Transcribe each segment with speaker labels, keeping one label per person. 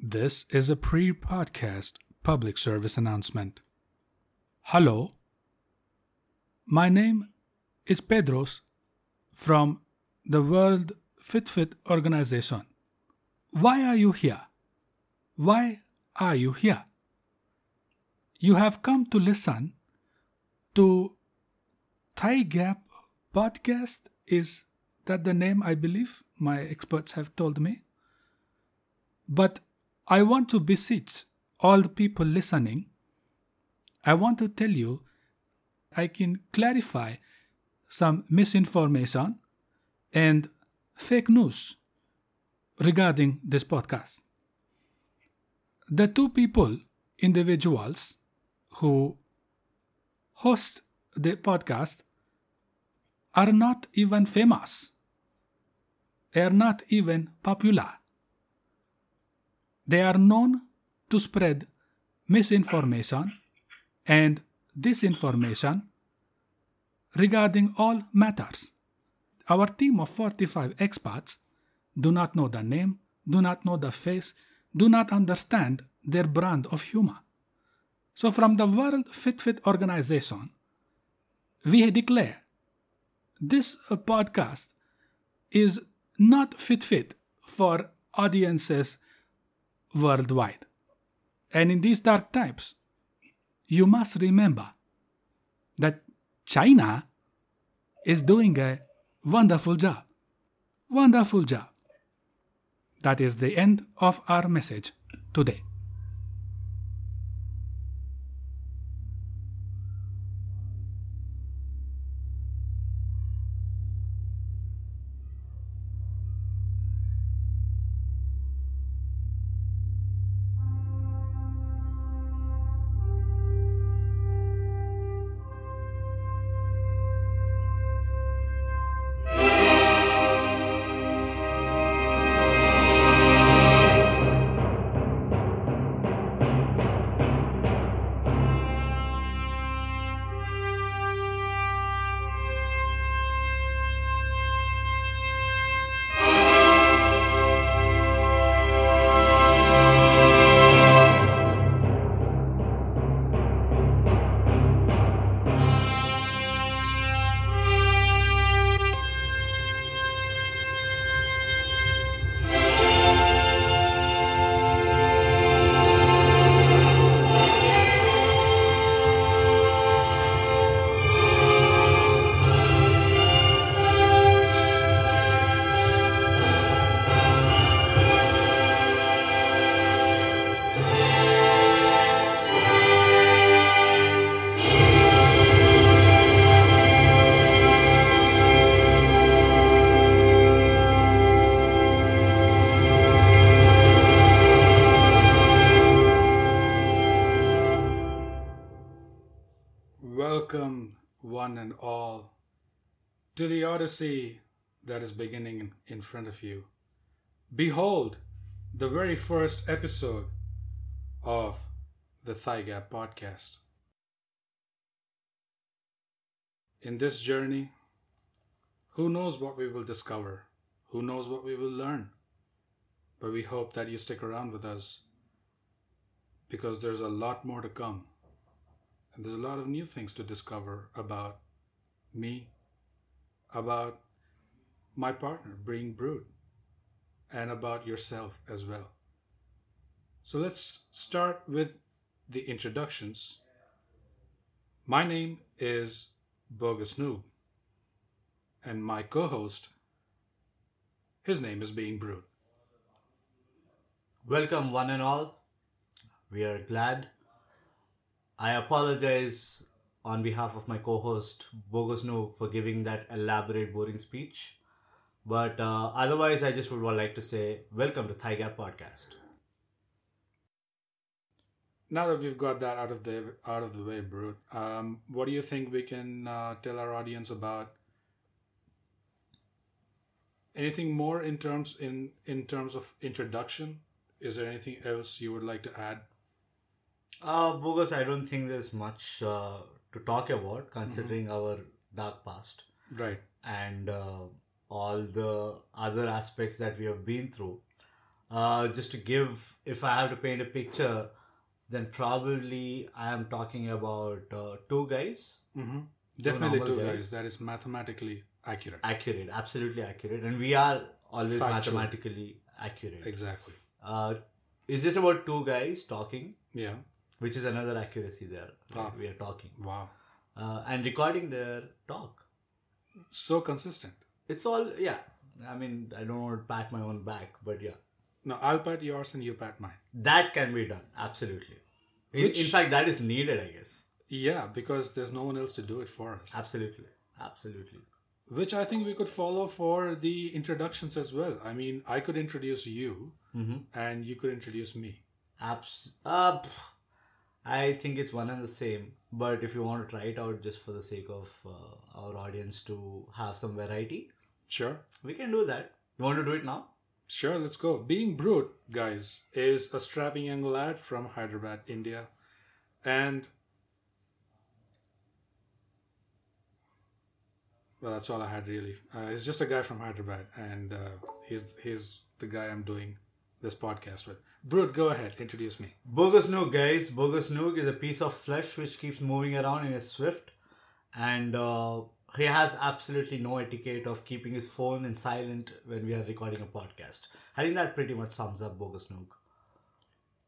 Speaker 1: This is a pre podcast public service announcement. Hello. My name is Pedros from the World FitFit organization. Why are you here? Why are you here? You have come to listen to Thai Gap podcast. Is that the name I believe my experts have told me? But I want to beseech all the people listening. I want to tell you I can clarify some misinformation and fake news regarding this podcast. The two people, individuals, who host the podcast are not even famous, are not even popular. They are known to spread misinformation and disinformation regarding all matters. Our team of 45 experts do not know the name, do not know the face, do not understand their brand of humor. So, from the World FitFit organization, we declare this uh, podcast is not fit fit for audiences worldwide. And in these dark times, you must remember that China is doing a wonderful job. Wonderful job. That is the end of our message today. Welcome, one and all, to the Odyssey that is beginning in front of you. Behold the very first episode of the Thigh Gap Podcast. In this journey, who knows what we will discover? Who knows what we will learn? But we hope that you stick around with us because there's a lot more to come. And there's a lot of new things to discover about me, about my partner, Bring Brood, and about yourself as well. So let's start with the introductions. My name is Bogus Noob, and my co host, his name is Being Brood.
Speaker 2: Welcome, one and all. We are glad. I apologize on behalf of my co host, Bogus Noob, for giving that elaborate, boring speech. But uh, otherwise, I just would like to say welcome to Thigh Gap Podcast.
Speaker 1: Now that we've got that out of the out of the way, Brute, um, what do you think we can uh, tell our audience about? Anything more in terms in in terms of introduction? Is there anything else you would like to add?
Speaker 2: Uh, Bogus, I don't think there's much uh, to talk about considering our dark past
Speaker 1: Right.
Speaker 2: and uh, all the other aspects that we have been through. Uh, just to give, if I have to paint a picture, then probably I am talking about uh, two guys.
Speaker 3: Mm-hmm. Definitely
Speaker 2: normal
Speaker 3: two guys.
Speaker 2: guys.
Speaker 3: That is mathematically accurate.
Speaker 2: Accurate, absolutely accurate. And we are always
Speaker 3: Factual.
Speaker 2: mathematically accurate.
Speaker 3: Exactly.
Speaker 2: Uh, it's just about two guys talking,
Speaker 3: Yeah.
Speaker 2: which is another accuracy there.
Speaker 3: Ah.
Speaker 2: We are talking.
Speaker 3: Wow.
Speaker 2: Uh, and recording their talk.
Speaker 3: So consistent.
Speaker 2: It's all, yeah. I mean, I don't want to pat my own back, but yeah.
Speaker 3: No, I'll pat yours and you pat mine.
Speaker 2: That can be done, absolutely. In,
Speaker 3: Which-
Speaker 2: in fact, that is needed, I guess.
Speaker 3: Yeah, because there's no one else to do it for us.
Speaker 2: Absolutely, absolutely.
Speaker 3: Which I think we could follow for the introductions as well. I mean, I could introduce you
Speaker 2: Mm-hmm.
Speaker 3: and you could introduce me.
Speaker 2: Abs- uh, pff, I think it's one and the same. But if you want to try it out just for the sake of uh, our audience to have some variety,
Speaker 3: Sure.
Speaker 2: we can do that. You want to do it now?
Speaker 3: Sure, let's go. Being Brute, guys, is a strapping young lad from Hyderabad, India. And. Well, that's all I had really. Uh, it's just a guy from Hyderabad, and uh, he's, he's the guy I'm doing this podcast with. Brute, go ahead, introduce me.
Speaker 2: Bogus Nook, guys. Bogus Nook is a piece of flesh which keeps moving around in a swift, and uh, he has absolutely no etiquette of keeping his phone in silent when we are recording a podcast. I think that pretty much sums up Bogus Nook.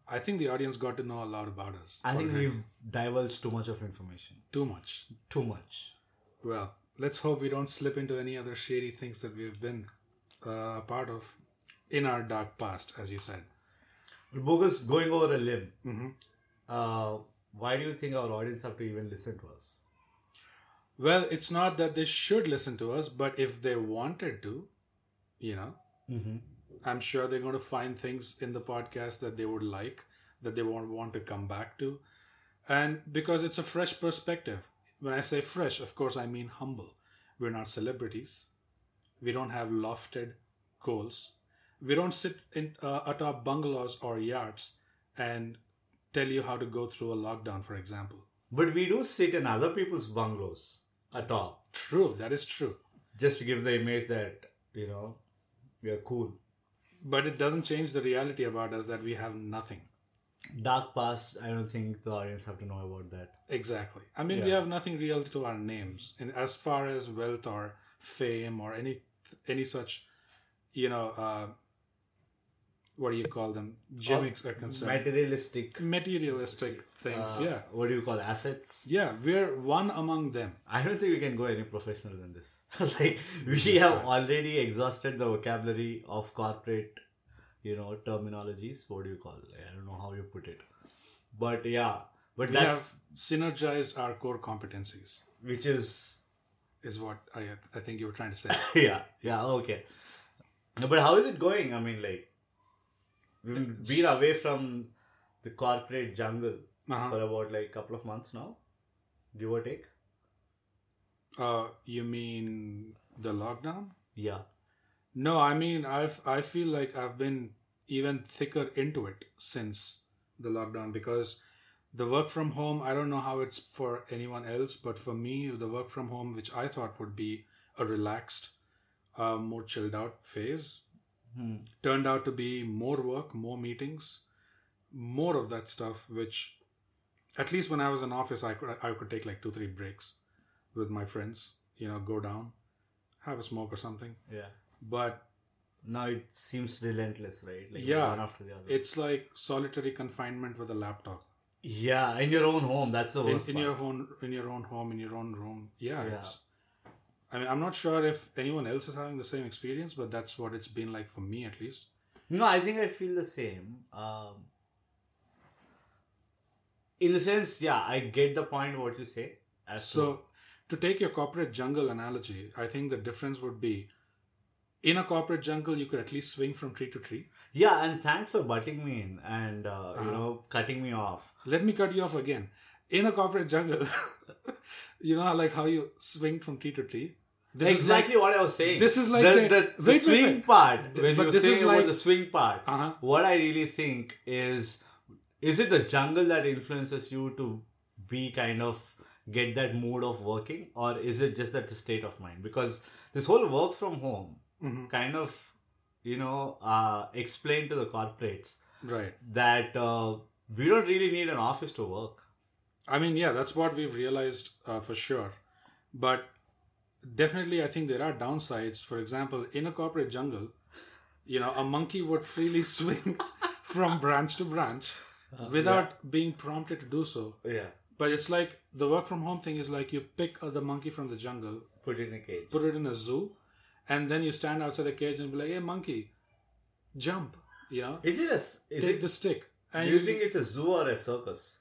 Speaker 3: I think the audience got to know a lot about us.
Speaker 2: I think
Speaker 3: already.
Speaker 2: we've divulged too much of information.
Speaker 3: Too much.
Speaker 2: Too much.
Speaker 3: Well, let's hope we don't slip into any other shady things that we've been uh, a part of in our dark past, as you said.
Speaker 2: But Bogus going over a limb.
Speaker 3: Mm-hmm.
Speaker 2: Uh, why do you think our audience have to even listen to us?
Speaker 3: Well, it's not that they should listen to us, but if they wanted to, you know,
Speaker 2: Mm-hmm.
Speaker 3: I'm sure they're going to find things in the podcast that they would like, that they won't want to come back to. And because it's a fresh perspective. When I say fresh, of course, I mean humble. We're not celebrities. We don't have lofted goals. We don't sit in, uh, atop bungalows or yards and tell you how to go through a lockdown, for example.
Speaker 2: But we do sit in other people's bungalows at all,
Speaker 3: True, that is true.
Speaker 2: just to give the image that you know we are cool.
Speaker 3: But it doesn't change the reality about us that we have nothing.
Speaker 2: Dark past. I don't think the audience have to know about that.
Speaker 3: Exactly. I mean, we
Speaker 2: Yeah.
Speaker 3: have nothing real to our names, and as far as wealth or fame or any any such, you know, uh, what do you call them? Gimmicks are concerned.
Speaker 2: Materialistic
Speaker 3: Materialistic things.
Speaker 2: Oh, uh,
Speaker 3: yeah,
Speaker 2: What do you call assets?
Speaker 3: yeah. We're one among them.
Speaker 2: I don't think we can go any professional than this. like we
Speaker 3: Jesus
Speaker 2: have
Speaker 3: Christ.
Speaker 2: already exhausted the vocabulary of corporate, you know, terminologies. What do you call? It? I don't know how you put it, but yeah, but
Speaker 3: We
Speaker 2: that's
Speaker 3: have synergized our core competencies.
Speaker 2: which is
Speaker 3: Is what I I think you were trying to say.
Speaker 2: yeah, yeah, okay. But how is it going? I mean, like we've been away from the corporate jungle
Speaker 3: Uh-huh.
Speaker 2: for about like a couple of months now, give or take.
Speaker 3: Uh, you mean the lockdown?
Speaker 2: Yeah,
Speaker 3: No, I mean I've I feel like I've been even thicker into it since the lockdown because the work from home I don't know how it's for anyone else but for me the work from home which I thought would be a relaxed uh, more chilled out phase
Speaker 2: hmm.
Speaker 3: turned out to be more work more meetings more of that stuff which at least when I was in office I could I could take like two three breaks with my friends you know go down have a smoke or something
Speaker 2: yeah.
Speaker 3: but
Speaker 2: Now it seems relentless, right? Like
Speaker 3: Yeah.
Speaker 2: one after the other.
Speaker 3: It's like solitary confinement with a laptop
Speaker 2: Yeah, in your own home. That's the
Speaker 3: in,
Speaker 2: worst
Speaker 3: in
Speaker 2: part.
Speaker 3: your own in your own home in your own room. Yeah,
Speaker 2: Yeah.
Speaker 3: it's. I mean, I'm not sure if anyone else is having the same experience, but that's what it's been like for me at least.
Speaker 2: No, I think I feel the same. Um, in the sense, yeah, I get the point what you say. As
Speaker 3: So, to take your corporate jungle analogy, I think the difference would be, in a corporate jungle, you could at least swing from tree to tree.
Speaker 2: to- yeah, and thanks for butting me in and uh,
Speaker 3: Uh-huh.
Speaker 2: you know cutting me off.
Speaker 3: Let me cut you off again. In a corporate jungle, you know, like how you swing from tree to tree. This is like-
Speaker 2: exactly what I was saying.
Speaker 3: this is like
Speaker 2: the,
Speaker 3: the-
Speaker 2: the, the,
Speaker 3: wait, wait,
Speaker 2: swing
Speaker 3: wait.
Speaker 2: part.
Speaker 3: Th-
Speaker 2: when
Speaker 3: but
Speaker 2: you were
Speaker 3: this is
Speaker 2: saying about
Speaker 3: like-
Speaker 2: the swing part,
Speaker 3: Uh-huh.
Speaker 2: what I really think is, is it the jungle that influences you to be kind of get that mood of working, or is it just that the state of mind? Because this whole work from home
Speaker 3: Mhm.
Speaker 2: kind of you know, uh, explain to the corporates
Speaker 3: Right.
Speaker 2: that uh, we don't really need an office to work.
Speaker 3: I mean, yeah, that's what we've realized uh, for sure. But definitely, I think there are downsides. For example, in a corporate jungle, you know, a monkey would freely swing from branch to branch
Speaker 2: Uh,
Speaker 3: without being prompted to do so.
Speaker 2: Yeah.
Speaker 3: But it's like the work from home thing is like you pick uh, the monkey from the jungle,
Speaker 2: Put it in a cage.
Speaker 3: put it in a zoo, and then you stand outside the cage and be like, "Hey, monkey, jump!" You know,
Speaker 2: Is it a? s- Is
Speaker 3: take
Speaker 2: it,
Speaker 3: the stick.
Speaker 2: do
Speaker 3: And
Speaker 2: you think it's a zoo or a circus?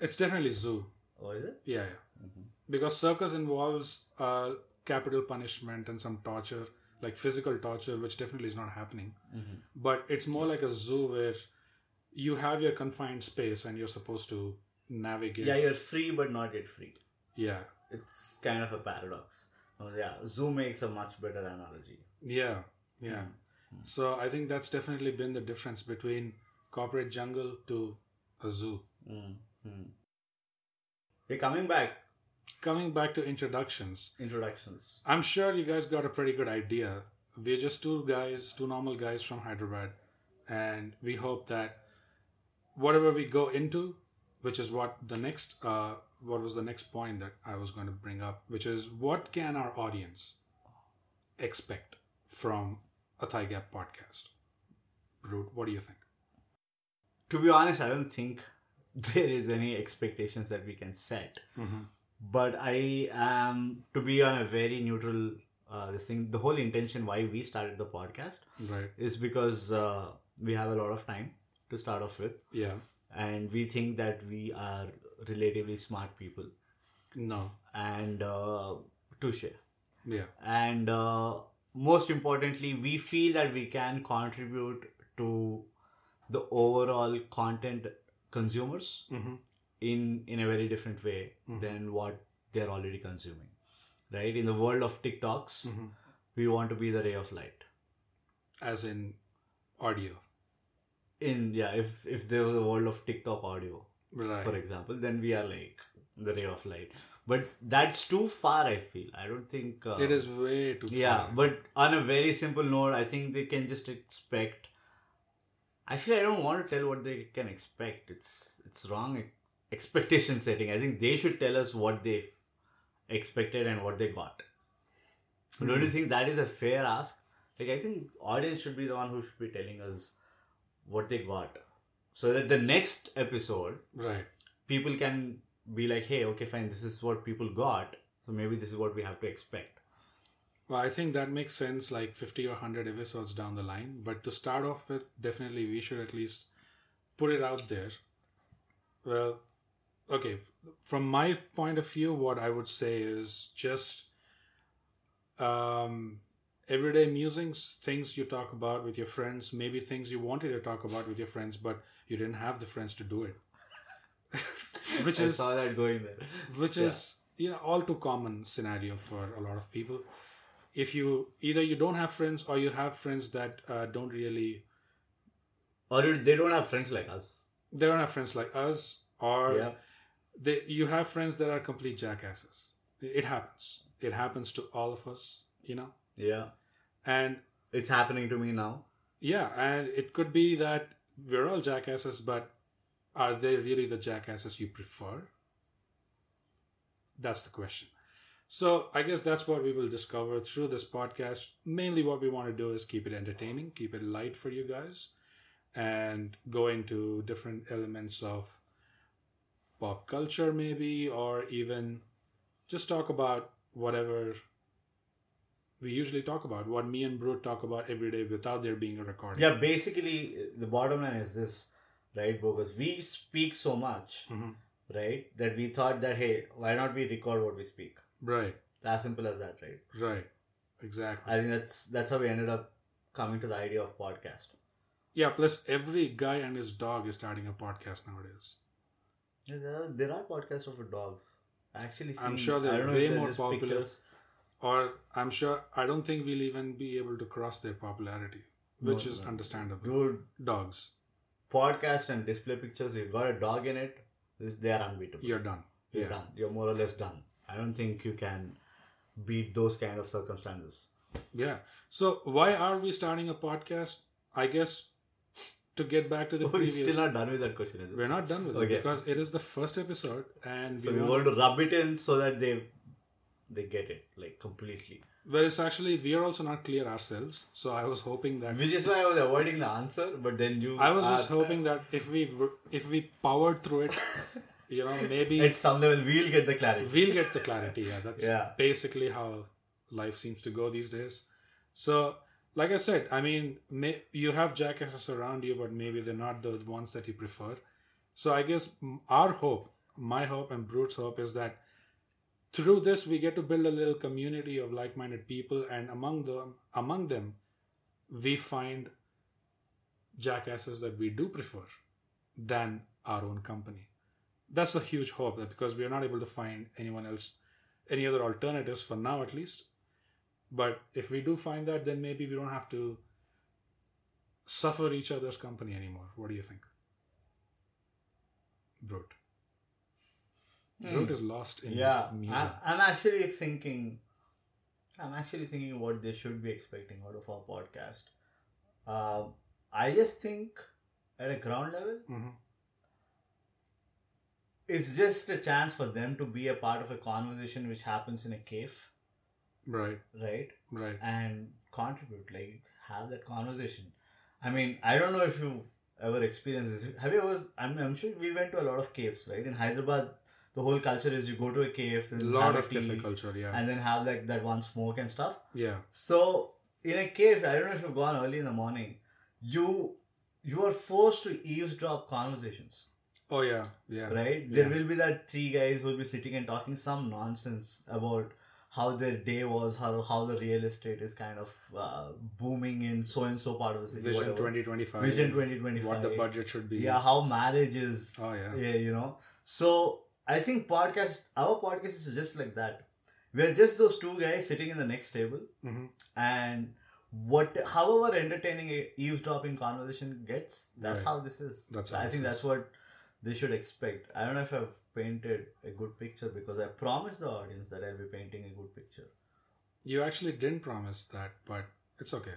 Speaker 3: it's definitely zoo?
Speaker 2: Or is it?
Speaker 3: Yeah, yeah.
Speaker 2: Mm-hmm.
Speaker 3: Because circus involves uh, capital punishment and some torture, like physical torture, which definitely is not happening. But it's more like a zoo where you have your confined space and you're supposed to navigate.
Speaker 2: Yeah, you're free but not yet free.
Speaker 3: yeah,
Speaker 2: It's kind of a paradox. Oh, yeah, zoo makes a much better analogy.
Speaker 3: yeah. yeah.
Speaker 2: Mm-hmm.
Speaker 3: So I think that's definitely been the difference between corporate jungle to a zoo.
Speaker 2: Mm-hmm. We're coming back.
Speaker 3: Coming back to introductions,
Speaker 2: Introductions.
Speaker 3: I'm sure you guys got a pretty good idea. We're just two guys, two normal guys from Hyderabad, and we hope that whatever we go into, which is what the next, uh, what was the next point that I was going to bring up, which is what can our audience expect from a Thigh Gap podcast? Root, what do you think?
Speaker 2: To be honest, I don't think there is any expectations that we can set. Mm-hmm. but I am to be on a very neutral uh, this thing. The whole intention why we started the podcast
Speaker 3: Right?
Speaker 2: is because uh, we have a lot of time to start off with,
Speaker 3: Yeah.
Speaker 2: and we think that we are relatively smart people
Speaker 3: No.
Speaker 2: and uh, touche.
Speaker 3: Yeah.
Speaker 2: And uh, most importantly, we feel that we can contribute to the overall content consumers
Speaker 3: hmm
Speaker 2: in in a very different way
Speaker 3: Mhm.
Speaker 2: than what they're already consuming right in the world of tiktoks
Speaker 3: Mhm.
Speaker 2: we want to be the ray of light
Speaker 3: As in audio.
Speaker 2: in yeah if if there was a world of tiktok audio
Speaker 3: Right.
Speaker 2: for example then we are like the ray of light but that's too far i feel i don't think uh,
Speaker 3: It is way too
Speaker 2: yeah
Speaker 3: far.
Speaker 2: but on a very simple note i think they can just expect actually i don't want to tell what they can expect it's it's wrong e- expectation setting i think they should tell us what they expected and what they got don't
Speaker 3: Hmm.
Speaker 2: you think that is a fair ask like i think audience should be the one who should be telling us what they got so that the next episode
Speaker 3: Right.
Speaker 2: people can be like hey okay fine this is what people got so maybe this is what we have to expect
Speaker 3: Well, I think that makes sense like 50 or 100 episodes down the line. But to start off with, definitely we should at least put it out there. Well, okay, f- from my point of view, what I would say is just um, everyday musings, things you talk about with your friends, maybe things you wanted to talk about with your friends, but you didn't have the friends to do it. Which
Speaker 2: I
Speaker 3: is
Speaker 2: saw that going there.
Speaker 3: which
Speaker 2: Yeah.
Speaker 3: is you know all too common scenario for a lot of people if you either you don't have friends or you have friends that uh, don't really
Speaker 2: Or they don't have friends like us.
Speaker 3: they don't have friends like us or
Speaker 2: yeah.
Speaker 3: they you have friends that are complete jackasses it happens it happens to all of us you know
Speaker 2: Yeah.
Speaker 3: and
Speaker 2: It's happening to me now.
Speaker 3: yeah and it could be that we're all jackasses but are they really the jackasses you prefer that's the question so i guess that's what we will discover through this podcast mainly what we want to do is keep it entertaining keep it light for you guys and go into different elements of pop culture maybe or even just talk about whatever we usually talk about what me and Brute talk about every day without there being a recording
Speaker 2: Yeah, basically, the bottom line is this, right, Bogus? We speak so much,
Speaker 3: Mhm.
Speaker 2: right, that we thought that, hey, why not we record what we speak?
Speaker 3: right
Speaker 2: As simple as that, right?
Speaker 3: Right. Exactly.
Speaker 2: I think that's that's how we ended up coming to the idea of podcast.
Speaker 3: yeah, plus every guy and his dog is starting a podcast nowadays.
Speaker 2: Yeah, There are, there are podcasts of dogs. I Actually, see,
Speaker 3: I'm sure they're
Speaker 2: I don't know
Speaker 3: way
Speaker 2: if they're
Speaker 3: more
Speaker 2: just
Speaker 3: popular.
Speaker 2: pictures.
Speaker 3: Or I'm sure I don't think we'll even be able to cross their popularity, which is understandable.
Speaker 2: Dude,
Speaker 3: Dogs,
Speaker 2: podcast and display pictures, you've got a dog in it, this, they are unbeatable.
Speaker 3: you're done.
Speaker 2: you're
Speaker 3: yeah.
Speaker 2: done. You're more or less done. I don't think you can beat those kind of circumstances.
Speaker 3: Yeah. So why are we starting a podcast? I guess to get back to the
Speaker 2: We're
Speaker 3: previous.
Speaker 2: still not done with that question, is it?
Speaker 3: We're not done with
Speaker 2: Okay.
Speaker 3: it because it is the first episode, and
Speaker 2: So
Speaker 3: we
Speaker 2: we
Speaker 3: want-
Speaker 2: want to rub it in so that they they get it like completely.
Speaker 3: well, it's actually we are also not clear ourselves. So I was hoping that
Speaker 2: Which is why I was avoiding the answer, but then you.
Speaker 3: I was just
Speaker 2: are-
Speaker 3: hoping that if we were- if we powered through it, you know, maybe
Speaker 2: at some level we'll get the clarity.
Speaker 3: we'll get the clarity. Yeah, that's
Speaker 2: Yeah.
Speaker 3: basically how life seems to go these days. So, like I said, I mean, may, you have jackasses around you, but maybe they're not the ones that you prefer. So, I guess m- our hope, my hope, and Brute's hope is that through this we get to build a little community of like-minded people, and among them, among them, we find jackasses that we do prefer than our own company that's a huge hope that because we are not able to find anyone else any other alternatives for now at least but if we do find that then maybe we don't have to suffer each other's company anymore what do you think brute brute is lost in
Speaker 2: Hmm. Yeah,
Speaker 3: music
Speaker 2: I, I'm actually thinking. I'm actually thinking what they should be expecting out of our podcast. Um, I just think at a ground level,
Speaker 3: Mhm.
Speaker 2: it's just a chance for them to be a part of a conversation which happens in a cave,
Speaker 3: right
Speaker 2: right?
Speaker 3: right
Speaker 2: and contribute like have that conversation i mean i don't know if you've ever experienced this have you ever i'm, I'm sure we went to a lot of caves right in hyderabad the whole culture is you go to a cave
Speaker 3: a
Speaker 2: and
Speaker 3: lot
Speaker 2: have
Speaker 3: of
Speaker 2: a tea,
Speaker 3: cafe culture yeah
Speaker 2: and then have like that one smoke and stuff
Speaker 3: yeah
Speaker 2: so in a cave i don't know if you've gone early in the morning you you are forced to eavesdrop conversations
Speaker 3: oh yeah yeah
Speaker 2: right
Speaker 3: Yeah.
Speaker 2: there will be that three guys will be sitting and talking some nonsense about how their day was how, how the real estate is kind of uh, booming in so and so part of the city
Speaker 3: vision
Speaker 2: whatever.
Speaker 3: 2025
Speaker 2: vision 2025
Speaker 3: what the budget should be
Speaker 2: yeah how marriage is
Speaker 3: oh yeah
Speaker 2: yeah you know so i think podcast our podcast is just like that we're just those two guys sitting in the next table
Speaker 3: Mhm.
Speaker 2: and what however entertaining a eavesdropping conversation gets that's
Speaker 3: Right.
Speaker 2: how this is
Speaker 3: That's how
Speaker 2: i
Speaker 3: this
Speaker 2: think
Speaker 3: is.
Speaker 2: that's what they should expect i don't know if i've painted a good picture because i promised the audience that i'll be painting a good picture
Speaker 3: You actually didn't promise that, but it's okay.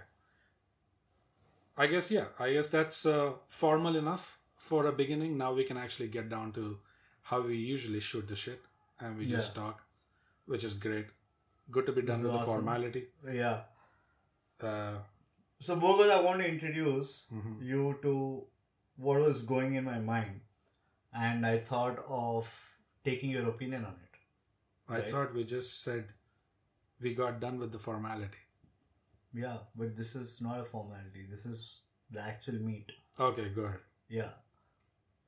Speaker 3: I guess, yeah, I guess that's uh, formal enough for a beginning. Now we can actually get down to how we usually shoot the shit and we just talk, which is great. Good to be
Speaker 2: This
Speaker 3: done
Speaker 2: is
Speaker 3: with the
Speaker 2: awesome.
Speaker 3: formality.
Speaker 2: yeah
Speaker 3: Uh,
Speaker 2: so bogus i want to introduce
Speaker 3: mhm.
Speaker 2: you to what was going in my mind and i thought of taking your opinion on it
Speaker 3: I
Speaker 2: Right.
Speaker 3: thought we just said we got done with the formality.
Speaker 2: yeah but this is not a formality this is the actual meat
Speaker 3: Okay, go ahead.
Speaker 2: yeah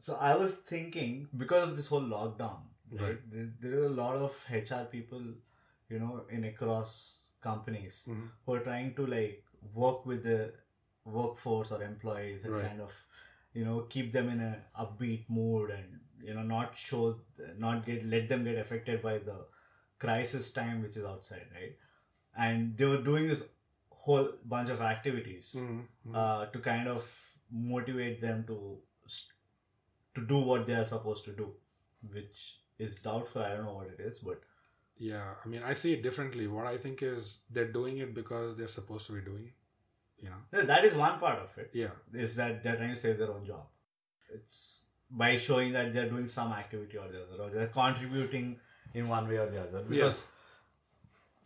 Speaker 2: so i was thinking because of this whole lockdown right,
Speaker 3: Right.
Speaker 2: There, there are a lot of hr people you know in across companies
Speaker 3: Mhm.
Speaker 2: who are trying to like work with the workforce or employees and
Speaker 3: Right.
Speaker 2: kind of you know keep them in a upbeat mood and you know not show not get let them get affected by the crisis time which is outside right and they were doing this whole bunch of activities
Speaker 3: Mhm, mhm.
Speaker 2: uh, to kind of motivate them to s- to do what they are supposed to do which is doubtful i don't know what it is but
Speaker 3: Yeah, I mean, I see it differently. What I think is they're doing it because they're supposed to be doing it. You know?
Speaker 2: no, that is one part of it
Speaker 3: Yeah.
Speaker 2: is that they're trying to save their own job it's by showing that they're doing some activity or the other or they're contributing in one way or the other because
Speaker 3: Yes.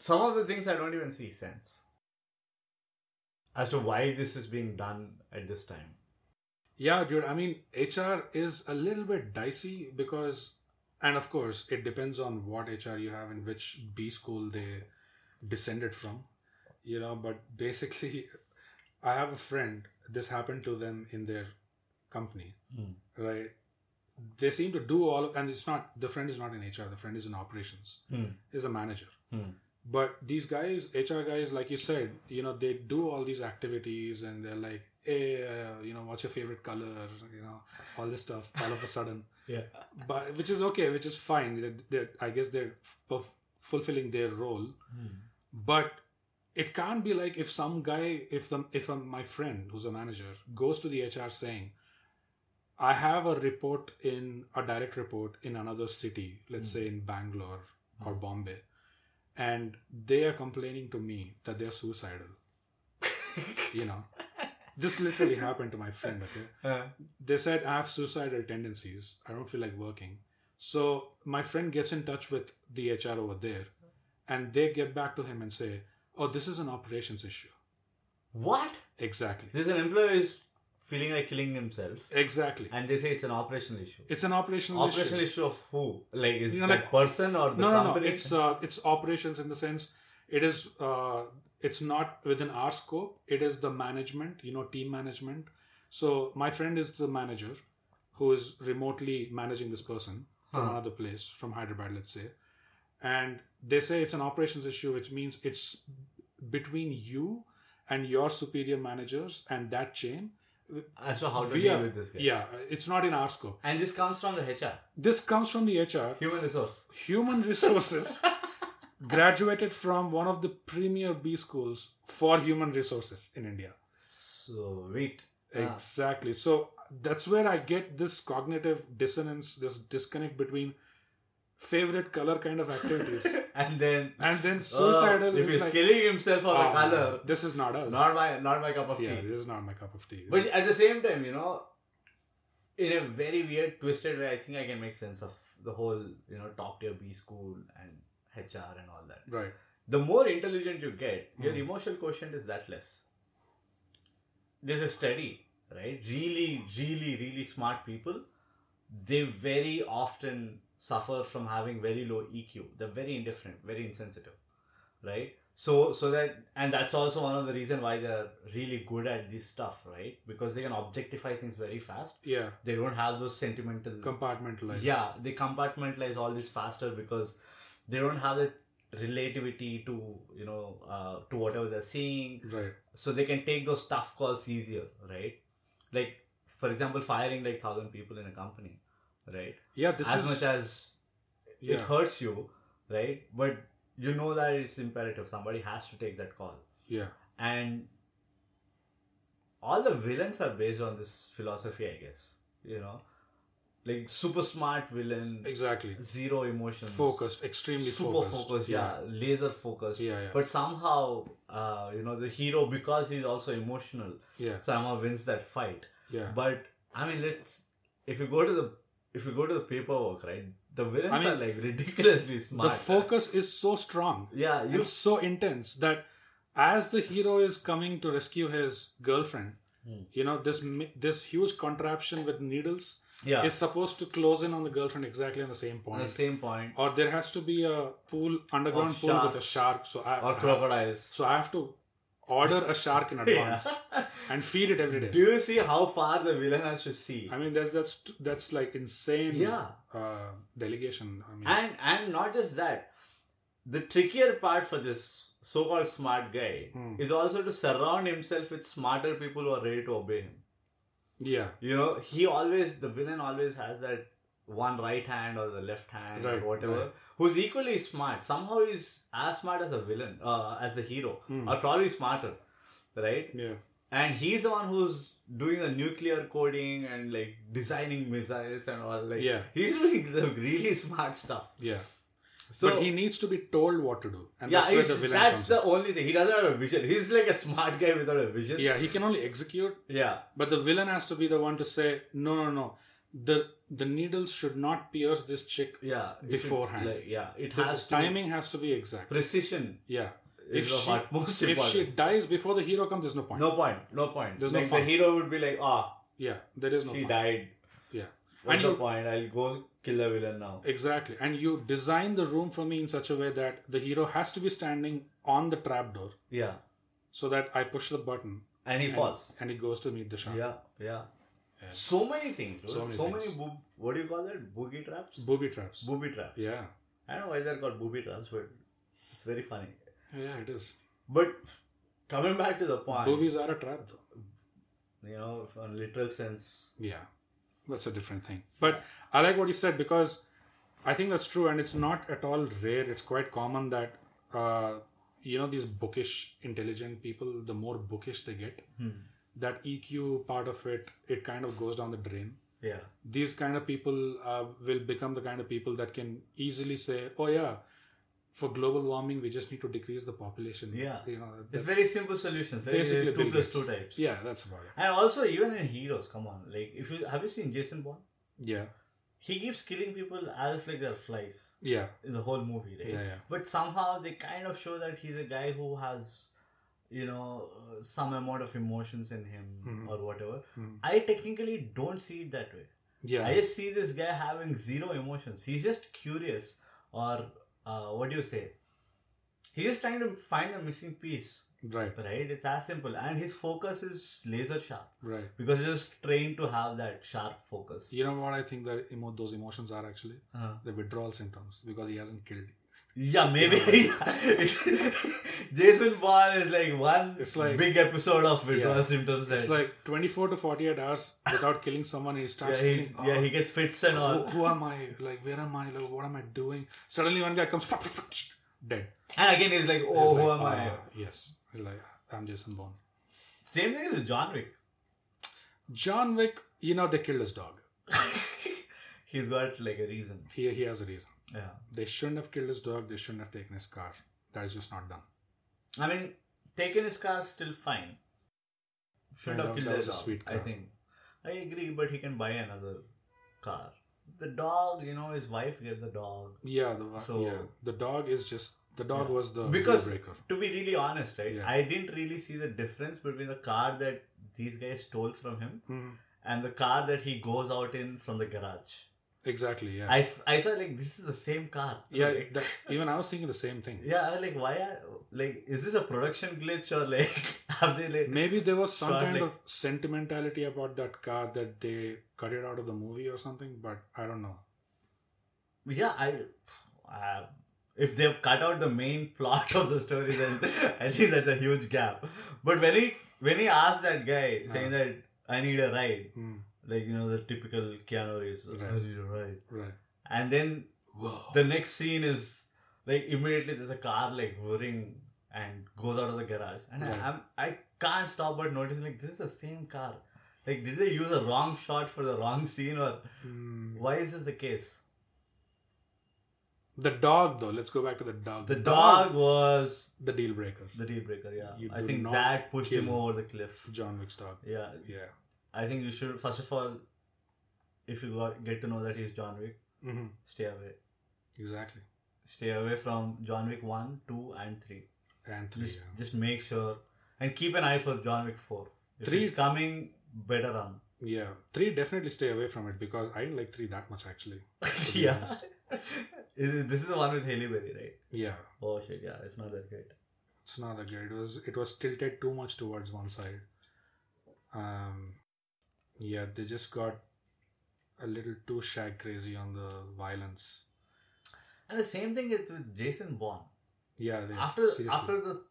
Speaker 2: some of the things i don't even see sense as to why this is being done at this time
Speaker 3: Yeah, dude. I mean, HR is a little bit dicey because, and of course, it depends on what HR you have and which B school they descended from, you know. But basically, I have a friend, this happened to them in their company,
Speaker 2: Hmm.
Speaker 3: right? They seem to do all, and it's not, the friend is not in HR, the friend is in operations,
Speaker 2: Hmm.
Speaker 3: is a manager.
Speaker 2: Hmm.
Speaker 3: But these guys, HR guys, like you said, you know, they do all these activities and they're like, hey, uh, you know, what's your favorite color? You know, all this stuff all of a sudden.
Speaker 2: yeah
Speaker 3: But which is okay, which is fine. They're, they're, I guess they're f- fulfilling their role.
Speaker 2: Hmm.
Speaker 3: But it can't be like if some guy, if the if um my friend who's a manager goes to the HR saying, I have a report in a direct report in another city, let's
Speaker 2: Mm.
Speaker 3: say in Bangalore or Bombay, and they are complaining to me that they're suicidal. you know, this literally happened to my friend. Okay,
Speaker 2: Uh,
Speaker 3: they said I have suicidal tendencies. I don't feel like working. So my friend gets in touch with the HR over there, and they get back to him and say, "Oh, this is an operations issue."
Speaker 2: what?
Speaker 3: Exactly.
Speaker 2: There's an employee who's feeling like killing himself,
Speaker 3: Exactly.
Speaker 2: and they say it's an operational issue.
Speaker 3: It's an operational,
Speaker 2: operational
Speaker 3: issue.
Speaker 2: issue of who? Like, is
Speaker 3: You
Speaker 2: the
Speaker 3: know, like-
Speaker 2: person or the
Speaker 3: No, no, no.
Speaker 2: company?
Speaker 3: It's uh, it's operations in the sense it is uh, it's not within our scope. It is the management, you know, team management. So my friend is the manager who is remotely managing this person from
Speaker 2: Huh.
Speaker 3: another place, from Hyderabad, let's say, and they say it's an operations issue, which means it's between you and your superior managers and that chain.
Speaker 2: As to how to
Speaker 3: We
Speaker 2: deal
Speaker 3: are-
Speaker 2: with this guy.
Speaker 3: Yeah, it's not in our scope.
Speaker 2: And this comes from the HR,
Speaker 3: This comes from the HR.
Speaker 2: human resource.
Speaker 3: human resources graduated from one of the premier b schools for human resources in india
Speaker 2: Sweet. Ah.
Speaker 3: exactly so that's where i get this cognitive dissonance this disconnect between favorite color kind of activities
Speaker 2: and then
Speaker 3: and then
Speaker 2: Oh,
Speaker 3: suicidal
Speaker 2: if
Speaker 3: is
Speaker 2: he's
Speaker 3: like
Speaker 2: killing himself for
Speaker 3: "Ah,
Speaker 2: the color,
Speaker 3: this is not us
Speaker 2: not my not my cup of
Speaker 3: yeah
Speaker 2: tea.
Speaker 3: this is not my cup of tea
Speaker 2: But at the same time, you know, in a very weird, twisted way, I think I can make sense of the whole, you know, top tier B school and HR and all that.
Speaker 3: right
Speaker 2: The more intelligent you get, your
Speaker 3: Hmm.
Speaker 2: emotional quotient is that less. There's a study, right? Really, really, really smart people, they very often suffer from having very low EQ. They're very indifferent, very insensitive, right? So, so that, and that's also one of the reason why they're really good at this stuff, right? Because they can objectify things very fast.
Speaker 3: yeah
Speaker 2: They don't have those sentimental
Speaker 3: compartmentalized
Speaker 2: yeah, they compartmentalize all this faster because they don't have the relativity to you know uh, to whatever they're seeing,
Speaker 3: right
Speaker 2: so they can take those tough calls easier, right? Like for example, firing like thousand people in a company, right?
Speaker 3: yeah this
Speaker 2: as
Speaker 3: is
Speaker 2: much as
Speaker 3: yeah
Speaker 2: it hurts you, right? But you know that it's imperative. Somebody has to take that call,
Speaker 3: yeah
Speaker 2: and all the villains are based on this philosophy, I guess. You know, like super smart villain,
Speaker 3: exactly
Speaker 2: zero emotions
Speaker 3: focused extremely
Speaker 2: super
Speaker 3: focused,
Speaker 2: focused, yeah. laser focused
Speaker 3: yeah yeah,
Speaker 2: but somehow uh, you know the hero because he's also emotional
Speaker 3: yeah.
Speaker 2: somehow wins that fight
Speaker 3: Yeah.
Speaker 2: but i mean let's if you go to the if you go to the paperwork right the villains
Speaker 3: I mean,
Speaker 2: are like ridiculously smart
Speaker 3: the focus is so strong.
Speaker 2: yeah you
Speaker 3: It's so intense that as the hero is coming to rescue his girlfriend,
Speaker 2: Hmm.
Speaker 3: you know, this mi- this huge contraption with needles
Speaker 2: yeah
Speaker 3: is supposed to close in on the girlfriend exactly on the same
Speaker 2: on the
Speaker 3: point.
Speaker 2: same point
Speaker 3: or there has to be a pool, underground
Speaker 2: Of
Speaker 3: pool with a
Speaker 2: sharks.
Speaker 3: shark. So I,
Speaker 2: or crocodiles
Speaker 3: so I have to order a shark in advance
Speaker 2: Yeah.
Speaker 3: and feed it every day.
Speaker 2: do you see how far the villain has to see
Speaker 3: I mean, that's that's that's like insane.
Speaker 2: yeah
Speaker 3: Uh, delegation. I mean,
Speaker 2: and and not just that the trickier part for this so-called smart guy
Speaker 3: Hmm.
Speaker 2: is also to surround himself with smarter people who are ready to obey him
Speaker 3: yeah,
Speaker 2: you know he always the villain always has that one right hand or the left hand
Speaker 3: Right,
Speaker 2: or whatever
Speaker 3: right.
Speaker 2: who's equally smart somehow he's as smart as the villain uh, as the hero
Speaker 3: Hmm.
Speaker 2: or probably smarter right
Speaker 3: yeah,
Speaker 2: and he's the one who's doing the nuclear coding and like designing missiles and all like
Speaker 3: Yeah.
Speaker 2: he's doing the really smart stuff
Speaker 3: yeah.
Speaker 2: so
Speaker 3: but he needs to be told what to do, and
Speaker 2: yeah,
Speaker 3: that's where the
Speaker 2: it's-
Speaker 3: villain
Speaker 2: that's
Speaker 3: comes.
Speaker 2: the only thing. He doesn't have a vision. He's like a smart guy without a vision.
Speaker 3: in. Yeah, he can only execute,
Speaker 2: Yeah.
Speaker 3: but the villain has to be the one to say, no, no, no. The the needles should not pierce this chick.
Speaker 2: Yeah. It should-
Speaker 3: Beforehand.
Speaker 2: like, yeah. It
Speaker 3: The
Speaker 2: has to
Speaker 3: timing has to be exact.
Speaker 2: precision
Speaker 3: Yeah.
Speaker 2: is
Speaker 3: If
Speaker 2: of
Speaker 3: she-
Speaker 2: utmost
Speaker 3: If she
Speaker 2: importance.
Speaker 3: dies before the hero comes, there's no point.
Speaker 2: no point. No point.
Speaker 3: There's no
Speaker 2: like
Speaker 3: fun.
Speaker 2: the hero would be like, ah,
Speaker 3: Yeah, there is
Speaker 2: she
Speaker 3: no fun.
Speaker 2: died.
Speaker 3: Yeah.
Speaker 2: What's
Speaker 3: And
Speaker 2: the
Speaker 3: you-
Speaker 2: point? I'll go kill the villain now.
Speaker 3: Exactly. And you design the room for me in such a way that the hero has to be standing on the trapdoor
Speaker 2: Yeah.
Speaker 3: so that I push the button
Speaker 2: And he
Speaker 3: and,
Speaker 2: falls.
Speaker 3: and he goes to meet the shark.
Speaker 2: Yeah. Yeah.
Speaker 3: Yeah.
Speaker 2: So many things. Dude.
Speaker 3: So many things.
Speaker 2: boob, what do you call that? Booby traps.
Speaker 3: Booby traps.
Speaker 2: booby traps.
Speaker 3: yeah.
Speaker 2: I don't know why they're called booby traps, but it's very funny.
Speaker 3: Yeah, it is.
Speaker 2: But coming back to the point,
Speaker 3: Boobies are a trap though.
Speaker 2: you know, if on literal sense,
Speaker 3: Yeah, that's a different thing. But I like what you said because I think that's true, and it's not at all rare. It's quite common that uh, you know these bookish, intelligent people. The more bookish they get,
Speaker 2: Hmm.
Speaker 3: that EQ part of it, it kind of goes down the drain.
Speaker 2: yeah,
Speaker 3: These kind of people uh, will become the kind of people that can easily say, "Oh yeah, for global warming, we just need to decrease the population.
Speaker 2: Yeah.
Speaker 3: you know,
Speaker 2: It's
Speaker 3: that-
Speaker 2: very simple solutions. Right?
Speaker 3: basically
Speaker 2: two
Speaker 3: Bill
Speaker 2: plus
Speaker 3: Gates.
Speaker 2: two types.
Speaker 3: Yeah, that's about it.
Speaker 2: And also, even in Heroes, come on, like if you have you seen Jason Bourne?
Speaker 3: Yeah,
Speaker 2: He keeps killing people as if like they're flies
Speaker 3: yeah,
Speaker 2: in the whole movie, right?
Speaker 3: yeah, yeah.
Speaker 2: But somehow they kind of show that he's a guy who has, you know, uh, some amount of emotions in him
Speaker 3: Mhm.
Speaker 2: or whatever.
Speaker 3: Mhm.
Speaker 2: I technically don't see it that way.
Speaker 3: Yeah,
Speaker 2: I just see this guy having zero emotions. He's just curious, or uh, what do you say? He's just trying to find the missing piece,
Speaker 3: right,
Speaker 2: right? It's as simple, and his focus is laser sharp
Speaker 3: right.
Speaker 2: because he's just trained to have that sharp focus.
Speaker 3: You know what I think that emo- those emotions are actually
Speaker 2: Uh-huh.
Speaker 3: the withdrawal symptoms because he hasn't killed.
Speaker 2: Yeah, maybe. Jason Bourne is like one
Speaker 3: It's like-
Speaker 2: big episode of withdrawal
Speaker 3: Yeah.
Speaker 2: symptoms.
Speaker 3: It's
Speaker 2: and-
Speaker 3: like 24 to 48 hours without killing someone, he
Speaker 2: yeah,
Speaker 3: starts
Speaker 2: he's,
Speaker 3: feeling,
Speaker 2: yeah,
Speaker 3: "Oh,
Speaker 2: he gets fits and all.
Speaker 3: who, who am I? Like, where am I? Like, what am I doing? Suddenly, one guy comes, fuck, fuck, fuck, shh, dead.
Speaker 2: And again, he's like,
Speaker 3: He's
Speaker 2: oh, who
Speaker 3: like,
Speaker 2: am I?
Speaker 3: "Ah, Yes, he's like, I'm Jason Bourne.
Speaker 2: Same thing with John Wick.
Speaker 3: John Wick, you know, they killed his dog.
Speaker 2: he's got like a reason.
Speaker 3: He, he has a reason.
Speaker 2: Yeah.
Speaker 3: They shouldn't have killed his dog. They shouldn't have taken his car. That is just not done.
Speaker 2: I mean, taking his car still fine. Should
Speaker 3: Yeah,
Speaker 2: have
Speaker 3: that-
Speaker 2: killed
Speaker 3: that
Speaker 2: the
Speaker 3: was a
Speaker 2: dog.
Speaker 3: sweet
Speaker 2: I
Speaker 3: car.
Speaker 2: think. I agree, but he can buy another car. The dog, you know, his wife gave the dog.
Speaker 3: Yeah, the
Speaker 2: So-
Speaker 3: yeah, the dog is just the dog
Speaker 2: Yeah.
Speaker 3: was the
Speaker 2: Because-
Speaker 3: deal breaker.
Speaker 2: To be really honest, right?
Speaker 3: Yeah.
Speaker 2: I didn't really see the difference between the car that these guys stole from him and the car that he goes out in from the garage.
Speaker 3: Exactly. Yeah.
Speaker 2: I, f- I saw like this is the same car.
Speaker 3: yeah.
Speaker 2: Like-
Speaker 3: that- even I was thinking the same thing.
Speaker 2: yeah. I was like, why? Are, like, is this a production glitch or like have they like?
Speaker 3: Maybe there was some
Speaker 2: Sure,
Speaker 3: kind
Speaker 2: like-
Speaker 3: of sentimentality about that car that they cut it out of the movie or something, but I don't know.
Speaker 2: Yeah, I. Uh, if they've cut out the main plot of the story, then I think that's a huge gap. But when he when he asked that guy saying
Speaker 3: Uh-huh.
Speaker 2: that I need a ride,
Speaker 3: Hmm,
Speaker 2: like you know the typical Keanu Reeves, I
Speaker 3: Right.
Speaker 2: need a ride,
Speaker 3: right.
Speaker 2: and then
Speaker 3: Whoa.
Speaker 2: the next scene is like immediately there's a car like whirring and goes out of the garage, and
Speaker 3: Right.
Speaker 2: I, I'm I can't stop but noticing like this is the same car. Like, did they use a wrong shot for the wrong scene, or
Speaker 3: Hmm.
Speaker 2: why is this the case?
Speaker 3: The dog, though. Let's go back to the dog.
Speaker 2: The dog was
Speaker 3: the deal breaker.
Speaker 2: The deal breaker, yeah.
Speaker 3: You
Speaker 2: I
Speaker 3: do
Speaker 2: think
Speaker 3: not
Speaker 2: that pushed him
Speaker 3: kill.
Speaker 2: over the cliff.
Speaker 3: John Wick's dog.
Speaker 2: Yeah,
Speaker 3: Yeah.
Speaker 2: I think you should first of all, if you got, get to know that he's John Wick,
Speaker 3: hmm
Speaker 2: stay away.
Speaker 3: Exactly.
Speaker 2: Stay away from John Wick one, two, and three.
Speaker 3: And three.
Speaker 2: Just
Speaker 3: yeah.
Speaker 2: just make sure and keep an eye for John Wick four. If
Speaker 3: Three-
Speaker 2: it's coming, better run.
Speaker 3: yeah. Three. Definitely stay away from it because I didn't like three that much actually. To be
Speaker 2: yeah.
Speaker 3: honest.
Speaker 2: Is it- this is the one with Haley Berry, right?
Speaker 3: Yeah.
Speaker 2: Oh shit, yeah, it's not that great.
Speaker 3: It's not that great. It was it was tilted too much towards one side. Um, yeah, they just got a little too shag crazy on the violence.
Speaker 2: And the same thing is with Jason Bourne.
Speaker 3: Yeah, they,
Speaker 2: after
Speaker 3: seriously.
Speaker 2: after the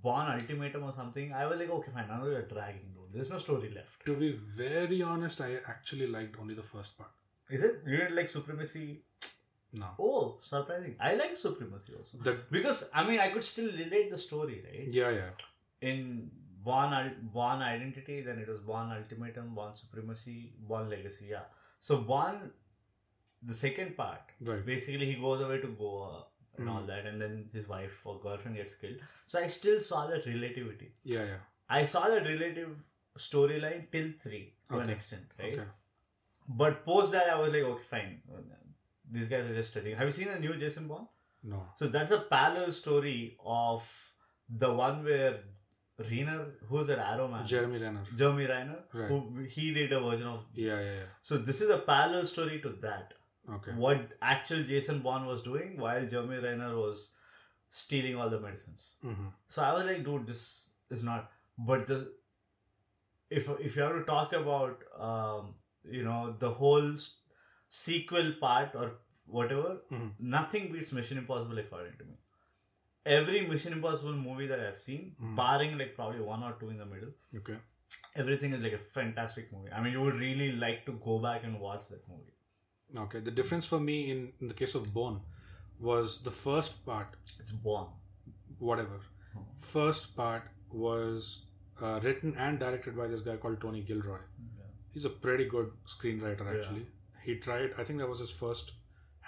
Speaker 2: Born Ultimatum or something, I was like, okay, fine, now you're dragging, dude. There's no story left.
Speaker 3: to be very honest, I actually liked only the first part.
Speaker 2: Is it? You didn't like Supremacy?
Speaker 3: No,
Speaker 2: Oh, surprising. I liked Supremacy also.
Speaker 3: the
Speaker 2: Because, I mean, I could still relate the story, right?
Speaker 3: yeah yeah
Speaker 2: In Born, Ul- Born Identity, then it was Born Ultimatum, Born Supremacy, Born Legacy, yeah. So, Born, the second part,
Speaker 3: right
Speaker 2: basically he goes away to Goa and all
Speaker 3: Mm.
Speaker 2: that, and then his wife or girlfriend gets killed. So, I still saw that relativity.
Speaker 3: yeah yeah
Speaker 2: I saw the relative storyline till three to an
Speaker 3: Okay.
Speaker 2: extent, right?
Speaker 3: okay.
Speaker 2: But post that, I was like, okay, fine. These guys are just studying. Have you seen the new Jason Bourne?
Speaker 3: No,
Speaker 2: So that's a parallel story of the one where Renner, who's that Arrow Man,
Speaker 3: Jeremy Renner.
Speaker 2: Jeremy Renner,
Speaker 3: Right.
Speaker 2: who he did a version of.
Speaker 3: Yeah yeah yeah.
Speaker 2: So this is a parallel story to that.
Speaker 3: Okay.
Speaker 2: What actual Jason Bourne was doing while Jeremy Renner was stealing all the medicines.
Speaker 3: hmm
Speaker 2: So I was like, dude, this is not. But the if if you have to talk about um, you know the whole s- sequel part or whatever,
Speaker 3: Mhm.
Speaker 2: nothing beats Mission Impossible according to me. Every Mission Impossible movie that I've seen,
Speaker 3: Mhm.
Speaker 2: barring like probably one or two in the middle,
Speaker 3: Okay.
Speaker 2: everything is like a fantastic movie. I mean, you would really like to go back and watch that movie.
Speaker 3: Okay. The difference for me in, in the case of Bone was the first part
Speaker 2: It's born.
Speaker 3: whatever. First part was uh, written and directed by this guy called Tony Gilroy. He's a pretty good screenwriter,
Speaker 2: Yeah.
Speaker 3: actually. He tried, I think that was his first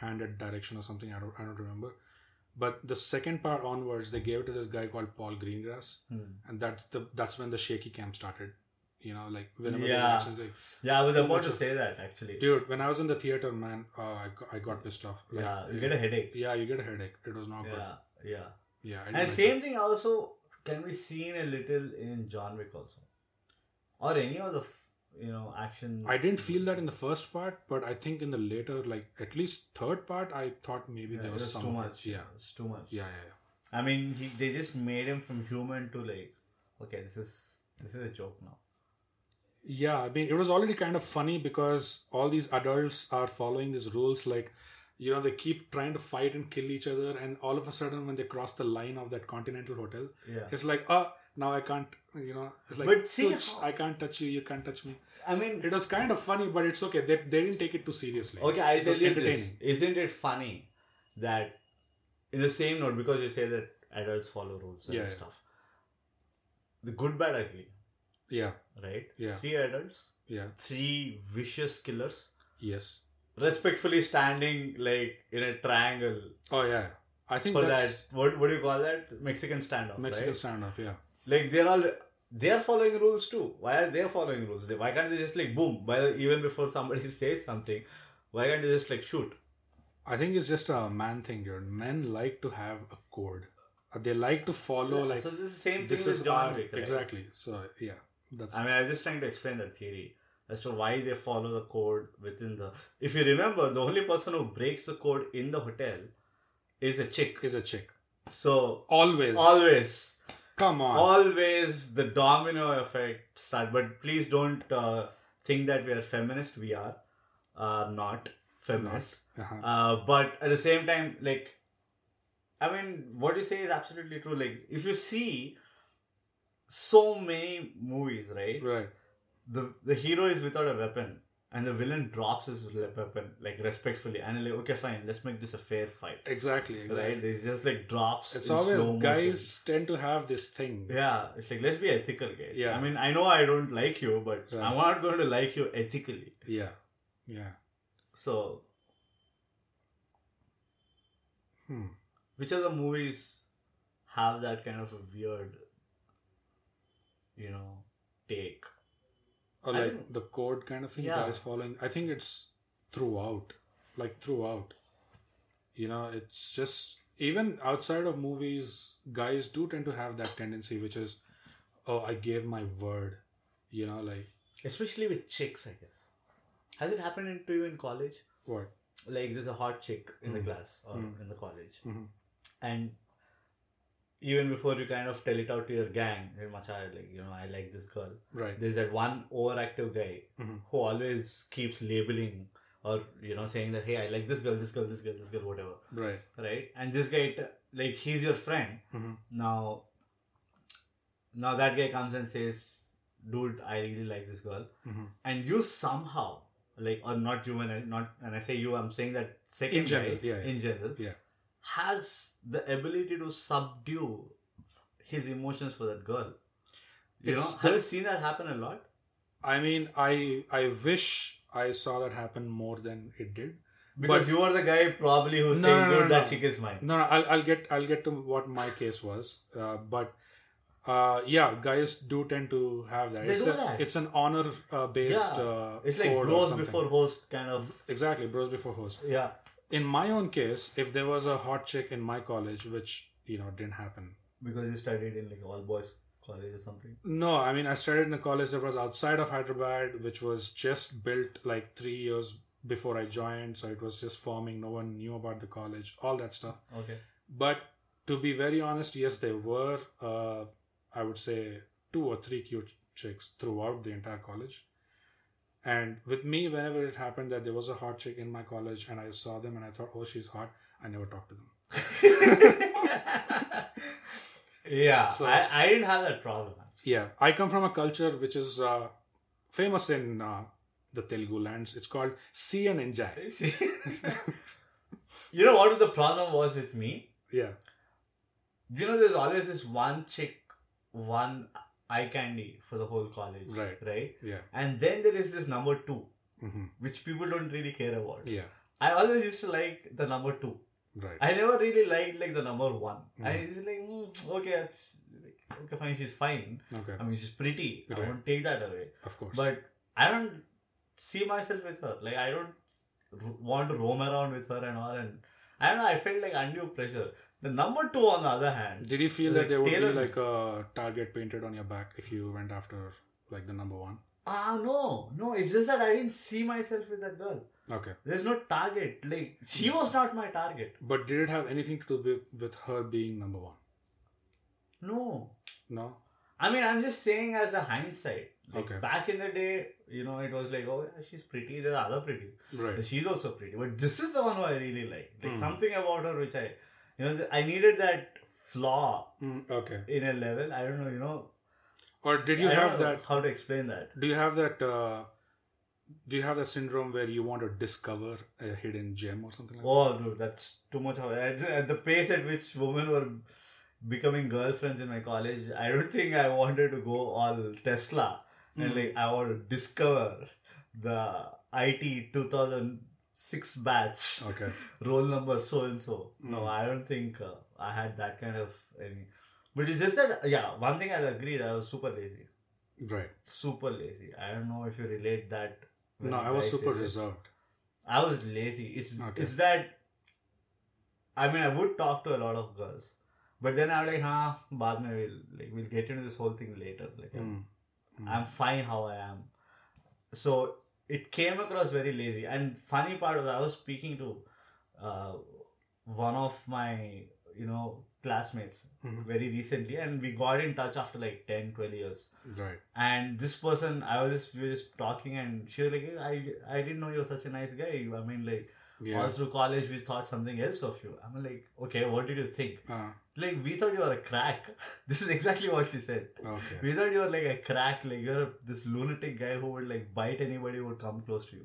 Speaker 3: hand at direction or something, I don't, I don't remember. But the second part onwards, they gave it to this guy called Paul Greengrass,
Speaker 2: Hmm.
Speaker 3: and that's the that's when the shaky cam started. You know, like whenever there's
Speaker 2: Yeah.
Speaker 3: actions, like
Speaker 2: Yeah, I was
Speaker 3: Too
Speaker 2: about
Speaker 3: much
Speaker 2: to
Speaker 3: of-
Speaker 2: say that actually.
Speaker 3: dude, when I was in the theater, man, oh, I got, I got pissed off. Like,
Speaker 2: yeah, you get a headache.
Speaker 3: yeah, you get a headache. It was not good.
Speaker 2: Yeah, yeah.
Speaker 3: Yeah, I didn't
Speaker 2: And
Speaker 3: like
Speaker 2: same thing also can be seen a little in John Wick also, or any of the f- you know action.
Speaker 3: I didn't feel that in the first part, but I think in the later, like at least third part, I thought maybe
Speaker 2: Yeah,
Speaker 3: there
Speaker 2: it
Speaker 3: was,
Speaker 2: was
Speaker 3: some
Speaker 2: too
Speaker 3: of it.
Speaker 2: much.
Speaker 3: Yeah.
Speaker 2: it's too much.
Speaker 3: yeah, yeah,
Speaker 2: I mean, he, they just made him from human to like, okay, this is this is a joke now.
Speaker 3: yeah. Yeah, I mean, it was already kind of funny because all these adults are following these rules, like you know, they keep trying to fight and kill each other, and all of a sudden, when they cross the line of that Continental Hotel,
Speaker 2: Yeah.
Speaker 3: it's like, ah, now I can't, you know, it's like,
Speaker 2: But see
Speaker 3: "Touch,
Speaker 2: how-
Speaker 3: I can't touch you, you can't touch me.
Speaker 2: I mean,
Speaker 3: It was kind of funny, but it's okay. They, they didn't take it too seriously.
Speaker 2: Okay, I'll
Speaker 3: It was
Speaker 2: tell you
Speaker 3: entertaining.
Speaker 2: this. Isn't it funny that in the same note, because you say that adults follow rules and
Speaker 3: Yeah, yeah.
Speaker 2: stuff, the good, bad, ugly,
Speaker 3: Yeah,
Speaker 2: right?
Speaker 3: yeah,
Speaker 2: Three adults,
Speaker 3: yeah.
Speaker 2: three vicious killers,
Speaker 3: Yes.
Speaker 2: respectfully standing like in a triangle
Speaker 3: Oh yeah. I think
Speaker 2: for
Speaker 3: that's
Speaker 2: that. What, what do you call that? Mexican standoff.
Speaker 3: Mexican
Speaker 2: right?
Speaker 3: standoff, yeah.
Speaker 2: like they're all they're following rules too why are they following rules They- why can't they just like boom by the, even before somebody says something why can't they just like shoot
Speaker 3: I think it's just a man thing, dude. Men like to have a code. Uh, They like to follow like
Speaker 2: so this is the same thing
Speaker 3: this
Speaker 2: with
Speaker 3: is
Speaker 2: John
Speaker 3: our
Speaker 2: Wick, right?
Speaker 3: exactly. So yeah, that's
Speaker 2: I mean, I was just trying to explain that theory as to why they follow the code within the. If you remember, the only person who breaks the code in the hotel is a chick.
Speaker 3: is a chick
Speaker 2: So
Speaker 3: always.
Speaker 2: always,
Speaker 3: Come on,
Speaker 2: always the domino effect start. But please don't uh, think that we are feminist. We are uh, not feminist.
Speaker 3: Uh-huh.
Speaker 2: Uh, but at the same time, like, I mean, what you say is absolutely true. Like, if you see so many movies, right?
Speaker 3: right?
Speaker 2: the the hero is without a weapon and the villain drops his le- weapon like respectfully and like okay fine let's make this a fair fight
Speaker 3: Exactly, exactly.
Speaker 2: right they just like drops
Speaker 3: It's
Speaker 2: in slow
Speaker 3: always
Speaker 2: motion.
Speaker 3: guys tend to have this thing.
Speaker 2: yeah it's like let's be ethical guys
Speaker 3: Yeah.
Speaker 2: i mean i know i don't like you but
Speaker 3: Right.
Speaker 2: i'm not going to like you ethically
Speaker 3: yeah, yeah.
Speaker 2: so
Speaker 3: Hmm.
Speaker 2: which other movies have that kind of a weird you know take
Speaker 3: Or
Speaker 2: I
Speaker 3: like
Speaker 2: think-
Speaker 3: the code kind of thing
Speaker 2: Yeah.
Speaker 3: guys following. I think it's throughout, like throughout. You know, it's just even outside of movies, guys do tend to have that tendency, which is, oh, I gave my word. You know, like
Speaker 2: especially with chicks i guess has it happened to you in college
Speaker 3: what?
Speaker 2: like there's a hot chick in the
Speaker 3: Mm.
Speaker 2: class or
Speaker 3: Mm.
Speaker 2: in the college
Speaker 3: Mhm.
Speaker 2: and even before you kind of tell it out to your gang hey macha like you know i like this girl
Speaker 3: Right.
Speaker 2: there's that one overactive guy
Speaker 3: Mhm.
Speaker 2: who always keeps labeling or you know saying that hey i like this girl this girl this girl this girl whatever
Speaker 3: Right.
Speaker 2: right and this guy t- like he's your friend
Speaker 3: Mhm.
Speaker 2: now now that guy comes and says dude i really like this girl
Speaker 3: Mhm.
Speaker 2: and you somehow like or not you and I, not and I say you I'm saying that second
Speaker 3: In general,
Speaker 2: guy
Speaker 3: yeah, yeah.
Speaker 2: in general
Speaker 3: Yeah.
Speaker 2: has the ability to subdue his emotions for that girl. You
Speaker 3: It's
Speaker 2: know,
Speaker 3: the-
Speaker 2: have you seen that happen a lot?
Speaker 3: I mean, I I wish I saw that happen more than it did.
Speaker 2: Because you are the guy probably who's
Speaker 3: No,
Speaker 2: saying,
Speaker 3: no, no,
Speaker 2: "Dude, that
Speaker 3: no.
Speaker 2: chick is mine."
Speaker 3: No, no, I'll, I'll get I'll get to what my case was, uh, but uh, yeah, guys do tend to have that.
Speaker 2: They
Speaker 3: it's
Speaker 2: do
Speaker 3: a-
Speaker 2: that.
Speaker 3: It's an honor uh, based.
Speaker 2: Yeah.
Speaker 3: Uh,
Speaker 2: It's like
Speaker 3: code or
Speaker 2: bros
Speaker 3: something.
Speaker 2: before host kind of.
Speaker 3: Exactly, bros before host.
Speaker 2: Yeah,
Speaker 3: In my own case, if there was a hot chick in my college, which you know didn't happen.
Speaker 2: because you studied in like all boys college or something.
Speaker 3: No, I mean I studied in a college that was outside of Hyderabad, which was just built like three years before I joined, so it was just forming. No one knew about the college, all that stuff.
Speaker 2: Okay.
Speaker 3: But to be very honest, yes, there were, uh, I would say, two or three cute chicks throughout the entire college. And with me, whenever it happened that there was a hot chick in my college and I saw them and I thought, oh, she's hot, I never talked to them.
Speaker 2: yeah,
Speaker 3: So-
Speaker 2: I, I didn't have that problem.
Speaker 3: Yeah, I come from a culture which is uh, famous in uh, the Telugu lands. It's called See and Enjoy.
Speaker 2: you know what the problem was with me?
Speaker 3: Yeah,
Speaker 2: You know, there's always this one chick, one eye candy for the whole college,
Speaker 3: Right.
Speaker 2: Right,
Speaker 3: yeah,
Speaker 2: and then there is this number two,
Speaker 3: hmm
Speaker 2: Mm-hmm. which people don't really care about.
Speaker 3: yeah.
Speaker 2: I always used to like the number two.
Speaker 3: Right.
Speaker 2: I never really liked like the number one. I
Speaker 3: Mhm.
Speaker 2: was like, mm, okay, that's, like, okay, fine, she's fine.
Speaker 3: okay.
Speaker 2: I mean, she's pretty. I
Speaker 3: Right.
Speaker 2: won't take that away.
Speaker 3: Of course.
Speaker 2: But I don't see myself with her. Like I don't r- want to roam around with her and all. And I don't know. I felt like undue pressure. The number two, on the other hand,
Speaker 3: Did you feel that
Speaker 2: Like
Speaker 3: there would
Speaker 2: Taylor-
Speaker 3: be like a target painted on your back if you went after like the number one?
Speaker 2: ah no, no. It's just that I didn't see myself with that girl.
Speaker 3: Okay.
Speaker 2: There's no target. Like she was not my target.
Speaker 3: But did it have anything to do with, with her being number one?
Speaker 2: No.
Speaker 3: No?
Speaker 2: I mean, I'm just saying as a hindsight. Like,
Speaker 3: Okay.
Speaker 2: Back in the day, you know, it was like, oh, yeah, she's pretty. There's other pretty.
Speaker 3: Right.
Speaker 2: She's also pretty, but this is the one who I really like. Like
Speaker 3: Hmm.
Speaker 2: something about her which I, you know, th- I needed that flaw
Speaker 3: Mm, okay.
Speaker 2: in a level. I don't know, you know.
Speaker 3: Or did you
Speaker 2: I don't
Speaker 3: have
Speaker 2: know
Speaker 3: that?
Speaker 2: How to explain that?
Speaker 3: Do you have that? Uh, do you have that syndrome where you want to discover a hidden gem or something like
Speaker 2: Oh, dude, that's too much. Of, at, at the pace at which women were becoming girlfriends in my college, I don't think I wanted to go all Tesla
Speaker 3: that?
Speaker 2: and
Speaker 3: Mm.
Speaker 2: like I want to discover the IT two thousand six batch.
Speaker 3: okay.
Speaker 2: roll number so and so. No,
Speaker 3: Mm.
Speaker 2: I don't think uh, I had that kind of any. But it's just that yeah, one thing I'll agree that I was super lazy,
Speaker 3: Right.
Speaker 2: super lazy. I don't know if you relate that. when
Speaker 3: No, I was
Speaker 2: say
Speaker 3: super
Speaker 2: that.
Speaker 3: reserved.
Speaker 2: I was lazy. It's
Speaker 3: Okay.
Speaker 2: it's that. I mean, I would talk to a lot of girls, but then I'm like, huh, baad mein we'll like we'll get into this whole thing later. Like I'm-
Speaker 3: Mm. Mm.
Speaker 2: I'm fine how I am. So it came across very lazy. And funny part was I was speaking to uh, one of my, you know, classmates
Speaker 3: Mhm.
Speaker 2: very recently and we got in touch after like 10, 12 years.
Speaker 3: Right.
Speaker 2: And this person, I was just, we were just talking and she was like, "Hey, I, I didn't know you were such a nice guy. I mean, like,
Speaker 3: Yeah.
Speaker 2: all through college, we thought something else of you. I'm like, okay, what did you think?
Speaker 3: Ah,
Speaker 2: Like, we thought you were a crack. this is exactly what she said.
Speaker 3: okay.
Speaker 2: We thought you were like a crack, like you're a, this lunatic guy who would like bite anybody who would come close to you.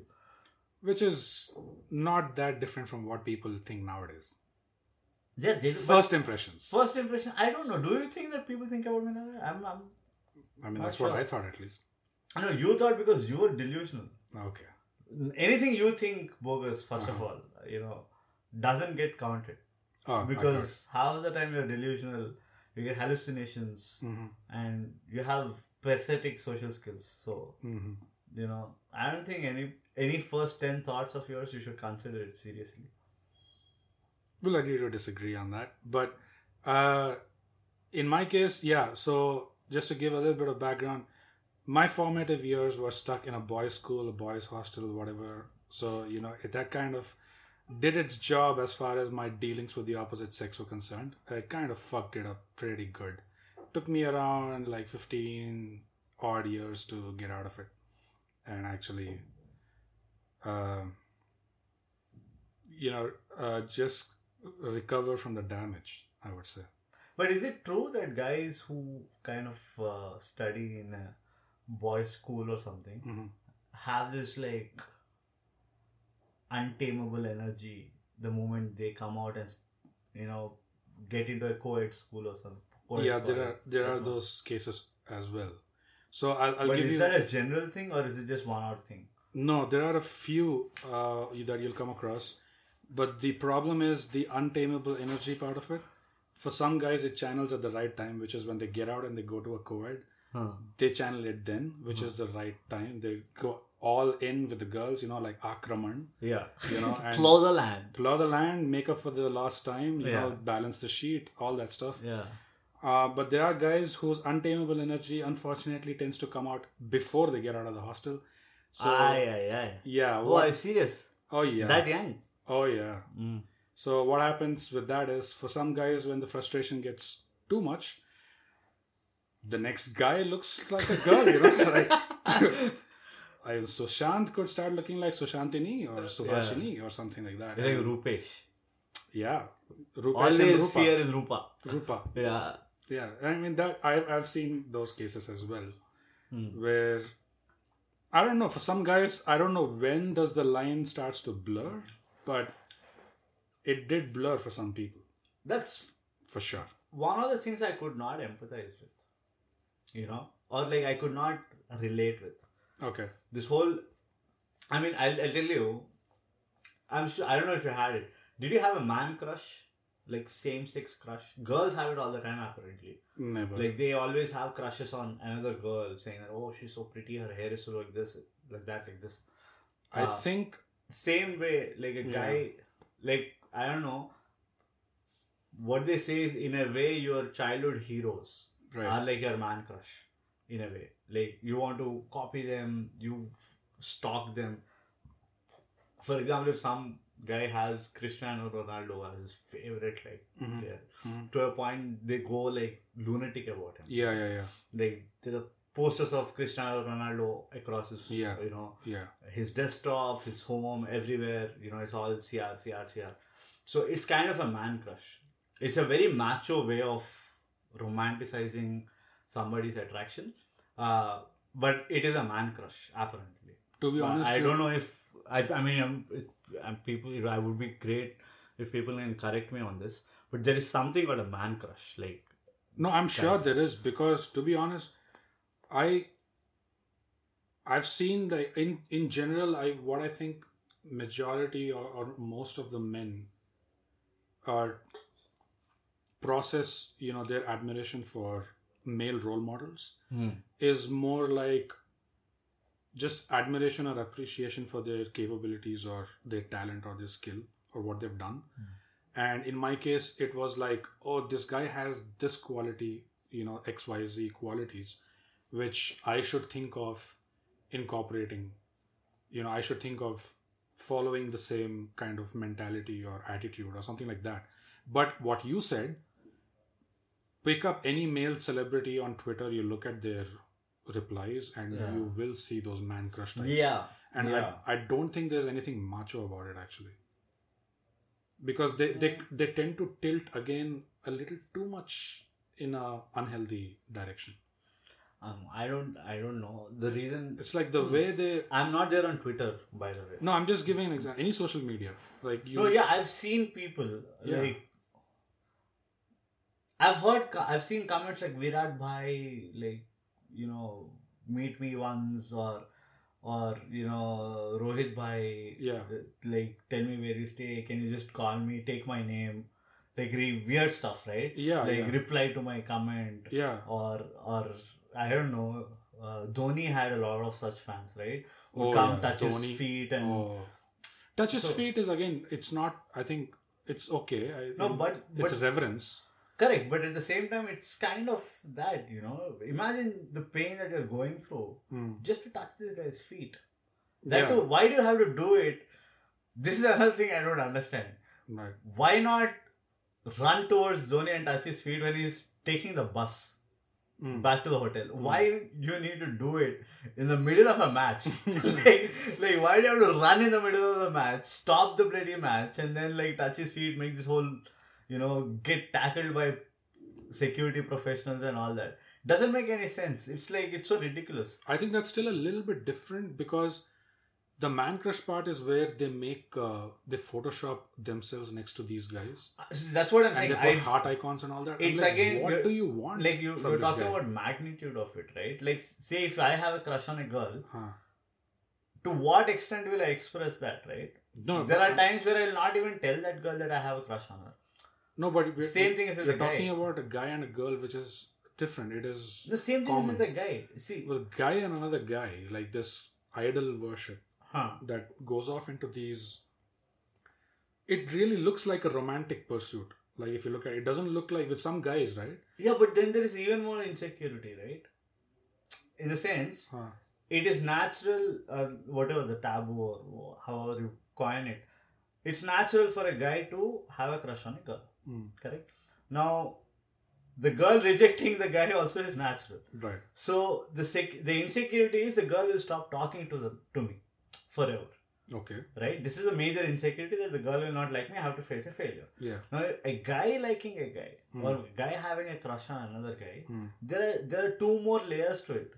Speaker 3: Which is not that different from what people think nowadays.
Speaker 2: Yeah, they do. but
Speaker 3: First impressions.
Speaker 2: first impression, I don't know. Do you think that people think about me now? I'm, I'm.
Speaker 3: I mean,
Speaker 2: Not
Speaker 3: that's
Speaker 2: sure.
Speaker 3: what I thought at least.
Speaker 2: No, you thought because you were delusional.
Speaker 3: Okay.
Speaker 2: Anything you think bogus, 1st of
Speaker 3: Uh-huh.
Speaker 2: all, you know, doesn't get counted
Speaker 3: Oh,
Speaker 2: because half the time you're delusional, you get hallucinations,
Speaker 3: hmm
Speaker 2: and you have pathetic social skills. So
Speaker 3: hmm
Speaker 2: you know, I don't think any any first ten thoughts of yours you should consider it seriously.
Speaker 3: we'll agree to disagree on that. But uh, in my case, yeah. So just to give a little bit of background, my formative years were stuck in a boys' school, a boys' hostel, whatever. So you know it, that kind of did its job as far as my dealings with the opposite sex were concerned. It kind of fucked it up pretty good. Took me around like fifteen odd years to get out of it, and actually. Um, you know, uh, just recover from the damage, I would say.
Speaker 2: But is it true that guys who kind of uh, study in a boys' school or something
Speaker 3: Mhm.
Speaker 2: have this like untamable energy the moment they come out and you know get into a co-ed school or something?
Speaker 3: Yeah, there are there are those cases as well. So I'll, I'll
Speaker 2: but
Speaker 3: give
Speaker 2: is
Speaker 3: you
Speaker 2: that a general thing or is it just one odd thing?
Speaker 3: no. There are a few uh, that you'll come across, but the problem is the untamable energy part of it. For some guys, it channels at the right time, which is when they get out and they go to a co-ed. They channel it then, which
Speaker 2: Hmm.
Speaker 3: is the right time. They go all in with the girls, you know, like Akraman,
Speaker 2: Yeah,
Speaker 3: you know, and
Speaker 2: plow the land.
Speaker 3: plow the land, make up for the lost time, you
Speaker 2: Yeah.
Speaker 3: know, balance the sheet, all that stuff.
Speaker 2: Yeah,
Speaker 3: Uh, but there are guys whose untamable energy, unfortunately, tends to come out before they get out of the hostel. So
Speaker 2: aye, aye, aye.
Speaker 3: yeah,
Speaker 2: Ah, Oh, are
Speaker 3: what,
Speaker 2: you serious?
Speaker 3: oh yeah,
Speaker 2: That young?
Speaker 3: oh yeah.
Speaker 2: Mm.
Speaker 3: So what happens with that is, for some guys, when the frustration gets too much, the next guy looks like a girl, you know, like. I, Sushant could start looking like Sushantini or Subhashini or something like that.
Speaker 2: Like Rupesh.
Speaker 3: yeah, Rupesh
Speaker 2: All
Speaker 3: and
Speaker 2: they
Speaker 3: Rupa.
Speaker 2: fear is Rupa.
Speaker 3: Rupa.
Speaker 2: Yeah.
Speaker 3: Yeah, I mean that I I've seen those cases as well
Speaker 2: Hmm.
Speaker 3: where I don't know for some guys I don't know when does the line starts to blur, but it did blur for some people
Speaker 2: That's
Speaker 3: for sure.
Speaker 2: one of the things I could not empathize with. You know? Or like I could not relate with.
Speaker 3: Okay.
Speaker 2: This whole I mean I'll, I'll tell you I'm sure I don't know if you had it. Did you have a man crush? Like same sex crush? Girls have it all the time apparently.
Speaker 3: Never.
Speaker 2: Like they always have crushes on another girl, saying that oh she's so pretty, her hair is so like this, like that, like this.
Speaker 3: I
Speaker 2: uh,
Speaker 3: think
Speaker 2: Same way, like a
Speaker 3: Yeah.
Speaker 2: guy, like I don't know. What they say is, in a way, your childhood heroes
Speaker 3: right.
Speaker 2: are like your man crush, in a way. Like you want to copy them, you f- stalk them. For example, if some guy has Cristiano Ronaldo as his favorite, like
Speaker 3: Mhm.
Speaker 2: player,
Speaker 3: Mhm.
Speaker 2: to a point they go like lunatic about him.
Speaker 3: Yeah, yeah, yeah,
Speaker 2: Like there are posters of Cristiano Ronaldo across his,
Speaker 3: Yeah.
Speaker 2: you know,
Speaker 3: yeah.
Speaker 2: his desktop, his home, everywhere. You know, it's all CR, CR, CR. So it's kind of a man crush. It's a very macho way of romanticizing somebody's attraction, uh, but it is a man crush apparently.
Speaker 3: To be honest,
Speaker 2: I
Speaker 3: you-
Speaker 2: don't know if I. I mean, I'm, it, I'm people. I would be great if people can correct me on this, but there is something about a man crush. Like
Speaker 3: No, I'm sure
Speaker 2: Correct.
Speaker 3: there is because to be honest, I I've seen like in in general I what I think majority or, or most of the men are process you know their admiration for male role models is more like just admiration or appreciation for their capabilities or their talent or their skill or what they've done. And in my case, it was like, oh, this guy has this quality, you know, XYZ qualities, which I should think of incorporating. You know, I should think of following the same kind of mentality or attitude or something like that. But what you said, pick up any male celebrity on Twitter, you look at their replies, and
Speaker 2: Yeah.
Speaker 3: you will see those man crush types.
Speaker 2: yeah,
Speaker 3: And
Speaker 2: Yeah.
Speaker 3: I, I don't think there's anything macho about it actually. Because they, they
Speaker 2: Mm.
Speaker 3: they tend to tilt again a little too much in a unhealthy direction.
Speaker 2: um, I don't. I don't know the reason.
Speaker 3: It's like the way they
Speaker 2: I'm not there on Twitter, by the way.
Speaker 3: No, I'm just giving an example. Any social media. Like you
Speaker 2: No, Oh, yeah, I've seen people
Speaker 3: Yeah.
Speaker 2: like. I've heard, co- I've seen comments like Virat Bhai, like you know, meet me once, or, or you know, Rohit Bhai,
Speaker 3: Yeah.
Speaker 2: like tell me where you stay. Can you just call me? Take my name, like re- weird stuff, right?
Speaker 3: Yeah,
Speaker 2: like
Speaker 3: yeah.
Speaker 2: reply to my comment,
Speaker 3: Yeah.
Speaker 2: or or I don't know. Uh, Dhoni had a lot of such fans, right? Who
Speaker 3: Oh,
Speaker 2: come
Speaker 3: yeah,
Speaker 2: touch
Speaker 3: Dhoni.
Speaker 2: his feet and
Speaker 3: Oh. Touch his
Speaker 2: So-
Speaker 3: feet is again it's not I think it's okay. I,
Speaker 2: No, but-
Speaker 3: it's
Speaker 2: but-
Speaker 3: reverence.
Speaker 2: Correct, but at the same time, it's kind of that, you know. Imagine the pain that you're going through
Speaker 3: Mm.
Speaker 2: just to touch this guy's feet. That
Speaker 3: Yeah.
Speaker 2: too, why do you have to do it? This is another thing I don't understand.
Speaker 3: Right.
Speaker 2: Why not run towards Zoni and touch his feet when he's taking the bus
Speaker 3: Mm.
Speaker 2: back to the hotel? Why you need to do it in the middle of a match? like, like, why do you have to run in the middle of the match, stop the bloody match, and then like touch his feet, make this whole, you know, get tackled by security professionals and all that? Doesn't make any sense. It's like it's so ridiculous.
Speaker 3: I think that's still a little bit different because the man crush part is where they make uh, they Photoshop themselves next to these guys
Speaker 2: Uh, That's what I'm
Speaker 3: and
Speaker 2: saying.
Speaker 3: they put
Speaker 2: I-
Speaker 3: heart icons and all that. I'm
Speaker 2: It's
Speaker 3: like,
Speaker 2: again-
Speaker 3: what
Speaker 2: you're-
Speaker 3: do you want?
Speaker 2: like you,
Speaker 3: from
Speaker 2: you're
Speaker 3: this
Speaker 2: talking
Speaker 3: guy?
Speaker 2: about magnitude of it, right? Like, s- say if I have a crush on a girl,
Speaker 3: Huh.
Speaker 2: to what extent will I express that, right?
Speaker 3: no,
Speaker 2: There
Speaker 3: but-
Speaker 2: are times where I'll not even tell that girl that I have a crush on her.
Speaker 3: no, but we're,
Speaker 2: Same thing is with
Speaker 3: you're
Speaker 2: the guy.
Speaker 3: talking about a guy and a girl, which is different. It is
Speaker 2: The same thing
Speaker 3: common.
Speaker 2: is with a guy. See,
Speaker 3: with a guy and another guy, like this idol worship
Speaker 2: huh?
Speaker 3: that goes off into these. It really looks like a romantic pursuit. Like if you look at it, it doesn't look like with some guys, right?
Speaker 2: Yeah, but then there is even more insecurity, right? In the sense,
Speaker 3: Huh.
Speaker 2: it is natural, or whatever the taboo or however you coin it, it's natural for a guy to have a crush on a girl,
Speaker 3: Mm,
Speaker 2: correct? Now, the girl rejecting the guy also is natural.
Speaker 3: right.
Speaker 2: So the sec- the insecurity is the girl will stop talking to the to me forever,
Speaker 3: Okay.
Speaker 2: right? This is a major insecurity that the girl will not like me. I have to face a failure.
Speaker 3: Yeah.
Speaker 2: Now, a guy liking a guy
Speaker 3: Hmm.
Speaker 2: or a guy having a crush on another guy,
Speaker 3: Hmm.
Speaker 2: there are there are two more layers to it.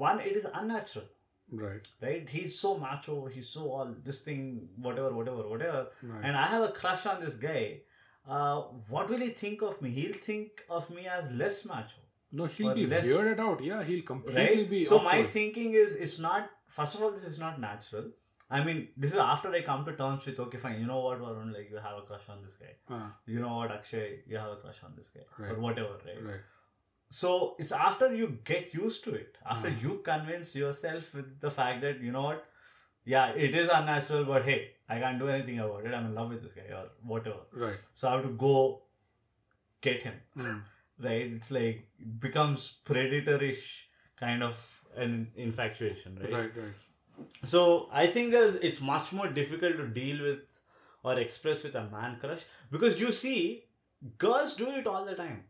Speaker 2: One, it is unnatural,
Speaker 3: Right.
Speaker 2: right? He's so macho, he's so all this thing, whatever, whatever, whatever.
Speaker 3: Right.
Speaker 2: And I have a crush on this guy. Uh, what will he think of me? He'll think of me as less macho,
Speaker 3: no, he'll
Speaker 2: or
Speaker 3: be
Speaker 2: less-
Speaker 3: weirded out. Yeah, he'll completely
Speaker 2: right?
Speaker 3: be.
Speaker 2: So my
Speaker 3: awkward.
Speaker 2: thinking is, it's not. First of all, this is not natural. I mean, this is after I come to terms with okay, fine. You know what, Varun? Like you have a crush on this guy.
Speaker 3: Uh,
Speaker 2: You know what, Akshay? You have a crush on this guy,
Speaker 3: Right.
Speaker 2: or whatever, right?
Speaker 3: right.
Speaker 2: So it's after you get used to it, after
Speaker 3: Mm.
Speaker 2: you convince yourself with the fact that you know what, yeah, it is unnatural, but hey, I can't do anything about it. I'm in love with this guy or whatever.
Speaker 3: Right.
Speaker 2: So I have to go get him,
Speaker 3: Mm.
Speaker 2: right? It's like it becomes predatorish kind of an infatuation,
Speaker 3: Right. Right.
Speaker 2: so I think there's it's much more difficult to deal with or express with a man crush because you see, girls do it all the time.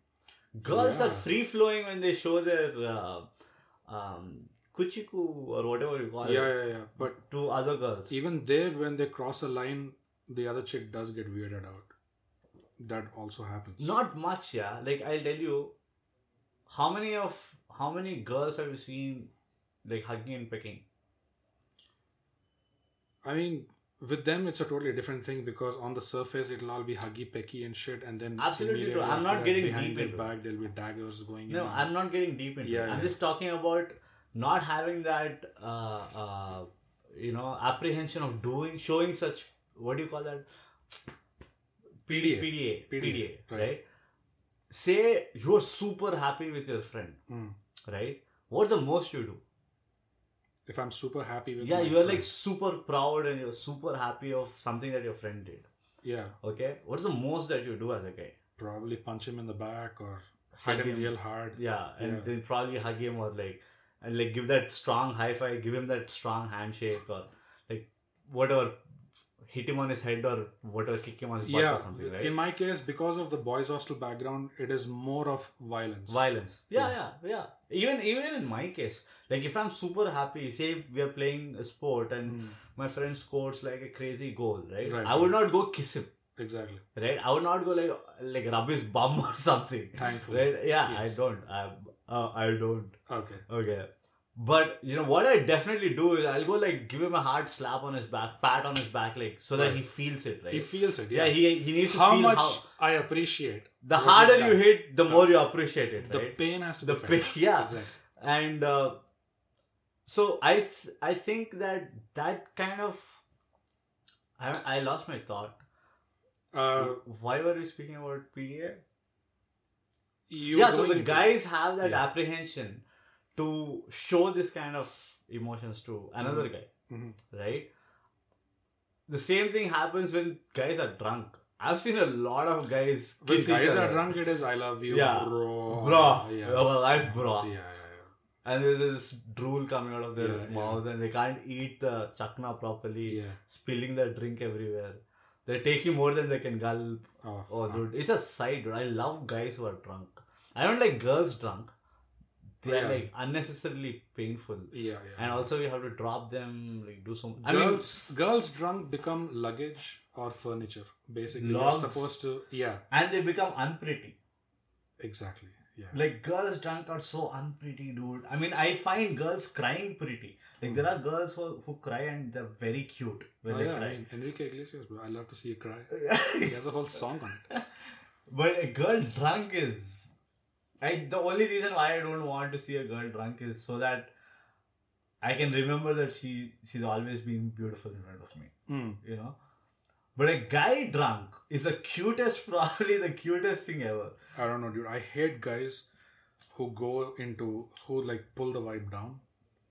Speaker 2: Girls are
Speaker 3: Yeah.
Speaker 2: free flowing when they show their uh, um, kuchiku or whatever you call
Speaker 3: Yeah.
Speaker 2: it
Speaker 3: Yeah. Yeah. But
Speaker 2: to other girls.
Speaker 3: even there, when they cross a line, the other chick does get weirded out. That also happens.
Speaker 2: Not much, yeah. Like I'll tell you, how many of how many girls have you seen like hugging and pecking?
Speaker 3: I mean, with them, it's a totally different thing because on the surface, it'll all be huggy, pecky, and shit, and then
Speaker 2: Absolutely
Speaker 3: immediately
Speaker 2: true. I'm
Speaker 3: after
Speaker 2: not
Speaker 3: that,
Speaker 2: getting
Speaker 3: behind
Speaker 2: deep
Speaker 3: their
Speaker 2: into it.
Speaker 3: back. There'll be daggers going.
Speaker 2: No,
Speaker 3: in.
Speaker 2: I'm not getting deep into
Speaker 3: Yeah,
Speaker 2: it.
Speaker 3: yeah.
Speaker 2: I'm just talking about not having that, uh, uh, you know, apprehension of doing, showing such, what do you call that?
Speaker 3: PDA.
Speaker 2: PDA. PDA,
Speaker 3: PDA,
Speaker 2: right?
Speaker 3: right.
Speaker 2: Say you're super happy with your friend,
Speaker 3: Mm.
Speaker 2: right? What's the most you do?
Speaker 3: If I'm super happy with.
Speaker 2: yeah,
Speaker 3: my
Speaker 2: you're like
Speaker 3: friends-
Speaker 2: super proud and you're super happy of something that your friend did,
Speaker 3: Yeah,
Speaker 2: okay? What's the most that you do as a guy?
Speaker 3: probably punch him in the back or hit him
Speaker 2: Hug him.
Speaker 3: real hard.
Speaker 2: Yeah, and
Speaker 3: Yeah.
Speaker 2: then probably hug him or like and like give that strong high five, give him that strong handshake or like whatever, hit him on his head or whatever, kick him on his butt
Speaker 3: yeah
Speaker 2: or something, right?
Speaker 3: in my case because of the boys hostel background it is more of violence
Speaker 2: Violence. Yeah, yeah,
Speaker 3: Yeah.
Speaker 2: yeah. Even even in my case, like if I'm super happy, say we are playing a sport and
Speaker 3: Mm,
Speaker 2: my friend scores like a crazy goal, right?
Speaker 3: Right.
Speaker 2: I would not go kiss him,
Speaker 3: exactly
Speaker 2: right? I would not go like like rub his bum or something,
Speaker 3: thankfully
Speaker 2: right? Yeah,
Speaker 3: Yes.
Speaker 2: I don't. I uh, I don't.
Speaker 3: okay
Speaker 2: Okay. But you know what I definitely do is I'll go like give him a hard slap on his back, pat on his back, like so that
Speaker 3: Right.
Speaker 2: he feels it, right?
Speaker 3: he feels it
Speaker 2: yeah,
Speaker 3: yeah,
Speaker 2: he he needs to
Speaker 3: how
Speaker 2: feel
Speaker 3: much i
Speaker 2: how
Speaker 3: appreciate
Speaker 2: the
Speaker 3: what
Speaker 2: harder
Speaker 3: you've
Speaker 2: you
Speaker 3: done.
Speaker 2: hit, the
Speaker 3: The-
Speaker 2: more you appreciate it,
Speaker 3: the
Speaker 2: right?
Speaker 3: pain has to
Speaker 2: The
Speaker 3: be felt.
Speaker 2: pain- yeah.
Speaker 3: exactly
Speaker 2: and uh, so I s- I think that that kind of I don't- I lost my thought.
Speaker 3: uh
Speaker 2: Why were we speaking about PDA?
Speaker 3: you
Speaker 2: Yeah,
Speaker 3: were
Speaker 2: so
Speaker 3: going
Speaker 2: the
Speaker 3: into-
Speaker 2: guys have that
Speaker 3: Yeah.
Speaker 2: apprehension to show this kind of emotions to another guy.
Speaker 3: Mhm.
Speaker 2: right? The same thing happens when guys are drunk. I've seen a lot of guys.
Speaker 3: when
Speaker 2: kiss each
Speaker 3: guys are
Speaker 2: other.
Speaker 3: drunk it is i love you
Speaker 2: Yeah.
Speaker 3: bro
Speaker 2: bro.
Speaker 3: yeah
Speaker 2: Well, I'm
Speaker 3: yeah,
Speaker 2: bro.
Speaker 3: yeah,
Speaker 2: And there's this drool coming out of their
Speaker 3: Yeah, yeah.
Speaker 2: mouth, and they can't eat the chakna
Speaker 3: yeah.
Speaker 2: properly,
Speaker 3: yeah.
Speaker 2: spilling their drink everywhere. They're taking more than they can gulp.
Speaker 3: Oh,
Speaker 2: Oh,
Speaker 3: fuck.
Speaker 2: dude, it's a sight, dude. I love guys who are drunk. I don't like girls drunk. They are
Speaker 3: Yeah.
Speaker 2: like unnecessarily painful,
Speaker 3: yeah, yeah.
Speaker 2: and also you have to drop them, like do some. I mean,
Speaker 3: girls, girls drunk become luggage or furniture. Basically,
Speaker 2: Logs.
Speaker 3: you're supposed to. Yeah,
Speaker 2: and they become unpretty.
Speaker 3: exactly. Yeah.
Speaker 2: Like girls drunk are so unpretty, dude. I mean, I find girls crying pretty. Like there are girls who, who cry and they're very cute when
Speaker 3: Hmm. Oh,
Speaker 2: they
Speaker 3: yeah, I
Speaker 2: cry.
Speaker 3: mean, Enrique Iglesias, bro. I love to see you cry. He has a whole song on it.
Speaker 2: but a girl drunk is, I the only reason why I don't want to see a girl drunk is so that I can remember that she she's always being beautiful in front of me. You know. But a guy drunk is the cutest, probably the cutest thing ever.
Speaker 3: I don't know, dude. I hate guys who go into who like pull the vibe down.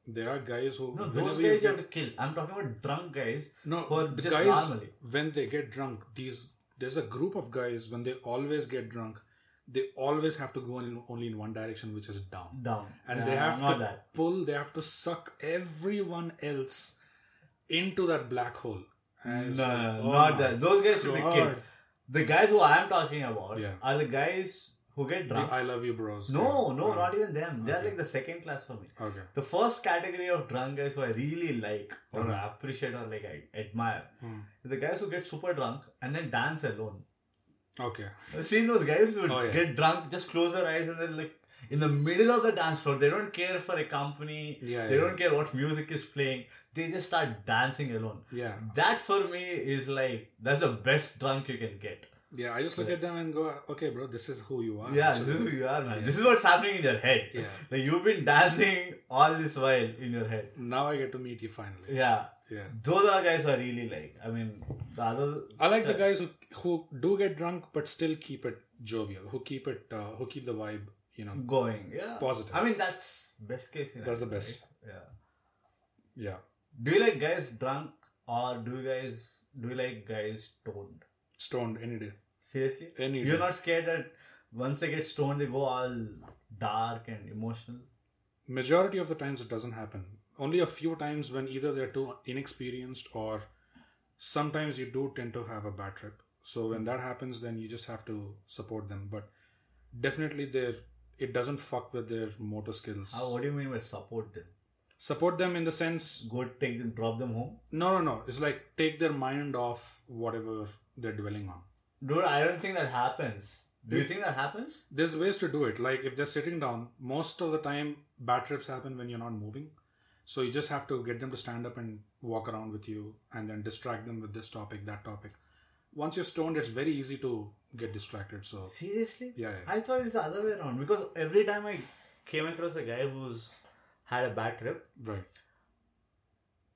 Speaker 3: There are guys who
Speaker 2: No,
Speaker 3: whenever
Speaker 2: those guys you
Speaker 3: get-
Speaker 2: have to kill. I'm talking about drunk guys
Speaker 3: no
Speaker 2: who are
Speaker 3: the
Speaker 2: just
Speaker 3: guys
Speaker 2: normally.
Speaker 3: when they get drunk. These there's a group of guys when they always get drunk. They always have to go in only in one direction, which is down.
Speaker 2: down
Speaker 3: and
Speaker 2: Yeah,
Speaker 3: they have
Speaker 2: not
Speaker 3: to
Speaker 2: that
Speaker 3: pull they have to suck everyone else into that black hole And it's
Speaker 2: no,
Speaker 3: like,
Speaker 2: no,
Speaker 3: oh
Speaker 2: not
Speaker 3: my
Speaker 2: that those guys should be killed
Speaker 3: God.
Speaker 2: the guys who i'm talking about
Speaker 3: Yeah.
Speaker 2: are the guys who get
Speaker 3: The
Speaker 2: drunk
Speaker 3: i love you bros
Speaker 2: no no
Speaker 3: Uh,
Speaker 2: not even them they're
Speaker 3: Okay.
Speaker 2: like the second class for me
Speaker 3: okay
Speaker 2: the first category of drunk guys who i really like or
Speaker 3: Mhm.
Speaker 2: appreciate or like i admire
Speaker 3: Hmm.
Speaker 2: is the guys who get super drunk and then dance alone
Speaker 3: okay
Speaker 2: i've seen those guys who
Speaker 3: Oh, yeah.
Speaker 2: get drunk just close their eyes and then like in the middle of the dance floor they don't care for a company
Speaker 3: yeah
Speaker 2: they
Speaker 3: yeah,
Speaker 2: don't care what music is playing they just start dancing alone
Speaker 3: yeah
Speaker 2: That for me is like that's the best drunk you can get.
Speaker 3: Yeah, I just look at them and go, okay, bro, this is who you are.
Speaker 2: yeah,
Speaker 3: So-
Speaker 2: this is who you are, man. This is what's happening in your head.
Speaker 3: Oh, yeah.
Speaker 2: Like you've been dancing all this while in your head.
Speaker 3: Now I get to meet you finally.
Speaker 2: Yeah,
Speaker 3: Yeah.
Speaker 2: those are guys who I really like. I mean, the other
Speaker 3: I like the guys who who do get drunk but still keep it jovial, who keep it, uh, who keep the vibe, you know.
Speaker 2: going. Yeah,
Speaker 3: Positive.
Speaker 2: I mean, that's best case scenario.
Speaker 3: That's the best.
Speaker 2: right? Yeah.
Speaker 3: Yeah,
Speaker 2: Do you like guys drunk or do you guys do you like guys stoned?
Speaker 3: stoned any day,
Speaker 2: Seriously,
Speaker 3: any day.
Speaker 2: you're not scared that once they get stoned, they go all dark and emotional.
Speaker 3: Majority of the times it doesn't happen. Only a few times when either they're too inexperienced or sometimes you do tend to have a bad trip. So when that happens, then you just have to support them. But definitely, their it doesn't fuck with their motor skills.
Speaker 2: How, what do you mean by support them?
Speaker 3: Support them in the sense
Speaker 2: Go take them, drop them home.
Speaker 3: No, no, no. It's like take their mind off whatever they're dwelling on.
Speaker 2: Dude, I don't think that happens. Do you think that happens?
Speaker 3: There's ways to do it. Like if they're sitting down, most of the time bad trips happen when you're not moving. So you just have to get them to stand up and walk around with you and then distract them with this topic, that topic. Once you're stoned, it's very easy to get distracted. So
Speaker 2: Seriously?
Speaker 3: yeah, yeah.
Speaker 2: I thought it's the other way around because every time I came across a guy who's had a bad trip,
Speaker 3: right.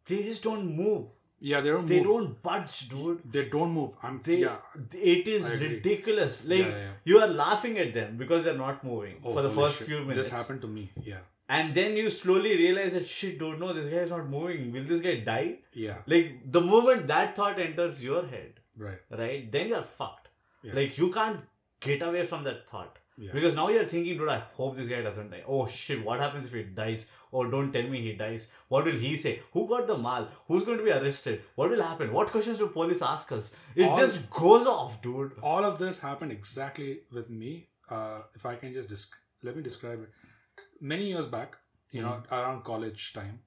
Speaker 2: they just don't move.
Speaker 3: Yeah, they don't
Speaker 2: They
Speaker 3: move.
Speaker 2: don't budge, dude.
Speaker 3: They don't move. I'm
Speaker 2: They,
Speaker 3: yeah.
Speaker 2: it is
Speaker 3: I agree.
Speaker 2: ridiculous.
Speaker 3: Yeah,
Speaker 2: Like
Speaker 3: yeah, yeah.
Speaker 2: you are laughing at them because they're not moving
Speaker 3: Oh,
Speaker 2: for the
Speaker 3: holy
Speaker 2: first
Speaker 3: shit.
Speaker 2: few
Speaker 3: This
Speaker 2: minutes.
Speaker 3: happened to me. Yeah,
Speaker 2: and then you slowly realize that shit, dude. No, this guy is not moving. Will this guy die?
Speaker 3: yeah.
Speaker 2: Like the moment that thought enters your head,
Speaker 3: Right.
Speaker 2: right? Then you're fucked.
Speaker 3: Yeah.
Speaker 2: Like you can't get away from that thought.
Speaker 3: Yeah.
Speaker 2: Because now you're thinking, dude, I hope this guy doesn't die. Oh shit, what happens if he dies? Oh, don't tell me he dies. What will he say? Who got the mal? Who's going to be arrested? What will happen? What questions do police ask us? It
Speaker 3: All-
Speaker 2: just goes off, dude.
Speaker 3: all of this happened exactly with me. Uh, if I can just disc- let me describe it. Many years back, you
Speaker 2: Mm-hmm.
Speaker 3: know, around college time.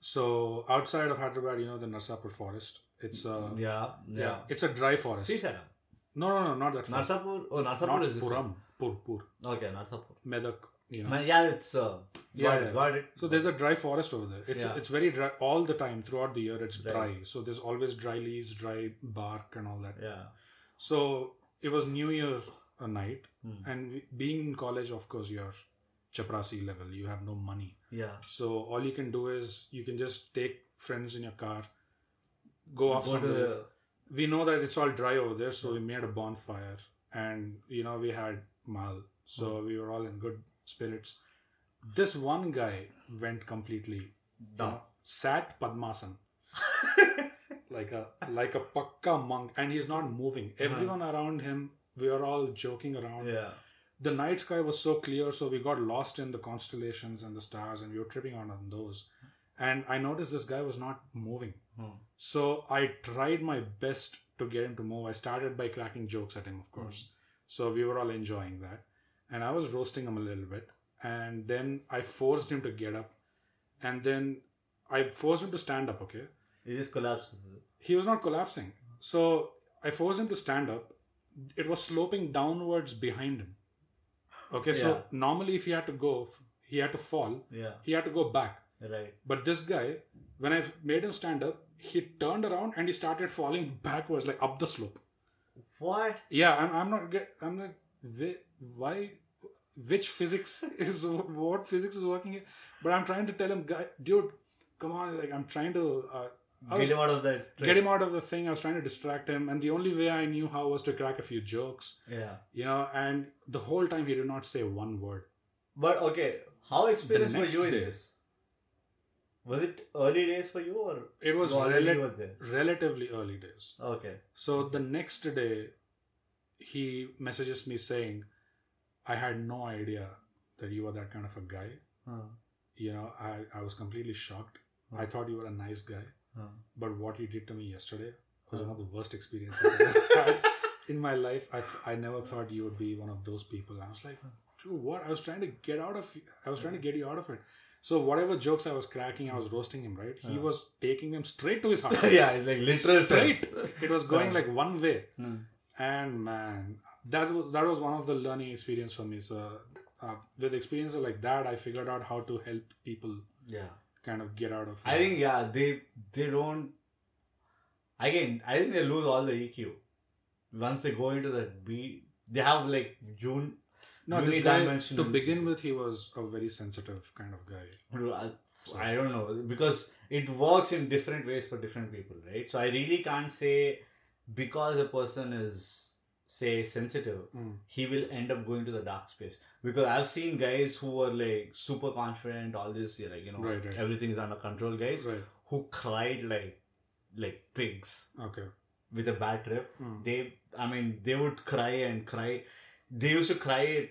Speaker 3: So outside of Hyderabad, you know, the Narsapur forest. It's a Uh, yeah,
Speaker 2: Yeah, yeah.
Speaker 3: it's a dry forest.
Speaker 2: Srisaram.
Speaker 3: No, no, no, not that far.
Speaker 2: Narsapur. Oh, Narsapur
Speaker 3: Not
Speaker 2: is this.
Speaker 3: Puram, Pur, Pur,
Speaker 2: Okay, Narsapur.
Speaker 3: Medak. You know.
Speaker 2: Man, yeah, it's. Uh, got
Speaker 3: Yeah,
Speaker 2: it,
Speaker 3: yeah.
Speaker 2: got it.
Speaker 3: So there's a dry forest over there. It's
Speaker 2: Yeah.
Speaker 3: it's very dry all the time throughout the year. It's
Speaker 2: Dry.
Speaker 3: dry. So there's always dry leaves, dry bark, and all that.
Speaker 2: Yeah.
Speaker 3: So it was New Year uh, night,
Speaker 2: Hmm.
Speaker 3: and we- being in college, of course, you're chaprasi level. You have no money,
Speaker 2: Yeah.
Speaker 3: so all you can do is you can just take friends in your car, go off
Speaker 2: Go to
Speaker 3: somewhere.
Speaker 2: the,
Speaker 3: We know that it's all dry over there, so we made a bonfire, and you know we had mal, so
Speaker 2: Hmm.
Speaker 3: we were all in good spirits. This one guy went completely you
Speaker 2: Down.
Speaker 3: know, sat padmasan like a like a pakka monk and he's not moving everyone around him we are all joking around
Speaker 2: Uh-huh. yeah.
Speaker 3: the night sky was so clear so we got lost in the constellations and the stars and we were tripping out on those and i noticed this guy was not moving
Speaker 2: Hmm.
Speaker 3: so i tried my best to get him to move i started by cracking jokes at him of course so we were all enjoying that and i was roasting him a little bit and then i forced him to get up and then i forced him to stand up okay
Speaker 2: It just collapses.
Speaker 3: he was not collapsing. So I forced him to stand up. It was sloping downwards behind him. Okay,
Speaker 2: Yeah.
Speaker 3: so normally if he had to go, f- he had to fall,
Speaker 2: Yeah.
Speaker 3: he had to go back.
Speaker 2: Right.
Speaker 3: But this guy, when I made him stand up, he turned around and he started falling backwards, like up the slope.
Speaker 2: What?
Speaker 3: Yeah, I'm, I'm not get, I'm like, whi- why, which physics is what physics is working here? But I'm trying to tell him, guy, dude, come on, like I'm trying to uh, I was-
Speaker 2: Get him out of that.
Speaker 3: get him out of the thing. I was trying to distract him, and the only way I knew how was to crack a few jokes,
Speaker 2: Yeah.
Speaker 3: you know. And the whole time he did not say one word.
Speaker 2: But okay, how experienced were
Speaker 3: next
Speaker 2: you in
Speaker 3: day.
Speaker 2: this? Was it early days for you or
Speaker 3: It was
Speaker 2: you already
Speaker 3: rela-
Speaker 2: were there?
Speaker 3: relatively early days.
Speaker 2: Okay.
Speaker 3: So the next day, he messages me saying, "I had no idea that you were that kind of a guy.
Speaker 2: Huh.
Speaker 3: You know, I I was completely shocked. I thought you were a nice guy,
Speaker 2: Huh.
Speaker 3: but what you did to me yesterday was one
Speaker 2: Huh.
Speaker 3: of the worst experiences I've had." in my life I, I never thought you would be one of those people i was like dude what i was trying to get out of i was trying to get you out of it so whatever jokes i was cracking i was roasting him right he
Speaker 2: Yeah.
Speaker 3: was taking them straight to his heart
Speaker 2: Uh-huh. yeah, Uh-huh. it's like literal
Speaker 3: Straight.
Speaker 2: sense.
Speaker 3: it was going
Speaker 2: Yeah.
Speaker 3: like one way
Speaker 2: Hmm.
Speaker 3: and man that was that was one of the learning experience for me so uh, with experiences like that i figured out how to help people
Speaker 2: Yeah.
Speaker 3: kind of get out of
Speaker 2: I think yeah, they they don't again I think they lose all the EQ. E once they go into that beat, they have like June.
Speaker 3: No, this guy, to
Speaker 2: Unidimensional.
Speaker 3: begin with, he was a very sensitive kind of guy.
Speaker 2: I I don't know because it works in different ways for different people, right? So I really can't say because a person is say sensitive,
Speaker 3: Mm.
Speaker 2: he will end up going to the dark space. Because I've seen guys who are like super confident, all this, yeah, like you know,
Speaker 3: Right, right.
Speaker 2: everything is under control, guys
Speaker 3: Right.
Speaker 2: who cried like like pigs
Speaker 3: Okay.
Speaker 2: with a bad trip.
Speaker 3: Mm.
Speaker 2: They, I mean, they would cry and cry. They used to cry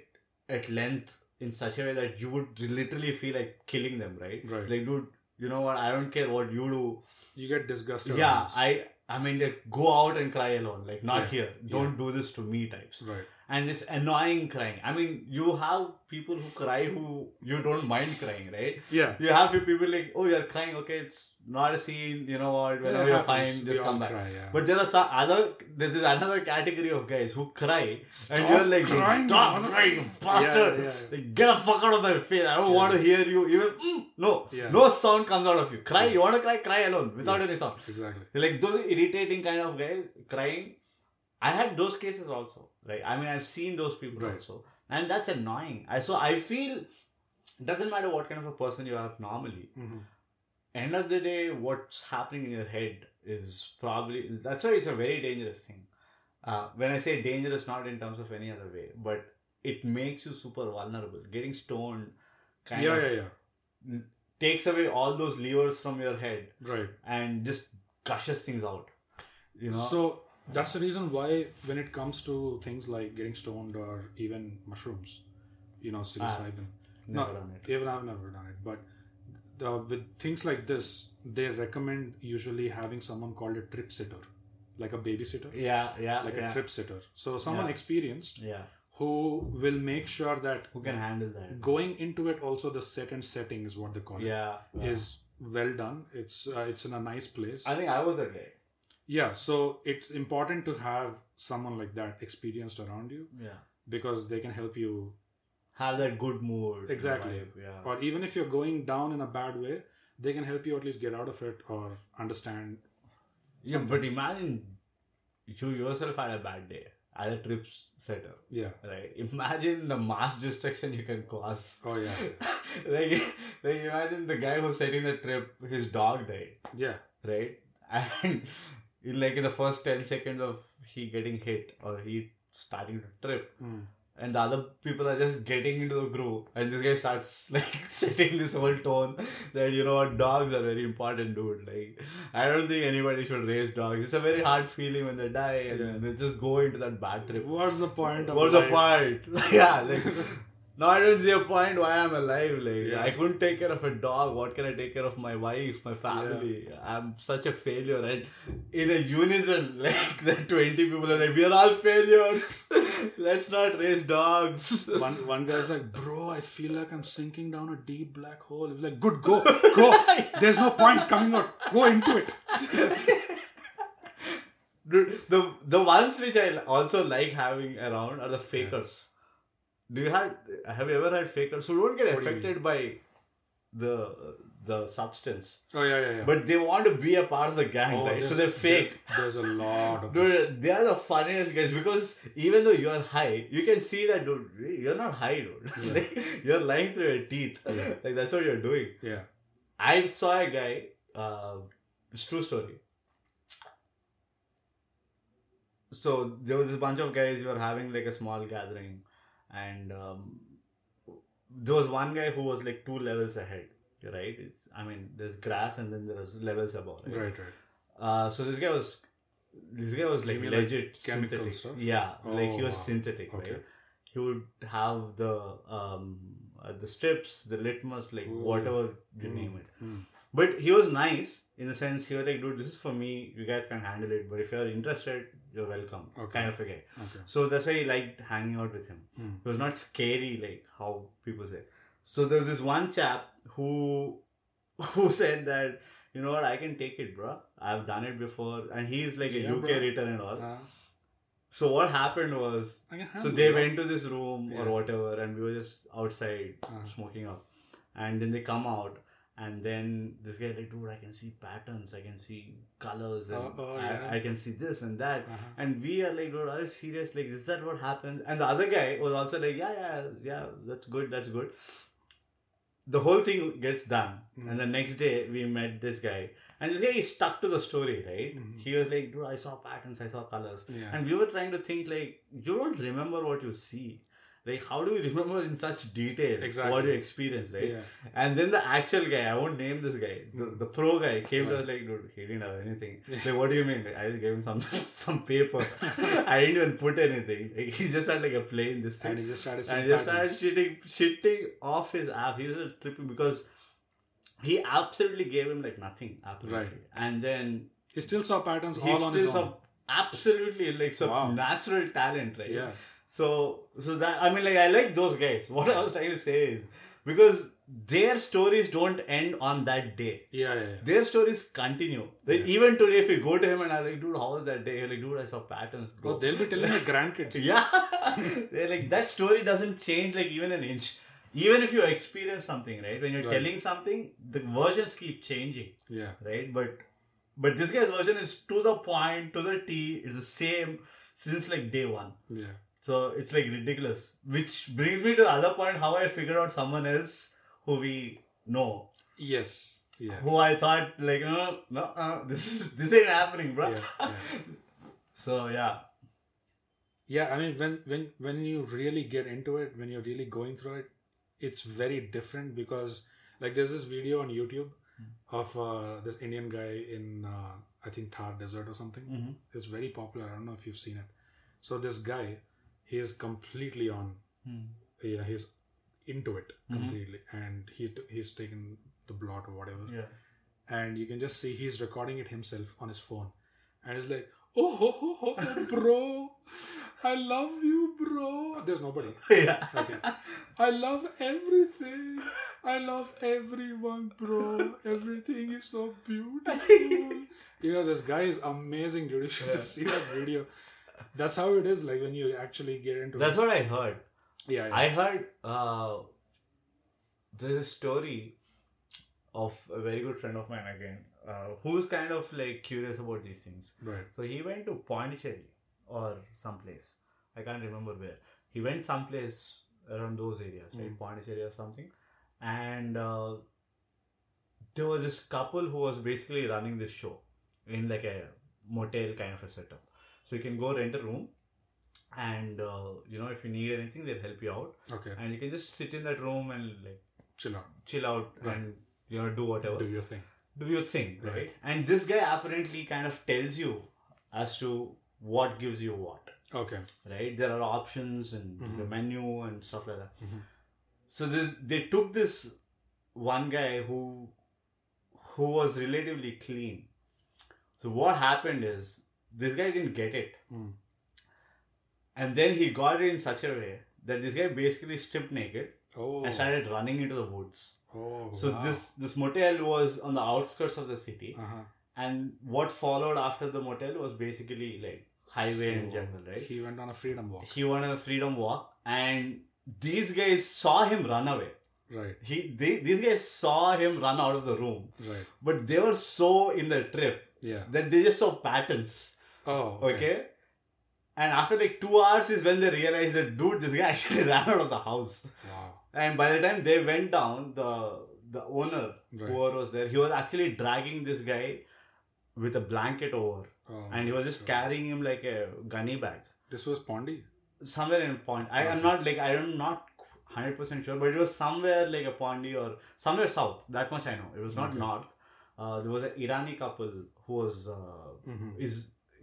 Speaker 2: at, at length in such a way that you would literally feel like killing them, right?
Speaker 3: Right.
Speaker 2: Like, dude, you know what? I don't care what you do.
Speaker 3: You get disgusted.
Speaker 2: yeah,
Speaker 3: almost.
Speaker 2: I. I mean, like, go out and cry alone. Like, not
Speaker 3: Yeah.
Speaker 2: here. Don't do this to me, types.
Speaker 3: Right.
Speaker 2: And this annoying crying. I mean, you have people who cry who you don't mind crying, right?
Speaker 3: Yeah.
Speaker 2: You have your people like, oh, you're crying. Okay, it's not a scene. You know what? Whenever
Speaker 3: It
Speaker 2: you're fine,
Speaker 3: happens.
Speaker 2: just
Speaker 3: We all
Speaker 2: come back.
Speaker 3: Cry, yeah.
Speaker 2: But there are some other there's another category of guys who cry and
Speaker 3: Stop
Speaker 2: you're like
Speaker 3: crying,
Speaker 2: stop
Speaker 3: mother-
Speaker 2: crying you bastard
Speaker 3: Yeah, yeah.
Speaker 2: Like, get the fuck out of my face I don't
Speaker 3: Yeah.
Speaker 2: want to hear you even mm, no
Speaker 3: Yeah.
Speaker 2: no sound comes out of you cry
Speaker 3: Yeah.
Speaker 2: you want to cry cry alone without any sound
Speaker 3: Exactly.
Speaker 2: like those irritating kind of guys crying I had those cases also right I mean I've seen those people
Speaker 3: Right.
Speaker 2: also and that's annoying I so I feel doesn't matter what kind of a person you are normally
Speaker 3: hmm
Speaker 2: end of the day what's happening in your head is probably that's why it's a very dangerous thing uh, when i say dangerous not in terms of any other way but it makes you super vulnerable getting stoned kind
Speaker 3: Yeah,
Speaker 2: of
Speaker 3: yeah, yeah.
Speaker 2: takes away all those levers from your head
Speaker 3: Right.
Speaker 2: and just gushes things out you know
Speaker 3: So that's the reason why when it comes to things like getting stoned or even mushrooms, you know, psilocybin.
Speaker 2: never
Speaker 3: no.
Speaker 2: done it
Speaker 3: Even I've never done it, but the, with things like this, they recommend usually having someone called a trip sitter, like a babysitter,
Speaker 2: yeah yeah
Speaker 3: like
Speaker 2: yeah,
Speaker 3: a trip sitter. So someone
Speaker 2: Yeah.
Speaker 3: experienced
Speaker 2: yeah
Speaker 3: who will make sure that
Speaker 2: who can handle that
Speaker 3: going into it also the set and setting is what they call it
Speaker 2: yeah, yeah.
Speaker 3: is well done. It's uh, it's in a nice place.
Speaker 2: i think i was that guy
Speaker 3: Yeah, so it's important to have someone like that experienced around you
Speaker 2: yeah
Speaker 3: because they can help you.
Speaker 2: have that good mood
Speaker 3: Exactly.
Speaker 2: vibe, yeah
Speaker 3: Or even if you're going down in a bad way, they can help you at least get out of it or understand.
Speaker 2: Yeah, but imagine you yourself had a bad day as a trip setter,
Speaker 3: Yeah.
Speaker 2: right? Imagine the mass destruction you can cause.
Speaker 3: Oh yeah.
Speaker 2: like, like imagine the guy who's setting the trip, his dog died,
Speaker 3: Yeah.
Speaker 2: right? And in like in the first ten seconds of he getting hit or he starting to trip,
Speaker 3: Mm.
Speaker 2: and the other people are just getting into the groove, and this guy starts like setting this whole tone that you know what dogs are very important, dude. Like I don't think anybody should raise dogs. It's a very hard feeling when they die, and
Speaker 3: Yeah.
Speaker 2: they just go into that bad trip.
Speaker 3: What's the point? Of
Speaker 2: What's the
Speaker 3: life?
Speaker 2: point? yeah, like no, I don't see a point why I'm alive. Like
Speaker 3: Yeah.
Speaker 2: I couldn't take care of a dog. What can I take care of my wife, my family? I'm such a failure. And in a unison, like the twenty people are like, we are all failures. Let's not raise dogs.
Speaker 3: One one guy's like, bro, I feel like I'm sinking down a deep black hole. It's like, good, go, go. There's no point coming out. Go into it. Oh,
Speaker 2: Dude, the the ones which I also like having around are the fakers. Do you have have you ever had fakers who don't get
Speaker 3: What do you
Speaker 2: affected by the the substance?
Speaker 3: Oh yeah, yeah, yeah.
Speaker 2: But they want to be a part of the gang,
Speaker 3: Oh,
Speaker 2: right? So
Speaker 3: there's-
Speaker 2: they're fake.
Speaker 3: there- There's a lot of this.
Speaker 2: Dude, they are the funniest guys because even though you're high, you can see that dude. You're not high, dude.
Speaker 3: Yeah.
Speaker 2: like, you're lying through your teeth.
Speaker 3: Yeah.
Speaker 2: Like that's what you're doing.
Speaker 3: Yeah.
Speaker 2: I saw a guy. Uh, it's true story. So there was this bunch of guys who were having like a small gathering, and um, there was one guy who was like two levels ahead. Right? It's I mean, there's grass and then there's levels above. Right.
Speaker 3: Right, right.
Speaker 2: Uh, so this guy was this guy was like
Speaker 3: You mean, like,
Speaker 2: legit
Speaker 3: chemical
Speaker 2: synthetic.
Speaker 3: stuff?
Speaker 2: Yeah, like he
Speaker 3: Oh,
Speaker 2: was
Speaker 3: wow.
Speaker 2: synthetic,
Speaker 3: Okay.
Speaker 2: right? He would have the um uh, the strips, the litmus, like
Speaker 3: Ooh.
Speaker 2: whatever you
Speaker 3: Mm.
Speaker 2: name it.
Speaker 3: Mm.
Speaker 2: But he was nice in the sense he was like, dude, this is for me. You guys can handle it, but if you're interested, you're welcome.
Speaker 3: Okay.
Speaker 2: Kind of a guy.
Speaker 3: Okay.
Speaker 2: So that's why he liked hanging out with him.
Speaker 3: Mm.
Speaker 2: He was not scary like how people say. So there was this one chap who who said that you know what I can take it, bro. I've done it before, and he's like a
Speaker 3: Yeah,
Speaker 2: UK
Speaker 3: bruh.
Speaker 2: return and all.
Speaker 3: Uh,
Speaker 2: so what happened was,
Speaker 3: I can
Speaker 2: so
Speaker 3: handle
Speaker 2: they
Speaker 3: that.
Speaker 2: went to this room or
Speaker 3: Yeah.
Speaker 2: whatever, and we were just outside
Speaker 3: Uh,
Speaker 2: smoking up, and then they come out. And then this guy like, dude, I can see patterns, I can see colors, and
Speaker 3: Oh, oh,
Speaker 2: I,
Speaker 3: yeah.
Speaker 2: I can see this and that.
Speaker 3: Uh-huh.
Speaker 2: And we are like, dude, are you serious? Like, is that what happens? And the other guy was also like, yeah, yeah, yeah, that's good, that's good. The whole thing gets done.
Speaker 3: Mhm.
Speaker 2: And the next day, we met this guy. And this guy is stuck to the story, right?
Speaker 3: Mhm.
Speaker 2: He was like, dude, I saw patterns, I saw colors.
Speaker 3: Yeah.
Speaker 2: And we were trying to think, like, you don't remember what you see. Like, how do you remember in such detail what
Speaker 3: Exactly.
Speaker 2: you experience, right?
Speaker 3: yeah.
Speaker 2: And then the actual guy, I won't name this guy, the,
Speaker 3: Mm.
Speaker 2: the pro guy came to
Speaker 3: Right.
Speaker 2: us like, dude, he didn't have anything. Like, what do you mean? Like, I just gave him some some paper. I didn't even put anything. Like, he just had like a plane this thing.
Speaker 3: And he just started
Speaker 2: And
Speaker 3: saying
Speaker 2: he just started
Speaker 3: patterns.
Speaker 2: shitting, shitting off his app. He was just tripping because he absolutely gave him like nothing. Absolutely.
Speaker 3: Right.
Speaker 2: And then
Speaker 3: He still saw patterns
Speaker 2: he
Speaker 3: all on his
Speaker 2: still
Speaker 3: own.
Speaker 2: some absolutely like some
Speaker 3: Wow.
Speaker 2: natural talent, right?
Speaker 3: yeah.
Speaker 2: So, so that I mean, like, I like those guys. What I was trying to say is because their stories don't end on that day.
Speaker 3: Yeah, yeah, yeah.
Speaker 2: Their stories continue. Like,
Speaker 3: Yeah.
Speaker 2: Even today, if you go to him and I'm like, dude, how was that day? You're like, dude, I saw patterns, bro.
Speaker 3: Oh, they'll be telling their grandkids.
Speaker 2: yeah, they're like that story doesn't change like even an inch. Even if you experience something, right? When you're
Speaker 3: Right.
Speaker 2: telling something, the versions keep changing,
Speaker 3: Yeah.
Speaker 2: right? But but this guy's version is to the point, to the T. It's the same since like day one.
Speaker 3: Yeah.
Speaker 2: So it's like ridiculous. Which brings me to the other point how I figured out someone else who we know.
Speaker 3: Yes. Yeah.
Speaker 2: Who I thought like no no uh, this is this ain't happening, bro.
Speaker 3: Yeah, yeah.
Speaker 2: So yeah.
Speaker 3: Yeah, I mean when when when you really get into it, when you're really going through it, it's very different because like there's this video on YouTube
Speaker 2: Hmm.
Speaker 3: of uh, this Indian guy in uh, I think Thar desert or something.
Speaker 2: Mhm.
Speaker 3: It's very popular. I don't know if you've seen it. So this guy, he is completely on.
Speaker 2: Hmm.
Speaker 3: You know, he's into it
Speaker 2: Mhm.
Speaker 3: completely, and he t- he's taken the blot or whatever
Speaker 2: Yeah.
Speaker 3: and you can just see he's recording it himself on his phone and he's like oh ho, ho, ho, ho, bro i love you bro there's nobody
Speaker 2: Yeah.
Speaker 3: okay i love everything i love everyone bro everything is so beautiful you know this guy is amazing dude you should
Speaker 2: Yeah.
Speaker 3: just see that video that's how it is like when you actually get into
Speaker 2: That's
Speaker 3: it
Speaker 2: what I heard.
Speaker 3: yeah, yeah.
Speaker 2: I heard uh, there's a story of a very good friend of mine again, uh, who's kind of like curious about these things.
Speaker 3: right
Speaker 2: So he went to Pondicherry or someplace. I can't remember where. He went someplace around those areas, right?
Speaker 3: Mm.
Speaker 2: Pondicherry or something. And uh, there was this couple who was basically running this show in like a motel kind of a setup. So you can go rent a room, and uh, you know if you need anything, they'll help you out,
Speaker 3: okay
Speaker 2: and you can just sit in that room and like
Speaker 3: chill out
Speaker 2: chill out
Speaker 3: Right.
Speaker 2: and you know do whatever
Speaker 3: do your thing
Speaker 2: do your thing, right?
Speaker 3: Right.
Speaker 2: And this guy apparently kind of tells you as to what gives you what,
Speaker 3: okay
Speaker 2: right? There are options and
Speaker 3: Mhm.
Speaker 2: the menu and stuff like that.
Speaker 3: Mhm.
Speaker 2: So this, they took this one guy who who was relatively clean. So what happened is this guy didn't get it,
Speaker 3: Mm.
Speaker 2: and then he got it in such a way that this guy basically stripped naked
Speaker 3: oh
Speaker 2: and started running into the woods.
Speaker 3: oh
Speaker 2: So
Speaker 3: wow.
Speaker 2: this this motel was on the outskirts of the city
Speaker 3: uh-huh
Speaker 2: and what followed after the motel was basically like highway in
Speaker 3: So,
Speaker 2: general right
Speaker 3: He went on a freedom walk.
Speaker 2: he went on a freedom walk and these guys saw him run away
Speaker 3: Right,
Speaker 2: he they, these guys saw him run out of the room
Speaker 3: right.
Speaker 2: but they were so in the trip
Speaker 3: Yeah.
Speaker 2: that they just saw patterns
Speaker 3: Oh,
Speaker 2: okay, and after like two hours is when they realized that dude this guy actually ran out of the house
Speaker 3: Wow.
Speaker 2: and by the time they went down the the owner
Speaker 3: Right.
Speaker 2: whoever was there he was actually dragging this guy with a blanket over
Speaker 3: Oh,
Speaker 2: and he was just
Speaker 3: so
Speaker 2: carrying him like a gunny bag
Speaker 3: This was Pondy.
Speaker 2: somewhere in point I, i'm
Speaker 3: Okay.
Speaker 2: not like i'm not 100% sure but it was somewhere like a pondy or somewhere south that much i know it was not
Speaker 3: Okay.
Speaker 2: north uh, there was an irani couple who was uh,
Speaker 3: hmm
Speaker 2: is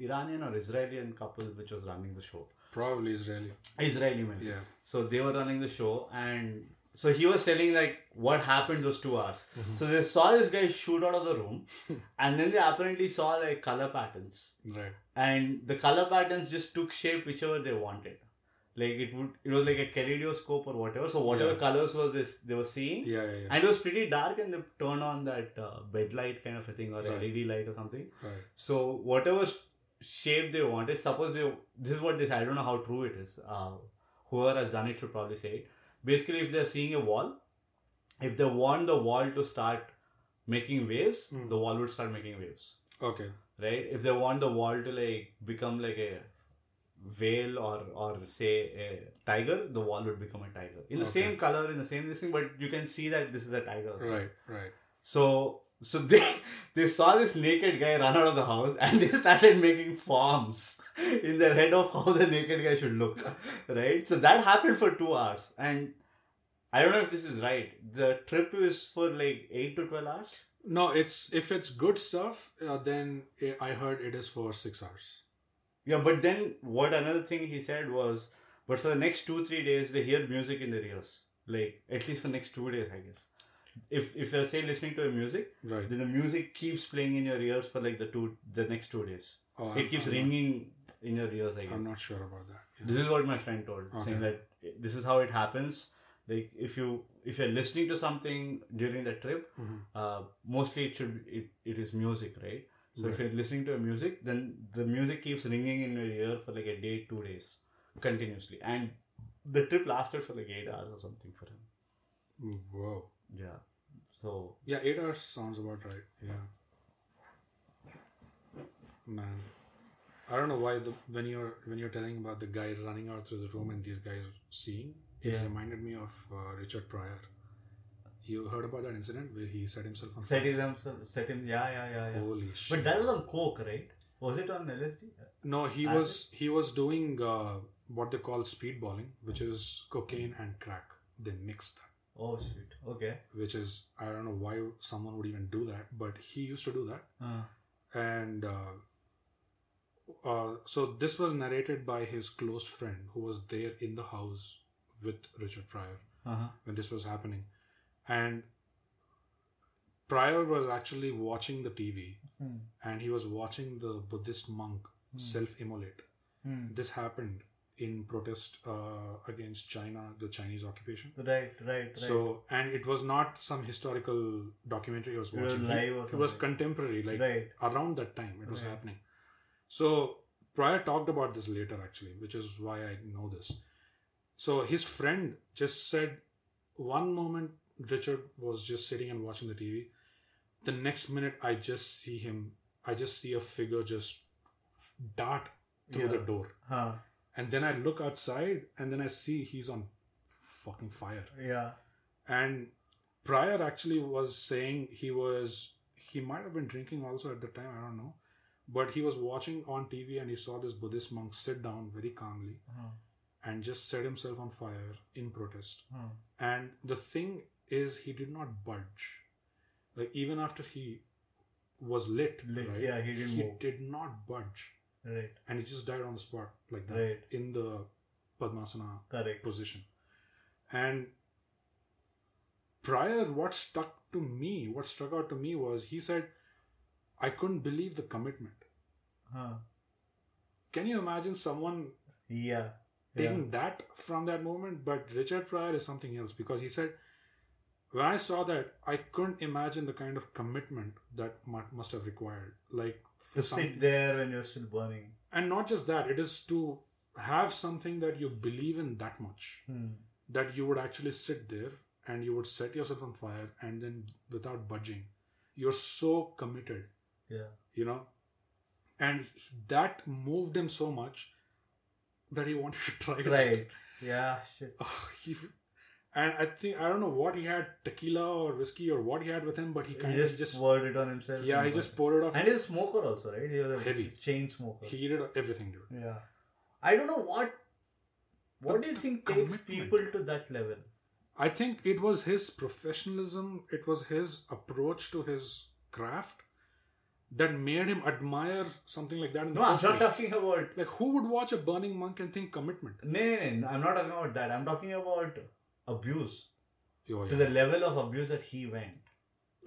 Speaker 2: iranian or israeli couple which was running the show
Speaker 3: Probably Israeli.
Speaker 2: israeli man
Speaker 3: Yeah.
Speaker 2: so they were running the show and so he was telling like what happened those two hours so they saw this guy shoot out of the room and then they apparently saw like color patterns
Speaker 3: Right.
Speaker 2: and the color patterns just took shape whichever they wanted like it would it was like a kaleidoscope or whatever so whatever
Speaker 3: Yeah.
Speaker 2: colors was this they were seeing
Speaker 3: Yeah, yeah, yeah.
Speaker 2: and it was pretty dark and they turned on that uh, bed light kind of a thing or
Speaker 3: Right.
Speaker 2: led light or something
Speaker 3: Right.
Speaker 2: so whatever sh- shape they wanted suppose they this is what they said i don't know how true it is uh, whoever has done it should probably say it basically if they're seeing a wall if they want the wall to start making waves,
Speaker 3: Mm.
Speaker 2: the wall would start making waves,
Speaker 3: Okay.
Speaker 2: right? If they want the wall to like become like a whale or or say a tiger, the wall would become a tiger in the
Speaker 3: Okay.
Speaker 2: same color, in the same this thing, but you can see that this is a tiger. or something.
Speaker 3: Right. Right.
Speaker 2: So so they they saw this naked guy run out of the house and they started making forms in their head of how the naked guy should look. Right? So that happened for two hours. And I don't know if this is right. The trip is for like eight to twelve hours.
Speaker 3: No, it's if it's good stuff, uh, then i I heard it is for six hours.
Speaker 2: Yeah, but then what another thing he said was but for the next two, three days they hear music in their ears. Like at least for next two days, I guess. If if you're say listening to a music,
Speaker 3: Right.
Speaker 2: then the music keeps playing in your ears for like the two the next two days.
Speaker 3: Oh, I'm-
Speaker 2: it keeps
Speaker 3: I'm
Speaker 2: ringing in your ears i
Speaker 3: Not,
Speaker 2: guess
Speaker 3: I'm not sure about that.
Speaker 2: this is what my friend told saying
Speaker 3: Okay.
Speaker 2: that this is how it happens like if you if you're listening to something during the trip
Speaker 3: Mhm.
Speaker 2: uh, mostly it should it, it is music right so if
Speaker 3: Right.
Speaker 2: you're listening to a music then the music keeps ringing in your ear for like a day two days continuously and the trip lasted for like eight hours or something for him
Speaker 3: Mm, Whoa.
Speaker 2: yeah so
Speaker 3: Yeah, eight hours sounds about right. Yeah. Man, I don't know why the when you're when you're telling about the guy running out through the room and these guys seeing, it
Speaker 2: Yeah.
Speaker 3: reminded me of uh, Richard Pryor. You heard about that incident where he set himself on
Speaker 2: set
Speaker 3: fire?
Speaker 2: him set him yeah yeah yeah yeah
Speaker 3: Holy
Speaker 2: but
Speaker 3: Oh, shit!
Speaker 2: that was on coke right was it on lsd
Speaker 3: no, he
Speaker 2: Acid?
Speaker 3: was he was doing uh, what they call speedballing, which is cocaine and crack. They mixed that.
Speaker 2: oh sweet okay
Speaker 3: which is I don't know why someone would even do that, but he used to do that.
Speaker 2: uh,
Speaker 3: And uh, uh, so this was narrated by his close friend who was there in the house with Richard Pryor
Speaker 2: uh-huh
Speaker 3: when this was happening, and Pryor was actually watching the TV
Speaker 2: Hmm.
Speaker 3: and he was watching the Buddhist monk self-immolate. This happened in protest uh, against China, the Chinese occupation.
Speaker 2: Right, right, right.
Speaker 3: So and it was not some historical documentary I was
Speaker 2: It was
Speaker 3: watching.
Speaker 2: live or
Speaker 3: it was
Speaker 2: something.
Speaker 3: contemporary, like
Speaker 2: right.
Speaker 3: around that time it was
Speaker 2: Right.
Speaker 3: happening. So Pryor talked about this later actually, which is why I know this. So his friend just said one moment Richard was just sitting and watching the TV. The next minute I just see him I just see a figure just dart through the
Speaker 2: Yeah.
Speaker 3: door.
Speaker 2: Huh.
Speaker 3: And then I look outside and then I see he's on fucking fire
Speaker 2: Yeah.
Speaker 3: and Pryor actually was saying he was he might have been drinking also at the time I don't know but he was watching on TV and he saw this Buddhist monk sit down very calmly
Speaker 2: Huh.
Speaker 3: and just set himself on fire in protest
Speaker 2: Huh.
Speaker 3: and the thing is he did not budge like even after he was lit,
Speaker 2: Lit,
Speaker 3: right?
Speaker 2: yeah, he didn't
Speaker 3: he
Speaker 2: move.
Speaker 3: did not budge
Speaker 2: Right.
Speaker 3: and he just died on the spot like that
Speaker 2: Right.
Speaker 3: in the Padmasana
Speaker 2: Correct.
Speaker 3: position. And prior, what stuck to me, what struck out to me was he said, I couldn't believe the commitment.
Speaker 2: Huh.
Speaker 3: Can you imagine someone
Speaker 2: Yeah. Yeah.
Speaker 3: taking that from that moment? But Richard Pryor is something else because he said, when I saw that, I couldn't imagine the kind of commitment that mu- must have required. Like, for
Speaker 2: To
Speaker 3: something-
Speaker 2: sit there when you're still burning.
Speaker 3: and not just that, it is to have something that you believe in that much.
Speaker 2: Hmm.
Speaker 3: that you would actually sit there and you would set yourself on fire and then without budging you're so committed
Speaker 2: Yeah.
Speaker 3: you know and that moved him so much that he wanted to try it out.
Speaker 2: Right. Yeah. Shit.
Speaker 3: Ugh, he, and i think i don't know what he had tequila or whiskey or what he had with him but he
Speaker 2: He
Speaker 3: kind
Speaker 2: just,
Speaker 3: of just
Speaker 2: poured it on himself.
Speaker 3: yeah
Speaker 2: and
Speaker 3: he just
Speaker 2: burnt
Speaker 3: poured it
Speaker 2: it.
Speaker 3: off
Speaker 2: And he's a smoker also, right? He was a
Speaker 3: Heavy.
Speaker 2: chain smoker.
Speaker 3: he did everything dude
Speaker 2: yeah. I don't know what. What
Speaker 3: But
Speaker 2: do you
Speaker 3: the
Speaker 2: think takes
Speaker 3: commitment.
Speaker 2: people to that level?
Speaker 3: I think it was his professionalism, it was his approach to his craft that made him admire something like that in the
Speaker 2: No, I'm
Speaker 3: first
Speaker 2: not
Speaker 3: place.
Speaker 2: talking about.
Speaker 3: Like, who would watch a burning monk and think commitment?
Speaker 2: No, no, no, I'm not talking about that. I'm talking about abuse
Speaker 3: Yo,
Speaker 2: to
Speaker 3: yeah.
Speaker 2: the level of abuse that he went.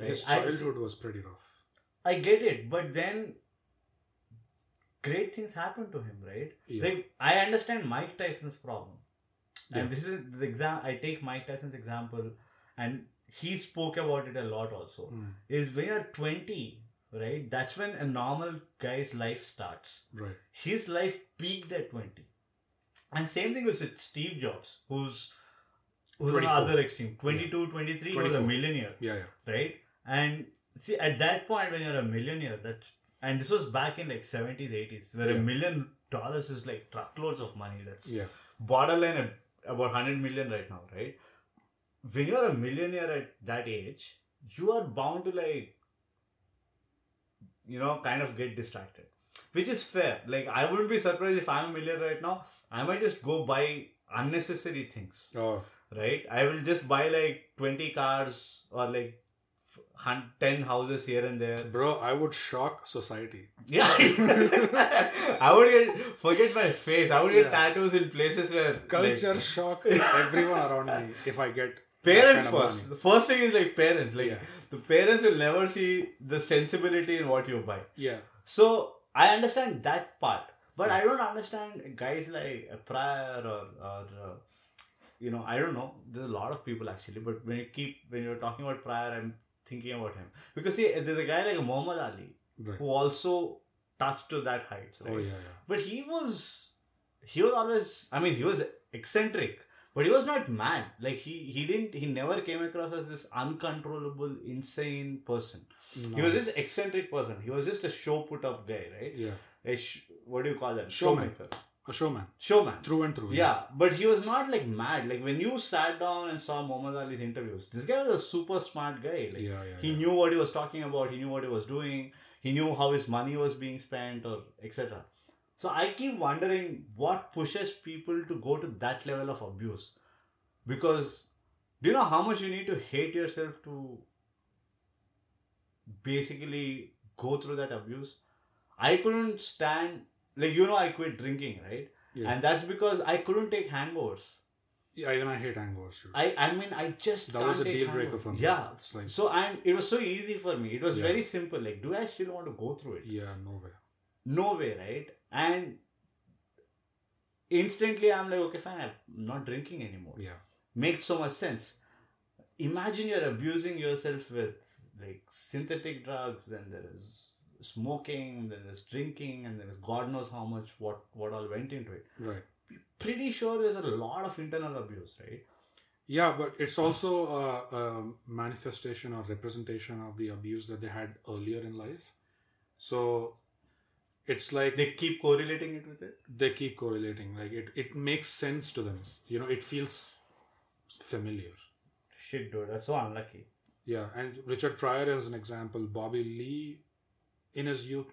Speaker 3: His
Speaker 2: I-
Speaker 3: childhood was pretty rough.
Speaker 2: I get it, but then great things happen to him, right?
Speaker 3: Yeah.
Speaker 2: Like I understand Mike Tyson's problem,
Speaker 3: Yeah.
Speaker 2: and this is the exam. I take Mike Tyson's example, and he spoke about it a lot. Also,
Speaker 3: Mm,
Speaker 2: is when you're twenty, right? That's when a normal guy's life starts.
Speaker 3: right.
Speaker 2: His life peaked at twenty, and same thing with Steve Jobs, who's who's on the
Speaker 3: 24.
Speaker 2: other extreme, 22, 23, he was a
Speaker 3: 24.
Speaker 2: millionaire
Speaker 3: Yeah, yeah.
Speaker 2: right? And See, at that point, when you're a millionaire, that and this was back in like 70s, 80s, where
Speaker 3: Yeah.
Speaker 2: a million dollars is like truckloads of money. That's
Speaker 3: Yeah.
Speaker 2: borderline at about 100 million right now, right? When you're a millionaire at that age, you are bound to like, you know, kind of get distracted, which is fair. Like, I wouldn't be surprised if I'm a millionaire right now. I might just go buy unnecessary things
Speaker 3: Oh,
Speaker 2: right? I will just buy like 20 cars or like f- hun- 10 houses here and there.
Speaker 3: bro, I would shock society.
Speaker 2: Yeah. I would get, forget my face. I would get
Speaker 3: Yeah.
Speaker 2: tattoos in places where. like,
Speaker 3: Culture shock everyone around me if I get
Speaker 2: Parents
Speaker 3: that kind of
Speaker 2: first.
Speaker 3: money.
Speaker 2: The first thing is like parents. Like
Speaker 3: Yeah.
Speaker 2: the parents will never see the sensibility in what you buy.
Speaker 3: Yeah.
Speaker 2: So I understand that part, but
Speaker 3: Yeah.
Speaker 2: I don't understand guys like Pryor or, or uh, you know, I don't know. There's a lot of people actually, but when you keep when you're talking about Pryor, I'm thinking about him because see, there's a guy like Muhammad Ali
Speaker 3: Right.
Speaker 2: who also touched to that height, right?
Speaker 3: Oh yeah,
Speaker 2: But he was he was always I mean he was eccentric. But he was not mad. Like he he didn't he never came across as this uncontrollable, insane person.
Speaker 3: yeah.
Speaker 2: He was
Speaker 3: Nice.
Speaker 2: just eccentric person. He was just a show put up guy, right?
Speaker 3: yeah,
Speaker 2: A sh- what do you call that?
Speaker 3: Showman.
Speaker 2: Showmaker.
Speaker 3: a showman
Speaker 2: Showman.
Speaker 3: through and through.
Speaker 2: Yeah, but he was not like mad. Like when you sat down and saw Muhammad Ali's interviews, this guy was a super smart guy.
Speaker 3: yeah,
Speaker 2: Like
Speaker 3: yeah. yeah,
Speaker 2: he
Speaker 3: yeah.
Speaker 2: knew what he was talking about. He knew what he was doing. He knew how his money was being spent, or etc. So I keep wondering what pushes people to go to that level of abuse, because do you know how much you need to hate yourself to basically go through that abuse? I couldn't stand like you know I quit drinking right,
Speaker 3: Yeah.
Speaker 2: and that's because I couldn't take hangovers.
Speaker 3: yeah, even I hate hangovers. dude.
Speaker 2: I I mean I just
Speaker 3: that
Speaker 2: can't
Speaker 3: was a
Speaker 2: take
Speaker 3: deal breaker
Speaker 2: hangovers.
Speaker 3: for me.
Speaker 2: Yeah,
Speaker 3: It's like,
Speaker 2: so I'm. It was so easy for me. It was
Speaker 3: Yeah.
Speaker 2: very simple. Like, do I still want to go through it?
Speaker 3: yeah, no way.
Speaker 2: No way, right? And instantly, I'm like, okay, fine. I'm not drinking anymore.
Speaker 3: Yeah,
Speaker 2: Makes so much sense. Imagine you're abusing yourself with like synthetic drugs, and there is smoking, then there's drinking, and there's God knows how much what what all went into it.
Speaker 3: right.
Speaker 2: Pretty sure there's a lot of internal abuse, right?
Speaker 3: Yeah, but it's also a, a manifestation or representation of the abuse that they had earlier in life. So it's like
Speaker 2: They keep correlating it with it.
Speaker 3: they keep correlating. Like it, it makes sense to them. You know, it feels familiar.
Speaker 2: Shit, dude, that's so unlucky.
Speaker 3: Yeah, and Richard Pryor is an example. Bobby Lee, in his youth,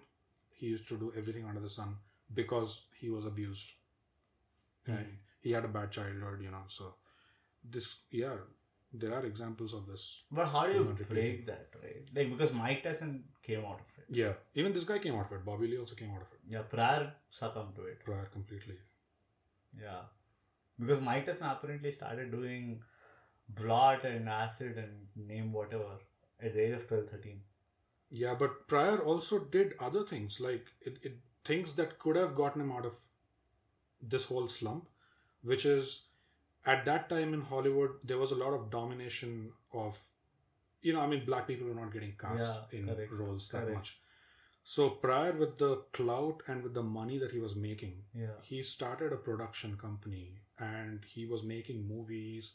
Speaker 3: he used to do everything under the sun because he was abused.
Speaker 2: Hmm.
Speaker 3: And he had a bad childhood, you know. So this, yeah, there are examples of this.
Speaker 2: But how do you
Speaker 3: Not repeating.
Speaker 2: break that, right? Like because Mike Tyson came out of it.
Speaker 3: Yeah, even this guy came out of it. Bobby Lee also came out of it.
Speaker 2: Yeah, Pryor succumbed to it.
Speaker 3: Pryor completely.
Speaker 2: Yeah, because Mike Tyson apparently started doing blot and acid and name whatever at the age of 12, 13.
Speaker 3: Yeah, but Pryor also did other things like it, it things that could have gotten him out of this whole slump, which is at that time in Hollywood there was a lot of domination of, you know, I mean, black people were not getting cast
Speaker 2: Yeah,
Speaker 3: in
Speaker 2: correct,
Speaker 3: roles that
Speaker 2: correct.
Speaker 3: much. So Pryor, with the clout and with the money that he was making,
Speaker 2: Yeah,
Speaker 3: he started a production company and he was making movies.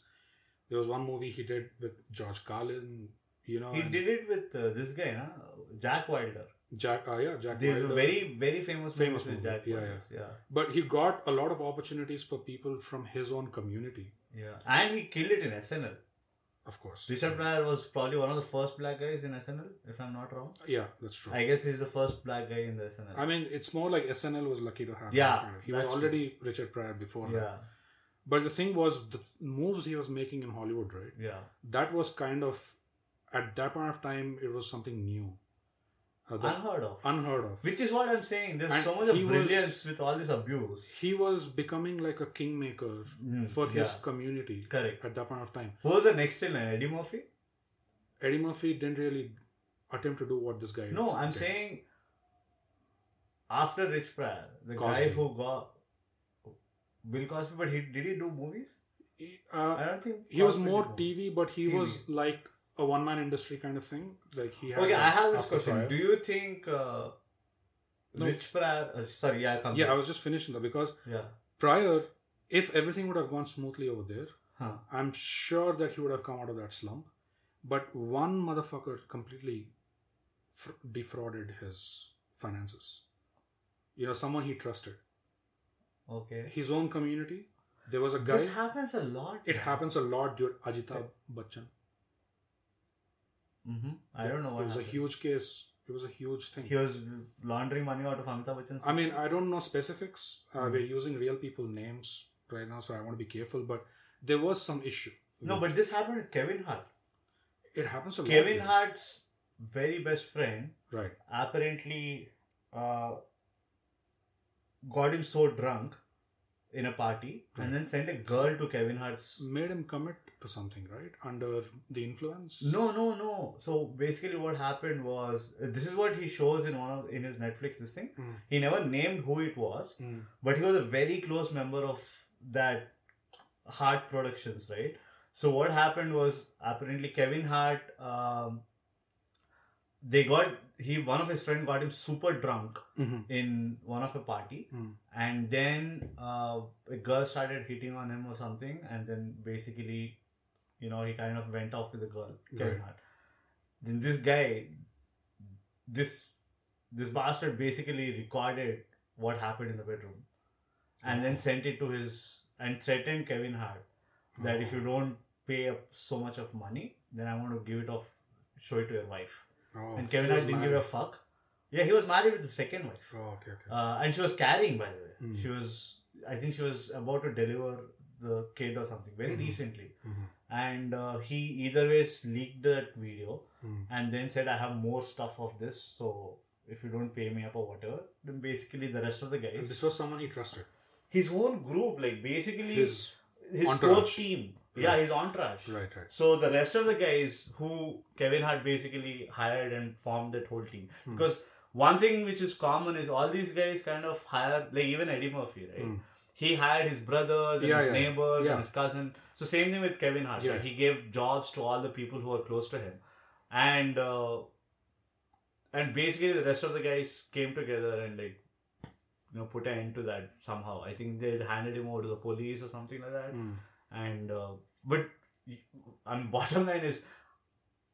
Speaker 3: There was one movie he did with George Carlin, you know,
Speaker 2: he
Speaker 3: Oh, and
Speaker 2: did it with uh, this guy, na? Jack Wilder.
Speaker 3: Jack. Uh, yeah, Jack.
Speaker 2: There's
Speaker 3: Wilder.
Speaker 2: a very very famous
Speaker 3: Famous
Speaker 2: movie with
Speaker 3: movie.
Speaker 2: Jack
Speaker 3: Yeah,
Speaker 2: Wilder. Yeah.
Speaker 3: But he got a lot of opportunities for people from his own community,
Speaker 2: yeah, and he killed it in SNL.
Speaker 3: of course.
Speaker 2: Richard Pryor was probably one of the first black guys in SNL, if I'm not wrong.
Speaker 3: Yeah, that's true.
Speaker 2: I guess he's the first black guy in the SNL.
Speaker 3: I mean, it's more like SNL was lucky to have.
Speaker 2: Yeah,
Speaker 3: him, kind of. he was
Speaker 2: that's
Speaker 3: already Richard Pryor before that.
Speaker 2: yeah,
Speaker 3: But the thing was, the moves he was making in Hollywood, right?
Speaker 2: yeah.
Speaker 3: That was kind of at that point of time, it was something new, uh, that-
Speaker 2: unheard of.
Speaker 3: unheard of.
Speaker 2: Which is what I'm saying. There's
Speaker 3: And
Speaker 2: so much of
Speaker 3: he was-
Speaker 2: brilliance with all this abuse.
Speaker 3: he was becoming like a kingmaker
Speaker 2: Mm,
Speaker 3: for his
Speaker 2: yeah.
Speaker 3: community
Speaker 2: Correct.
Speaker 3: at that point of time.
Speaker 2: Who was the next in line? Eddie Murphy?
Speaker 3: Eddie Murphy didn't really attempt to do what this guy did.
Speaker 2: No, I'm saying after Rich Pryor, the guy
Speaker 3: Cosby.
Speaker 2: who got Bill Cosby, but he did he do movies?
Speaker 3: He- uh,
Speaker 2: I don't think
Speaker 3: he was
Speaker 2: Cosby
Speaker 3: more
Speaker 2: did movies.
Speaker 3: TV, but he
Speaker 2: TV.
Speaker 3: was like a one man industry kind of thing. Like he. Had
Speaker 2: Okay,
Speaker 3: that
Speaker 2: I have this
Speaker 3: after
Speaker 2: question.
Speaker 3: Pryor.
Speaker 2: Do you think uh,
Speaker 3: No.
Speaker 2: Rich Pryor? Uh, sorry, yeah, come
Speaker 3: yeah, I
Speaker 2: back.
Speaker 3: was just finishing that because
Speaker 2: yeah,
Speaker 3: prior, if everything would have gone smoothly over there,
Speaker 2: huh.
Speaker 3: I'm sure that he would have come out of that slump. But one motherfucker completely fr- defrauded his finances. You know, someone he trusted.
Speaker 2: Okay.
Speaker 3: His own community. There was a guy.
Speaker 2: This happens a lot.
Speaker 3: it happens a lot during Ajitab Bachchan.
Speaker 2: Mm-hmm. I don't know what
Speaker 3: It was
Speaker 2: happened.
Speaker 3: a huge case. It was a huge thing.
Speaker 2: He was laundering money out of Amitabh Bachchan's.
Speaker 3: I mean, I don't know specifics. Uh,
Speaker 2: Mhm.
Speaker 3: We're using real people names right now, so I want to be careful. But there was some issue.
Speaker 2: no, but this happened with Kevin Hart.
Speaker 3: it happens a lot.
Speaker 2: Kevin
Speaker 3: dude.
Speaker 2: Hart's very best friend
Speaker 3: right?
Speaker 2: apparently uh, got him so drunk in a party
Speaker 3: Right.
Speaker 2: and then sent a girl to Kevin Hart's.
Speaker 3: Made him commit to something, right? Under the influence.
Speaker 2: No, no, no. So basically, what happened was this is what he shows in one of in his Netflix this thing.
Speaker 3: Mm.
Speaker 2: He never named who it was,
Speaker 3: Mm.
Speaker 2: but he was a very close member of that Hart Productions, right? So what happened was apparently Kevin Hart, um, they got he one of his friend got him super drunk
Speaker 3: Mhm.
Speaker 2: in one of a party
Speaker 3: Mm.
Speaker 2: and then uh, a girl started hitting on him or something and then basically you know he kind of went off with the girl Kevin
Speaker 3: Right.
Speaker 2: Hart. then this guy this this bastard basically recorded what happened in the bedroom and
Speaker 3: Oh.
Speaker 2: then sent it to his and threatened Kevin Hart that if
Speaker 3: Oh.
Speaker 2: you don't pay up so much of money then I want to give it off show it to your wife
Speaker 3: Oh,
Speaker 2: and
Speaker 3: he
Speaker 2: Kevin Hart
Speaker 3: was
Speaker 2: didn't give
Speaker 3: married.
Speaker 2: a fuck yeah he was married with the second wife
Speaker 3: Oh, okay, okay.
Speaker 2: uh, and she was carrying, by the way.
Speaker 3: Mm.
Speaker 2: She was, I think she was about to deliver the kid or something very
Speaker 3: Mhm.
Speaker 2: recently.
Speaker 3: Mhm.
Speaker 2: And uh, he either ways leaked that video
Speaker 3: Mm.
Speaker 2: and then said, I have more stuff of this, so if you don't pay me up or whatever, then basically the rest of the
Speaker 3: And
Speaker 2: guys,
Speaker 3: this was someone he trusted.
Speaker 2: his own group, like basically his,
Speaker 3: His
Speaker 2: core
Speaker 3: entourage.
Speaker 2: team, yeah,
Speaker 3: Right.
Speaker 2: his entourage.
Speaker 3: right, right.
Speaker 2: So the rest of the guys who Kevin Hart basically hired and formed that whole team.
Speaker 3: Hmm.
Speaker 2: Because one thing which is common is all these guys kind of hire like even Eddie Murphy, right?
Speaker 3: Mm.
Speaker 2: He hired his brother, then
Speaker 3: Yeah,
Speaker 2: his
Speaker 3: yeah,
Speaker 2: neighbor, then
Speaker 3: yeah.
Speaker 2: his cousin. So same thing with Kevin Hart.
Speaker 3: Yeah.
Speaker 2: right? He gave jobs to all the people who are close to him, and uh, and basically the rest of the guys came together and like you know put an end to that somehow. I think they handed him over to the police or something like that
Speaker 3: Mm.
Speaker 2: and uh, but I mean, bottom line is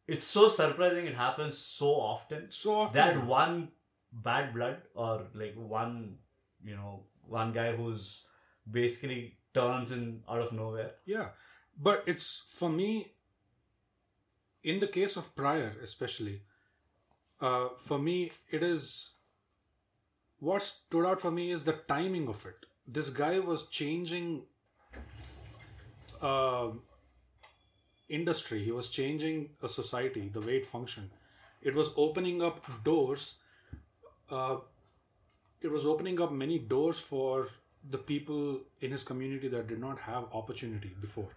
Speaker 2: it's so surprising it happens so often
Speaker 3: So often
Speaker 2: that one bad blood or like one you know one guy who's basically turns in out of nowhere
Speaker 3: Yeah, but it's for me. In the case of Pryor, especially, uh, for me, it is what stood out for me is the timing of it. This guy was changing um industry. He was changing a society, the way it functioned. It was opening up doors. Uh, it was opening up many doors for the people in his community that did not have opportunity before.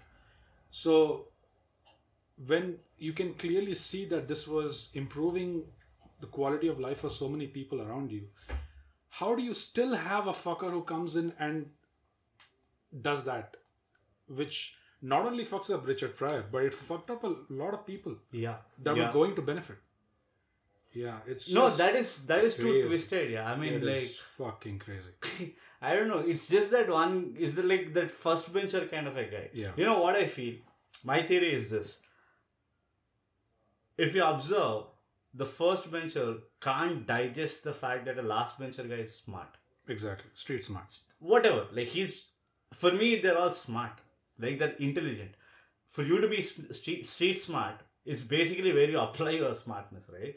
Speaker 3: So when you can clearly see that this was improving the quality of life for so many people around you, how do you still have a fucker who comes in and does that? Which not only fucks up Richard Pryor, but it fucked up a lot of people
Speaker 2: yeah
Speaker 3: that
Speaker 2: yeah.
Speaker 3: were going to benefit. Yeah, it's
Speaker 2: no
Speaker 3: just-
Speaker 2: that is that is too
Speaker 3: crazy.
Speaker 2: twisted yeah i mean
Speaker 3: it
Speaker 2: like
Speaker 3: is fucking crazy.
Speaker 2: I don't know. It's just that one is the like that first bencher kind of a guy.
Speaker 3: Yeah.
Speaker 2: You know what I feel? My theory is this. If you observe, the first bencher can't digest the fact that a last bencher guy is smart.
Speaker 3: Exactly, street smarts.
Speaker 2: Whatever. Like he's for me, they're all smart. Like they're intelligent. For you to be s- street, street smart, it's basically where you apply your smartness, right?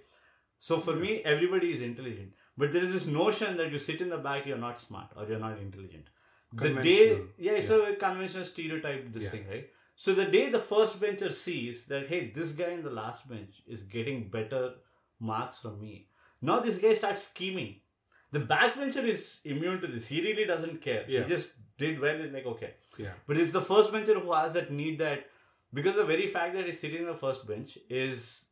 Speaker 2: So for me, everybody is intelligent. But there is this notion that you sit in the back, you're not smart or you're not intelligent. The day,
Speaker 3: Conventional.
Speaker 2: yeah, it's a conventional stereotype, this
Speaker 3: Yeah.
Speaker 2: thing, right? So the day the first bencher sees that, hey, this guy in the last bench is getting better marks from me. Now this guy starts scheming. The backbencher is immune to this. He really doesn't care.
Speaker 3: Yeah.
Speaker 2: He just did well and like, okay.
Speaker 3: Yeah.
Speaker 2: But it's the first bencher who has that need that because the very fact that he's sitting in the first bench is,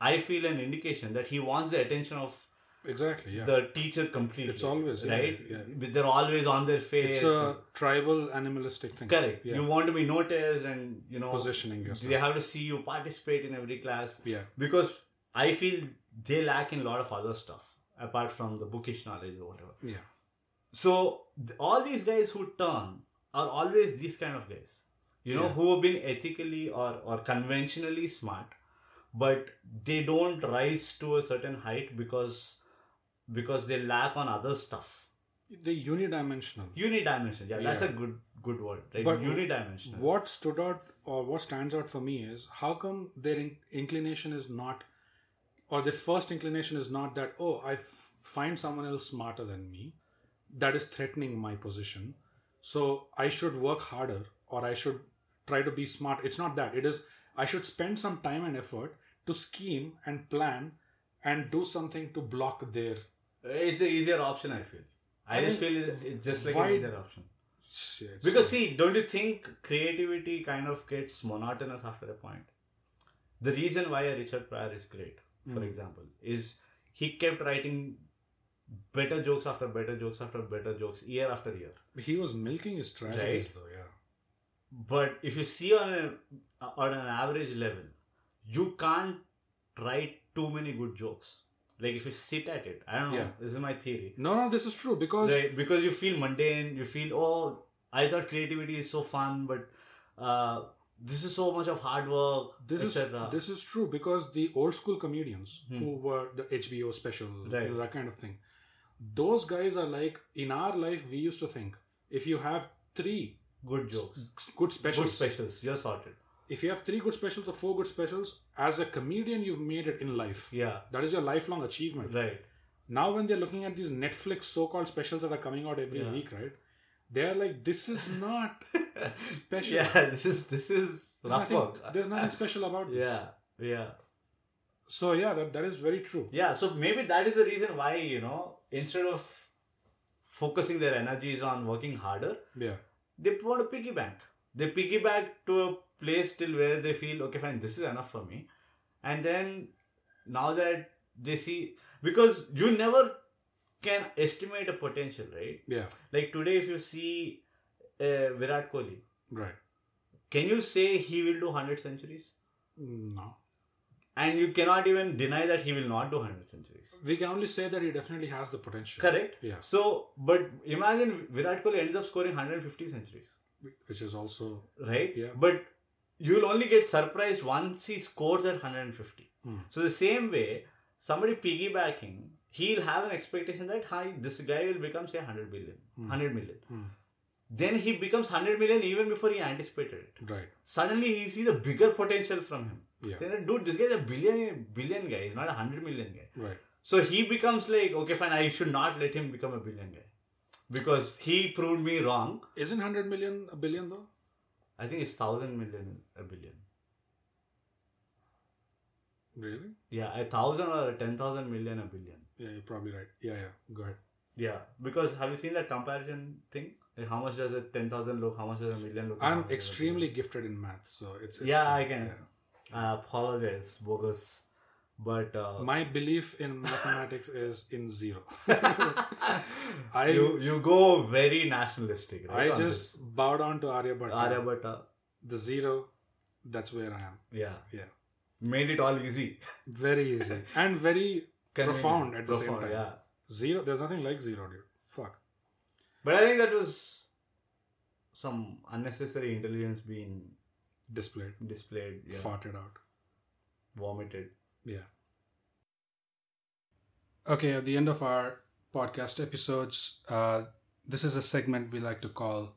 Speaker 2: I feel, an indication that he wants the attention of
Speaker 3: Exactly, yeah.
Speaker 2: the teacher completely.
Speaker 3: It's always, yeah,
Speaker 2: right.
Speaker 3: yeah.
Speaker 2: But They're always on their face.
Speaker 3: it's a tribal animalistic thing.
Speaker 2: Correct.
Speaker 3: Yeah.
Speaker 2: You want to be noticed, and you know,
Speaker 3: Positioning yourself.
Speaker 2: they have to see you participate in every class
Speaker 3: Yeah.
Speaker 2: because I feel they lack in a lot of other stuff apart from the bookish knowledge or whatever.
Speaker 3: Yeah.
Speaker 2: So th- all these guys who turn are always these kind of guys, you know,
Speaker 3: Yeah.
Speaker 2: who have been ethically or or conventionally smart, but they don't rise to a certain height because because they lack on other stuff.
Speaker 3: They're unidimensional.
Speaker 2: Unidimensional, yeah, that's
Speaker 3: Yeah.
Speaker 2: a good good word, right?
Speaker 3: But
Speaker 2: Unidimensional.
Speaker 3: What stood out or what stands out for me is how come their in- inclination is not, or their first inclination is not that, oh, I f- find someone else smarter than me that is threatening my position. So I should work harder or I should try to be smart. It's not that. It is, I should spend some time and effort to scheme and plan and do something to block their.
Speaker 2: It's an easier option, I feel. I,
Speaker 3: I
Speaker 2: just
Speaker 3: mean,
Speaker 2: feel it's it's just like
Speaker 3: why-
Speaker 2: an easier option. Because see, don't you think creativity kind of gets monotonous after a point? The reason why a Richard Pryor is great, for
Speaker 3: Mm.
Speaker 2: example, is he kept writing better jokes after better jokes after better jokes year after year.
Speaker 3: he was milking his tragedies though, yeah.
Speaker 2: But if you see on a uh, on an average level, you can't write too many good jokes. Like if you sit at it, I don't know.
Speaker 3: Yeah.
Speaker 2: This is my theory.
Speaker 3: No, no, this is true because
Speaker 2: Right, because you feel mundane. You feel, oh, I thought creativity is so fun, but uh, this is so much of hard work,
Speaker 3: this is
Speaker 2: etc.
Speaker 3: this is true because the old school comedians
Speaker 2: Hmm.
Speaker 3: who were the HBO special,
Speaker 2: Right.
Speaker 3: you know, that kind of thing. Those guys are like in our life. We used to think if you have three
Speaker 2: good jokes,
Speaker 3: s- good specials,
Speaker 2: good specials. You're sorted.
Speaker 3: if you have three good specials or four good specials, as a comedian, you've made it in life.
Speaker 2: Yeah,
Speaker 3: That is your lifelong achievement.
Speaker 2: right.
Speaker 3: Now, when they're looking at these Netflix so-called specials that are coming out every
Speaker 2: Yeah.
Speaker 3: week, right? They're like, this is not special.
Speaker 2: Yeah, this is this is
Speaker 3: There's
Speaker 2: rough
Speaker 3: nothing,
Speaker 2: work.
Speaker 3: there's nothing special about this.
Speaker 2: yeah, yeah,
Speaker 3: So yeah, that, that is very true.
Speaker 2: yeah. So maybe that is the reason why you know instead of focusing their energies on working harder,
Speaker 3: Yeah.
Speaker 2: they want to piggyback. They piggyback to a place till where they feel, okay, fine, this is enough for me. And then now that they see, because you never can estimate a potential, right?
Speaker 3: Yeah.
Speaker 2: Like today, if you see uh, Virat Kohli,
Speaker 3: Right.
Speaker 2: can you say he will do 100 centuries?
Speaker 3: Mm, No.
Speaker 2: And you cannot even deny that he will not do 100 centuries.
Speaker 3: We can only say that he definitely has the potential.
Speaker 2: Correct?
Speaker 3: Yeah.
Speaker 2: So, but imagine Virat Kohli ends up scoring 150 centuries.
Speaker 3: Which is also
Speaker 2: right?
Speaker 3: Yeah.
Speaker 2: But you'll only get surprised once he scores at 150.
Speaker 3: Hmm.
Speaker 2: So the same way, somebody piggybacking, he'll have an expectation that hi, this guy will become say 100 billion,
Speaker 3: Hmm.
Speaker 2: 100 million.
Speaker 3: Hmm.
Speaker 2: Then he becomes 100 million even before he anticipated it.
Speaker 3: right.
Speaker 2: Suddenly he sees a bigger potential from him.
Speaker 3: Yeah.
Speaker 2: Saying that, dude, this guy's a billion billion guy. He's not a hundred million guy.
Speaker 3: Right.
Speaker 2: So he becomes like, okay, fine. I should not let him become a billion guy because he proved me wrong.
Speaker 3: Isn't hundred million a billion though?
Speaker 2: I think it's thousand million a billion.
Speaker 3: Really?
Speaker 2: Yeah, a thousand or a ten thousand million a billion.
Speaker 3: Yeah, you're probably right. Yeah, yeah. Go ahead.
Speaker 2: Yeah, because have you seen that comparison thing? Like how much does a ten thousand look? How much does a million look? How
Speaker 3: I'm
Speaker 2: much does a
Speaker 3: extremely gifted in math, so it's, it's
Speaker 2: Yeah,
Speaker 3: fine.
Speaker 2: I can. billion? I apologize, bogus, but uh,
Speaker 3: My belief in mathematics is in zero. I-
Speaker 2: you you go very nationalistic.
Speaker 3: I
Speaker 2: Right, on
Speaker 3: just bow down to
Speaker 2: this.
Speaker 3: Aryabhatta.
Speaker 2: Aryabhatta.
Speaker 3: The zero, that's where I am.
Speaker 2: uh, Yeah,
Speaker 3: Yeah.
Speaker 2: made it all easy,
Speaker 3: Very easy and very
Speaker 2: Convenient.
Speaker 3: Profound at the same time.
Speaker 2: Yeah,
Speaker 3: zero. There's nothing like zero, dude. Fuck.
Speaker 2: but I think that was some unnecessary intelligence being
Speaker 3: Displayed,
Speaker 2: displayed, yeah,
Speaker 3: farted out.
Speaker 2: vomited.
Speaker 3: Yeah. Okay, at the end of our podcast episodes, uh, this is a segment we like to call,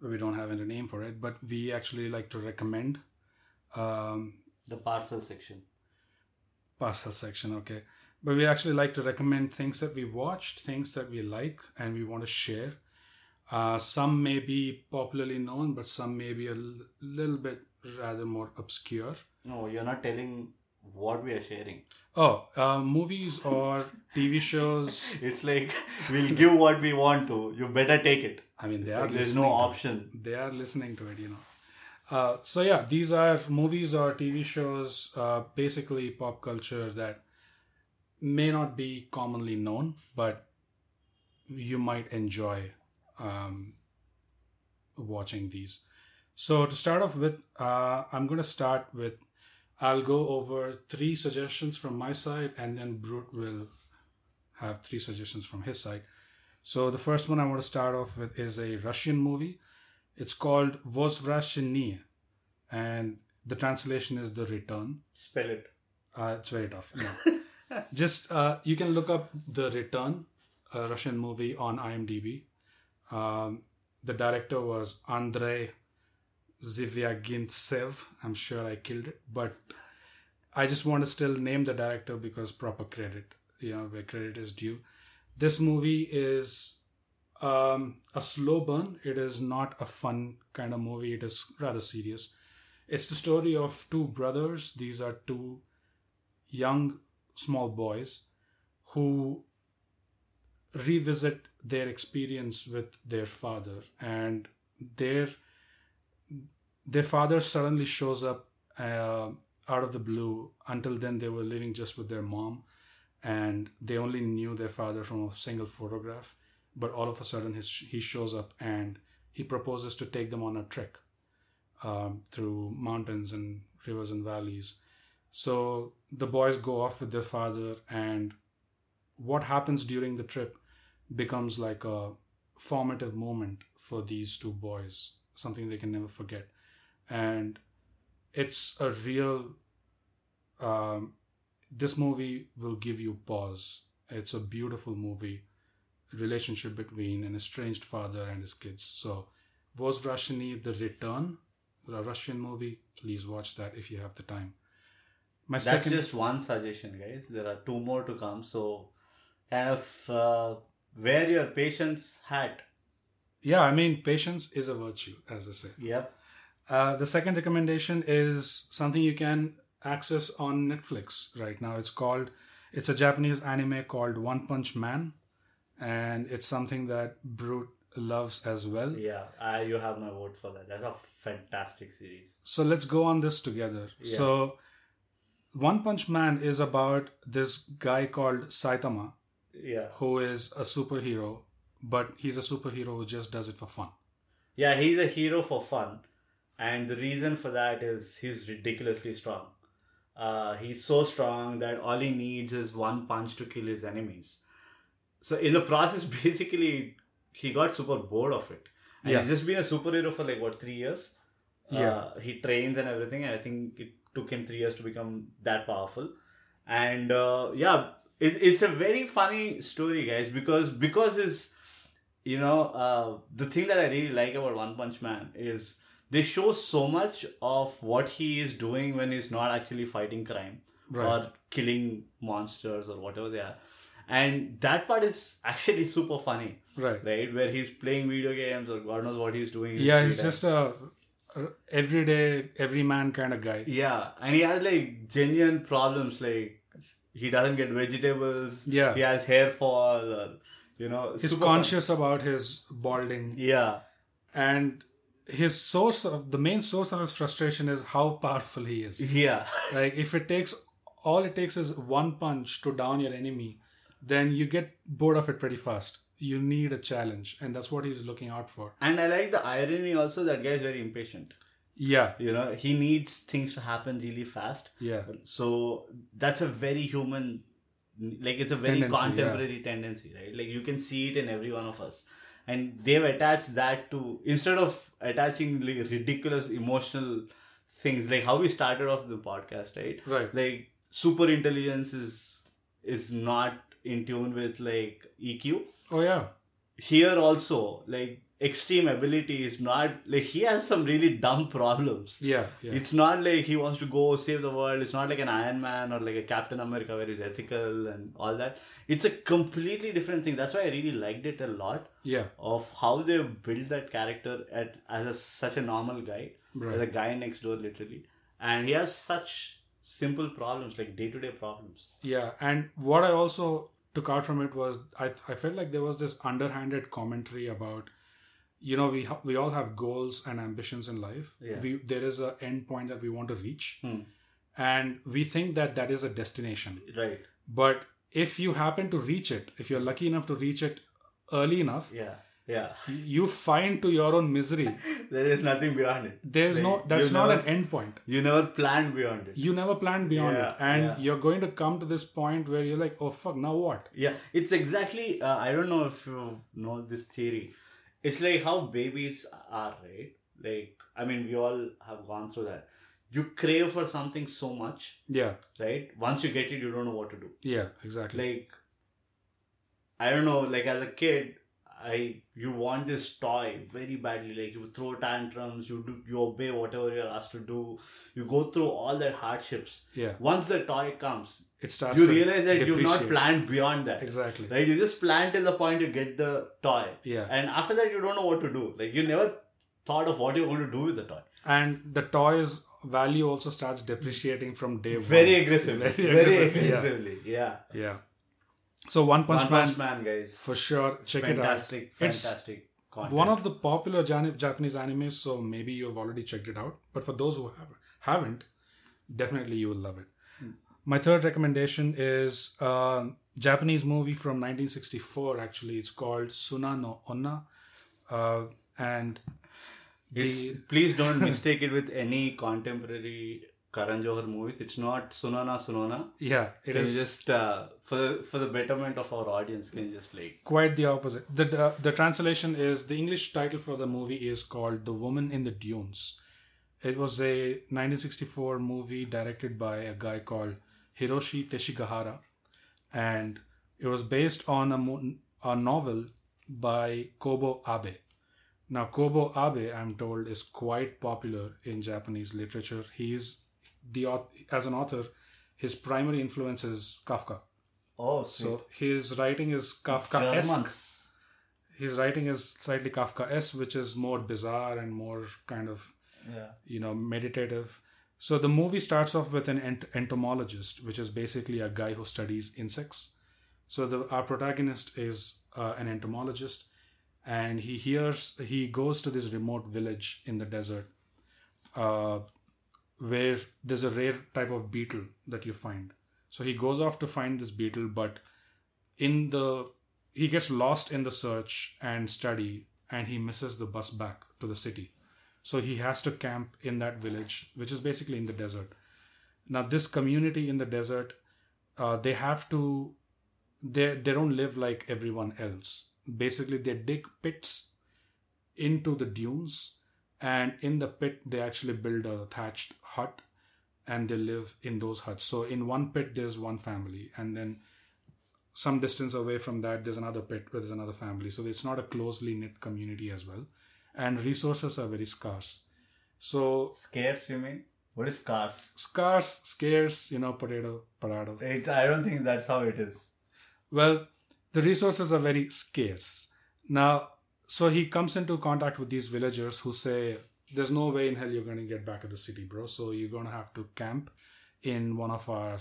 Speaker 3: we don't have any name for it, but we actually like to recommend um,
Speaker 2: The parcel section.
Speaker 3: parcel section, okay. But we actually like to recommend things that we watched, things that we like, and we want to share. Uh, some may be popularly known, but some may be a l- little bit rather more obscure.
Speaker 2: No, you're not telling what we are sharing.
Speaker 3: Oh, uh, movies or TV shows.
Speaker 2: It's like we'll give what we want to. You better take it.
Speaker 3: I mean,
Speaker 2: It's
Speaker 3: they
Speaker 2: like
Speaker 3: are
Speaker 2: there's
Speaker 3: listening
Speaker 2: no
Speaker 3: to it.
Speaker 2: option.
Speaker 3: They are listening to it, you know. Uh, so yeah, these are movies or TV shows, uh, basically pop culture that may not be commonly known, but you might enjoy um, watching these. So to start off with, uh, I'm gonna start with. I'll go over three suggestions from my side, and then Brute will have three suggestions from his side. So the first one I want to start off with is a Russian movie. It's called Vozvrashchenie, and The translation is the return.
Speaker 2: Spell it.
Speaker 3: Uh, it's very tough. No. Just uh, you can look up the return, a Russian movie on IMDb. Um, the director was Andrei Zivyaginsev. I'm sure I killed it, but I just want to still name the director because proper credit, you know, where credit is due. This movie is um, a slow burn. It is not a fun kind of movie. It is rather serious. It's the story of two brothers. These are two young, small boys who revisit their experience with their father and their their father suddenly shows up uh, out of the blue until then they were living just with their mom and they only knew their father from a single photograph but all of a sudden his, he shows up and he proposes to take them on a trek um, through mountains and rivers and valleys so the boys go off with their father and what happens during the trip becomes like a formative moment for these two boys, something they can never forget. And it's a real. Um, this movie will give you pause. It's a beautiful movie, relationship between an estranged father and his kids. So, was Russiany the return? A Russian movie. Please watch that if you have the time. My
Speaker 2: That's just one suggestion, guys. There are two more to come. So, kind of uh, wear your patience hat.
Speaker 3: Yeah, I mean, patience is a virtue, as I say.
Speaker 2: Yep.
Speaker 3: Uh, the second recommendation is something you can access on Netflix right now. It's called, it's a Japanese anime called One Punch Man, and it's something that Brute loves as well.
Speaker 2: Yeah, I, you have my vote for that. That's a fantastic series.
Speaker 3: So let's go on this together.
Speaker 2: Yeah.
Speaker 3: So, One Punch Man is about this guy called Saitama,
Speaker 2: Yeah.
Speaker 3: who is a superhero, but he's a superhero who just does it for fun.
Speaker 2: Yeah, he's a hero for fun. And the reason for that is he's ridiculously strong. Uh, he's so strong that all he needs is one punch to kill his enemies. So, in the process, basically, he got super bored of it. And
Speaker 3: Yeah.
Speaker 2: he's just been a superhero for like, what, three years?
Speaker 3: Yeah.
Speaker 2: Uh, he trains and everything. And I think it took him three years to become that powerful. And uh, yeah, it, it's a very funny story, guys, because because his you know uh, the thing that i really like about one punch man is they show so much of what he is doing when he's not actually fighting crime
Speaker 3: Right.
Speaker 2: or killing monsters or whatever they are and that part is actually super funny
Speaker 3: right.
Speaker 2: right where he's playing video games or god knows what he's doing in his
Speaker 3: yeah
Speaker 2: free
Speaker 3: he's
Speaker 2: time.
Speaker 3: just a r- everyday everyman kind of guy
Speaker 2: yeah and he has like genuine problems like he doesn't get vegetables
Speaker 3: Yeah.
Speaker 2: he has hair fall or you know
Speaker 3: he's
Speaker 2: super funny.
Speaker 3: conscious about his balding
Speaker 2: yeah
Speaker 3: and his source of the main source of his frustration is how powerful he is
Speaker 2: yeah
Speaker 3: like if it takes all it takes is one punch to down your enemy then you get bored of it pretty fast you need a challenge and that's what he's looking out for
Speaker 2: And I like the irony also that guy is very impatient.
Speaker 3: yeah
Speaker 2: You know, he needs things to happen really fast.
Speaker 3: yeah
Speaker 2: So that's a very human, like it's a very
Speaker 3: Tendency,
Speaker 2: contemporary tendency, right? Like you can see it in every one of us. And they've attached that to, instead of attaching like ridiculous emotional things, like how we started off the podcast, right?
Speaker 3: right
Speaker 2: Like super intelligence is is not in tune with like E EQ
Speaker 3: oh yeah
Speaker 2: here also like extreme ability is not like he has some really dumb problems
Speaker 3: yeah yeah
Speaker 2: it's not like he wants to go save the world it's not like an iron man or like a captain america where he's ethical and all that it's a completely different thing that's why i really liked it a lot
Speaker 3: yeah
Speaker 2: of how they built that character at as a, such a normal guy as a
Speaker 3: right
Speaker 2: guy next door literally and he has such simple problems like day-to-day problems
Speaker 3: Yeah, and what I also took out from it was I I felt like there was this underhanded commentary about you know we ha- we all have goals and ambitions in life.
Speaker 2: Yeah.
Speaker 3: We there is a end point that we want to reach.
Speaker 2: Hmm.
Speaker 3: And we think that that is a destination.
Speaker 2: right
Speaker 3: But if you happen to reach it, if you're lucky enough to reach it early enough,
Speaker 2: yeah yeah
Speaker 3: you find to your own misery.
Speaker 2: there is nothing beyond it
Speaker 3: There's no
Speaker 2: Like,
Speaker 3: that's
Speaker 2: you
Speaker 3: not
Speaker 2: never-
Speaker 3: an end point.
Speaker 2: you never planned beyond it
Speaker 3: You never planned beyond
Speaker 2: Yeah,
Speaker 3: it. And
Speaker 2: yeah.
Speaker 3: you're going to come to this point where you're like, oh fuck, now what?
Speaker 2: Yeah, it's exactly. Uh, I don't know if you know this theory. It's like how babies are, right? Like, I mean, we all have gone through that. you crave for something so much,
Speaker 3: Yeah,
Speaker 2: right? Once you get it, you don't know what to do.
Speaker 3: yeah, exactly.
Speaker 2: Like, I don't know. Like as a kid, I you want this toy very badly. Like you throw tantrums, you do you obey whatever you're asked to do. You go through all that hardships.
Speaker 3: yeah,
Speaker 2: Once the toy comes,
Speaker 3: it starts.
Speaker 2: you
Speaker 3: to
Speaker 2: realize that you've not
Speaker 3: depreciate.
Speaker 2: planned beyond that.
Speaker 3: Exactly.
Speaker 2: Right? You just plan till the point you get the toy,
Speaker 3: yeah,
Speaker 2: and after that you don't know what to do. Like you never thought of what you're going to do with the toy.
Speaker 3: and the toy's value also starts depreciating from day
Speaker 2: very
Speaker 3: one.
Speaker 2: aggressively.
Speaker 3: Very
Speaker 2: Very,
Speaker 3: aggressive, yeah.
Speaker 2: aggressively. Yeah.
Speaker 3: Yeah. So One Punch,
Speaker 2: One
Speaker 3: Man,
Speaker 2: Punch Man, guys.
Speaker 3: for sure. Check
Speaker 2: fantastic,
Speaker 3: it out. It's
Speaker 2: fantastic content.
Speaker 3: one of the popular Jan- Japanese animes, so maybe you've already checked it out. But for those who have, haven't, definitely you will love it.
Speaker 2: Hmm.
Speaker 3: My third recommendation is a Japanese movie from 1964, actually. It's called Suna no Onna. Uh, and
Speaker 2: It's,
Speaker 3: the,
Speaker 2: please don't mistake it with any contemporary Karan Johar movies. It's not Sunana Sunona.
Speaker 3: yeah, it
Speaker 2: Can you
Speaker 3: is
Speaker 2: just uh, for the, for the betterment of our audience? Can you just like
Speaker 3: quite the opposite. The, the, the translation is the English title for the movie is called The Woman in the Dunes. It was a 1964 movie directed by a guy called Hiroshi Teshigahara, and it was based on a, mo- a novel by Kobo Abe. Now, Kobo Abe, I'm told, is quite popular in Japanese literature. He is the auth- as an author, his primary influence is Kafka.
Speaker 2: oh
Speaker 3: So his writing is Kafka-esque
Speaker 2: Germans.
Speaker 3: his writing is slightly Kafka-esque, which is more bizarre and more kind of
Speaker 2: Yeah.
Speaker 3: you know meditative. So the movie starts off with an ent- entomologist, which is basically a guy who studies insects. So the our protagonist is uh, an entomologist, and he hears he goes to this remote village in the desert, uh, where there's a rare type of beetle that you find. So he goes off to find this beetle, but in the he gets lost in the search and study, and he misses the bus back to the city. So he has to camp in that village, which is basically in the desert. Now, this community in the desert, uh, they have to, they they don't live like everyone else. Basically, they dig pits into the dunes, and in the pit they actually build a thatched hut, and they live in those huts. So in one pit there's one family, and then some distance away from that there's another pit where there's another family. So it's not a closely knit community as well and resources are very scarce. So
Speaker 2: Scarce, you mean? What is scarce?
Speaker 3: scarce, scarce, you know, potato, potato.
Speaker 2: It, I don't think that's how it is.
Speaker 3: Well, the resources are very scarce. Now, so he comes into contact with these villagers who say, There's no way in hell you're going to get back to the city, bro. So you're going to have to camp in one of our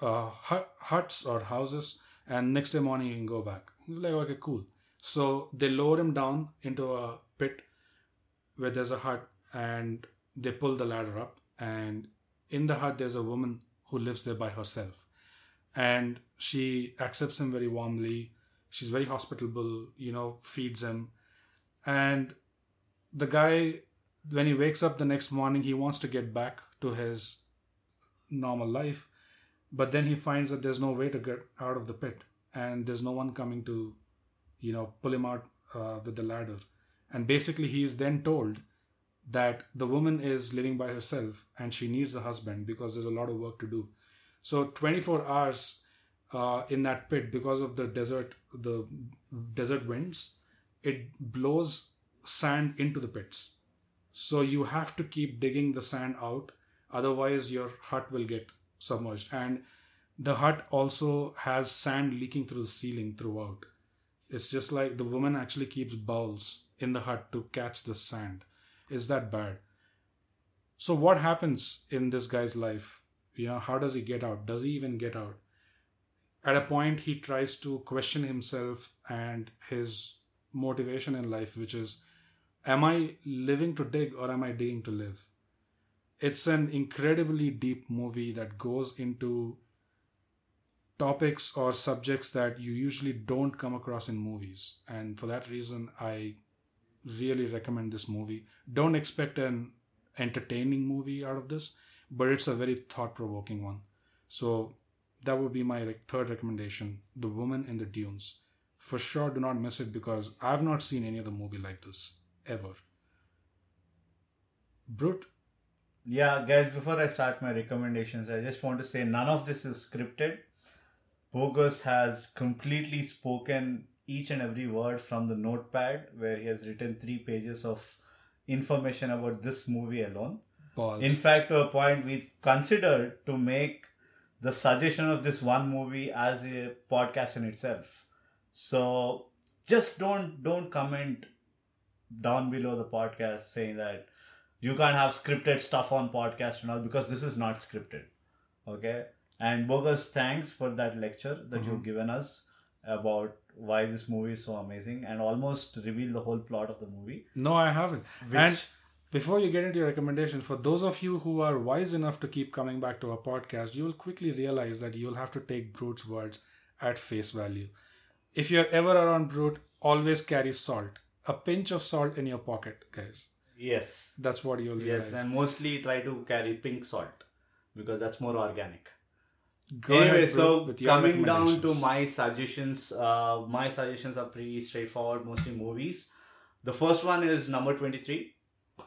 Speaker 3: uh, hu- huts or houses, and next day morning you can go back. He's like, Okay, cool. So they lower him down into a pit where there's a hut, and they pull the ladder up. And in the hut, there's a woman who lives there by herself and she accepts him very warmly. She's very hospitable, you know, feeds him. And the guy, when he wakes up the next morning, he wants to get back to his normal life, but then he finds that there's no way to get out of the pit, and there's no one coming to, you know, pull him out uh, with the ladder. And basically, he is then told that the woman is living by herself and she needs a husband because there's a lot of work to do. So 24 hours uh, in that pit because of the desert, the desert winds, it blows sand into the pits. So you have to keep digging the sand out, otherwise your hut will get submerged. And the hut also has sand leaking through the ceiling throughout. It's just like the woman actually keeps bowls in the hut to catch the sand. Is that bad? So what happens in this guy's life? You know, how does he get out? Does he even get out? At a point, he tries to question himself and his motivation in life, which is, am I living to dig or am I digging to live? It's an incredibly deep movie that goes into topics or subjects that you usually don't come across in movies. And for that reason, I really recommend this movie. Don't expect an entertaining movie out of this, but it's a very thought provoking one. So that would be my rec- third recommendation The Woman in the Dunes. For sure, do not miss it because I've not seen any other movie like this ever. Brute,
Speaker 2: Yeah, guys, before I start my recommendations, I just want to say none of this is scripted. Bogus has completely spoken each and every word from the notepad where he has written three pages of information about this movie alone.
Speaker 3: Balls.
Speaker 2: In fact, to a point, we considered to make the suggestion of this one movie as a podcast in itself. So just don't don't comment down below the podcast saying that you can't have scripted stuff on podcast and all because this is not scripted. Okay. And bogus thanks for that lecture that you've given us about why this movie is so amazing and almost revealed the whole plot of the movie.
Speaker 3: no, I haven't. And
Speaker 2: which-
Speaker 3: before you get into your recommendation, for those of you who are wise enough to keep coming back to our podcast, you will quickly realize that you'll have to take Brute's words at face value. If you're ever around Brute, always carry salt. A pinch of salt in your pocket, guys.
Speaker 2: Yes.
Speaker 3: That's what you'll realize.
Speaker 2: Yes, and mostly try to carry pink salt because that's more organic.
Speaker 3: Go ahead,
Speaker 2: anyway,
Speaker 3: Brute,
Speaker 2: so
Speaker 3: with your
Speaker 2: coming down to
Speaker 3: recommendations.
Speaker 2: my suggestions, uh, my suggestions are pretty straightforward, mostly movies. The first one is number 23.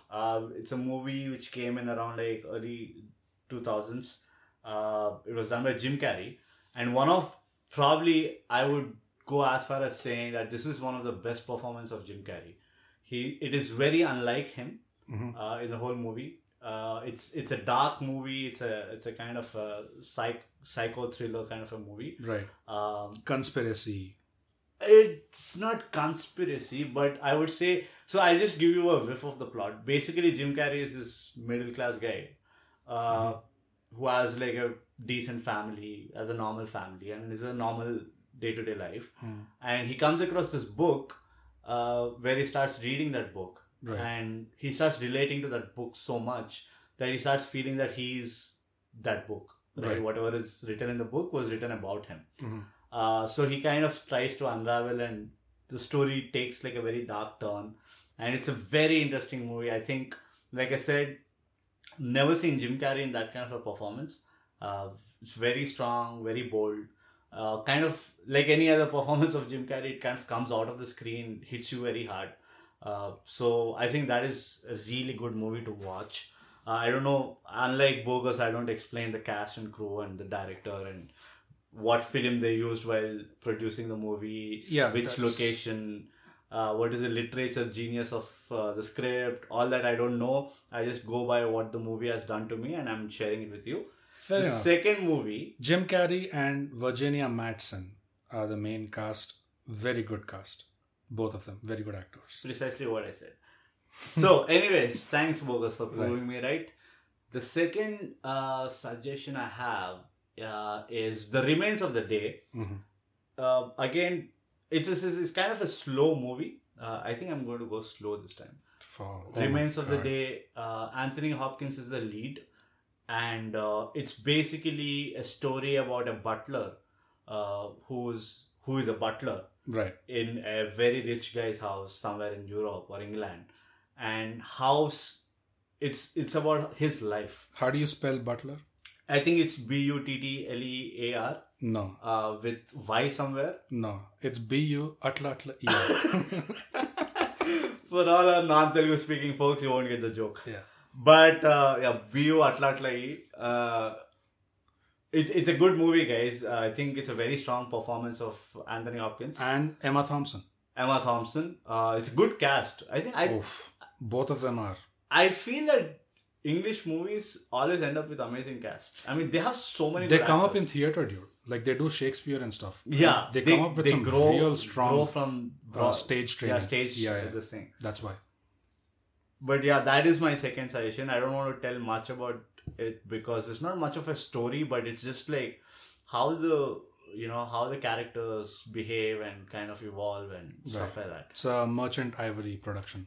Speaker 2: Uh, it's a movie which came in around like early 2000s. Uh, it was done by Jim Carrey, and one of probably I would go as far as saying that this is one of the best performance of Jim Carrey. He it is very unlike him
Speaker 3: Mhm.
Speaker 2: uh, in the whole movie. Uh, it's it's a dark movie. It's a it's a kind of a psych psycho thriller kind of a movie.
Speaker 3: Right.
Speaker 2: Um,
Speaker 3: Conspiracy.
Speaker 2: it's not conspiracy, but I would say so. I'll just give you a whiff of the plot. Basically, Jim Carrey is this middle class guy uh, who has like a decent family, has a normal family, and is a normal day to day life.
Speaker 3: Hmm.
Speaker 2: And he comes across this book uh, where he starts reading that book,
Speaker 3: Right.
Speaker 2: and he starts relating to that book so much that he starts feeling that he's that book. Right.
Speaker 3: Right.
Speaker 2: Whatever is written in the book was written about him.
Speaker 3: Mhm.
Speaker 2: Uh, so he kind of tries to unravel, and the story takes like a very dark turn. And it's a very interesting movie. I think, like I said, never seen Jim Carrey in that kind of a performance. Uh, it's very strong, very bold. Uh, kind of like any other performance of Jim Carrey, it kind of comes out of the screen, hits you very hard. Uh, so I think that is a really good movie to watch. Uh, I don't know, unlike Bogus, I don't explain the cast and crew and the director and what film they used while producing the movie,
Speaker 3: Yeah,
Speaker 2: which
Speaker 3: that's-
Speaker 2: location, uh, what is the literature genius of uh, the script, all that I don't know. I just go by what the movie has done to me and I'm sharing it with you.
Speaker 3: Fair
Speaker 2: the
Speaker 3: enough.
Speaker 2: second movie,
Speaker 3: Jim Carrey and Virginia Madsen are the main cast. Very good cast. Both of them. Very good actors.
Speaker 2: precisely what I said. So, anyways, thanks, Bogus, for
Speaker 3: Right.
Speaker 2: proving me right. The second uh, suggestion I have uh, is The Remains of the Day.
Speaker 3: Mhm.
Speaker 2: Uh, again, it's, it's, it's kind of a slow movie. Uh, I think I'm going to go slow this time.
Speaker 3: For- oh my
Speaker 2: Remains of the
Speaker 3: God.
Speaker 2: Day. Uh, Anthony Hopkins is the lead, and uh, it's basically a story about a butler uh, who's who is a butler
Speaker 3: Right.
Speaker 2: in a very rich guy's house somewhere in Europe or England, and house. It's it's about his life.
Speaker 3: How do you spell butler?
Speaker 2: I think it's B U T T L E A R
Speaker 3: No.
Speaker 2: uh, with Y somewhere.
Speaker 3: No. It's B U Atla Atla E.
Speaker 2: For all our non-Telugu speaking folks, you won't get the joke.
Speaker 3: Yeah.
Speaker 2: But uh, yeah, BU Atlatlai. Uh, it's it's a good movie, guys. Uh, I think it's a very strong performance of Anthony Hopkins,
Speaker 3: And Emma Thompson.
Speaker 2: Emma Thompson. Uh, it's a good cast. I think I
Speaker 3: Oof. Both of them are.
Speaker 2: I feel that English movies always end up with amazing cast. I mean, they have so many.
Speaker 3: They
Speaker 2: good
Speaker 3: come up
Speaker 2: actors.
Speaker 3: in theater, dude. Like they do Shakespeare and stuff.
Speaker 2: yeah,
Speaker 3: They, come up with
Speaker 2: they
Speaker 3: some
Speaker 2: grow,
Speaker 3: real strong.
Speaker 2: grow from
Speaker 3: uh, stage training.
Speaker 2: Yeah, stage.
Speaker 3: Yeah, yeah.
Speaker 2: this thing.
Speaker 3: That's why.
Speaker 2: But yeah, that is my second suggestion. I don't want to tell much about it because it's not much of a story, but it's just like how the you know how the characters behave and kind of evolve and stuff like that.
Speaker 3: It's a Merchant Ivory production.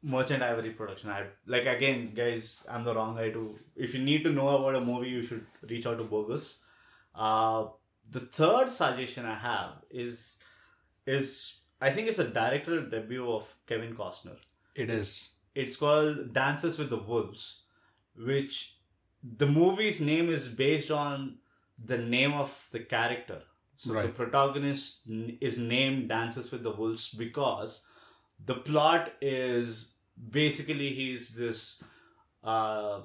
Speaker 2: Merchant Ivory production. I like again, guys. I'm the wrong guy to. If you need to know about a movie, you should reach out to Bogus. Uh, the third suggestion I have is is I think it's a directorial debut of Kevin Costner.
Speaker 3: It is.
Speaker 2: It's called Dances with the Wolves, which the movie's name is based on the name of the character. So the
Speaker 3: Right.
Speaker 2: protagonist n- is named Dances with the Wolves because the plot is basically he's this uh,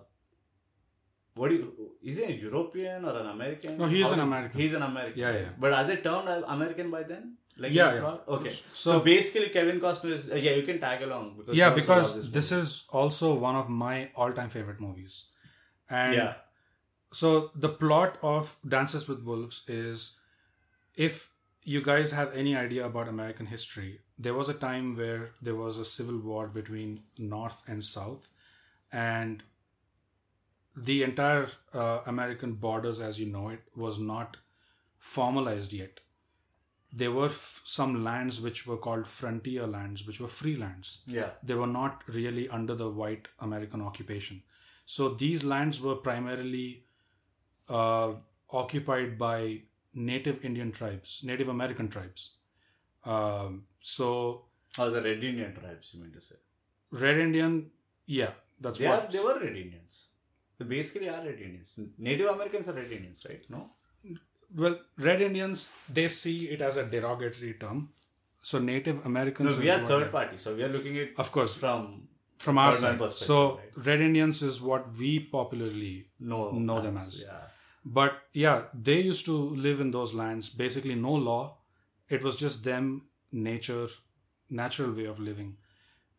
Speaker 2: What do you? Is he a European or an American?
Speaker 3: No, he's
Speaker 2: How
Speaker 3: an
Speaker 2: do-
Speaker 3: American.
Speaker 2: He's an American.
Speaker 3: Yeah, yeah.
Speaker 2: But are they termed as American by then? Like
Speaker 3: Yeah,
Speaker 2: in
Speaker 3: yeah.
Speaker 2: pro- Okay.
Speaker 3: So-
Speaker 2: So, basically, Kevin Costner is. Uh, yeah, you can tag along because
Speaker 3: yeah
Speaker 2: you also
Speaker 3: because
Speaker 2: love
Speaker 3: this,
Speaker 2: movie.
Speaker 3: is also one of my all-time favorite movies and
Speaker 2: yeah,
Speaker 3: so the plot of dances with wolves is if you guys have any idea about american history there was a time where there was a civil war between north and south and the entire uh, american borders as you know it was not formalized yet there were f- some lands which were called frontier lands which were free lands
Speaker 2: yeah,
Speaker 3: they were not really under the white American occupation. So these lands were primarily uh, occupied by Native Indian tribes, Native American tribes. Um, so
Speaker 2: or the Red Indian tribes. You mean to say
Speaker 3: Red Indian, yeah, that's
Speaker 2: they are,
Speaker 3: what
Speaker 2: they were Red Indians. They basically are Red Indians. Native Americans are Red Indians, right? No.
Speaker 3: well, Red Indians they see it as a derogatory term. So Native
Speaker 2: No,
Speaker 3: Americans,
Speaker 2: we
Speaker 3: is
Speaker 2: are
Speaker 3: what
Speaker 2: third
Speaker 3: they-
Speaker 2: party, so we are looking at
Speaker 3: of course,
Speaker 2: from
Speaker 3: from our
Speaker 2: third man
Speaker 3: side.
Speaker 2: perspective,
Speaker 3: So
Speaker 2: right?
Speaker 3: Red Indians is what we popularly
Speaker 2: no
Speaker 3: Know them as.
Speaker 2: yeah.
Speaker 3: But yeah, they used to live in those lands, basically no law. It was just them, nature, natural way of living.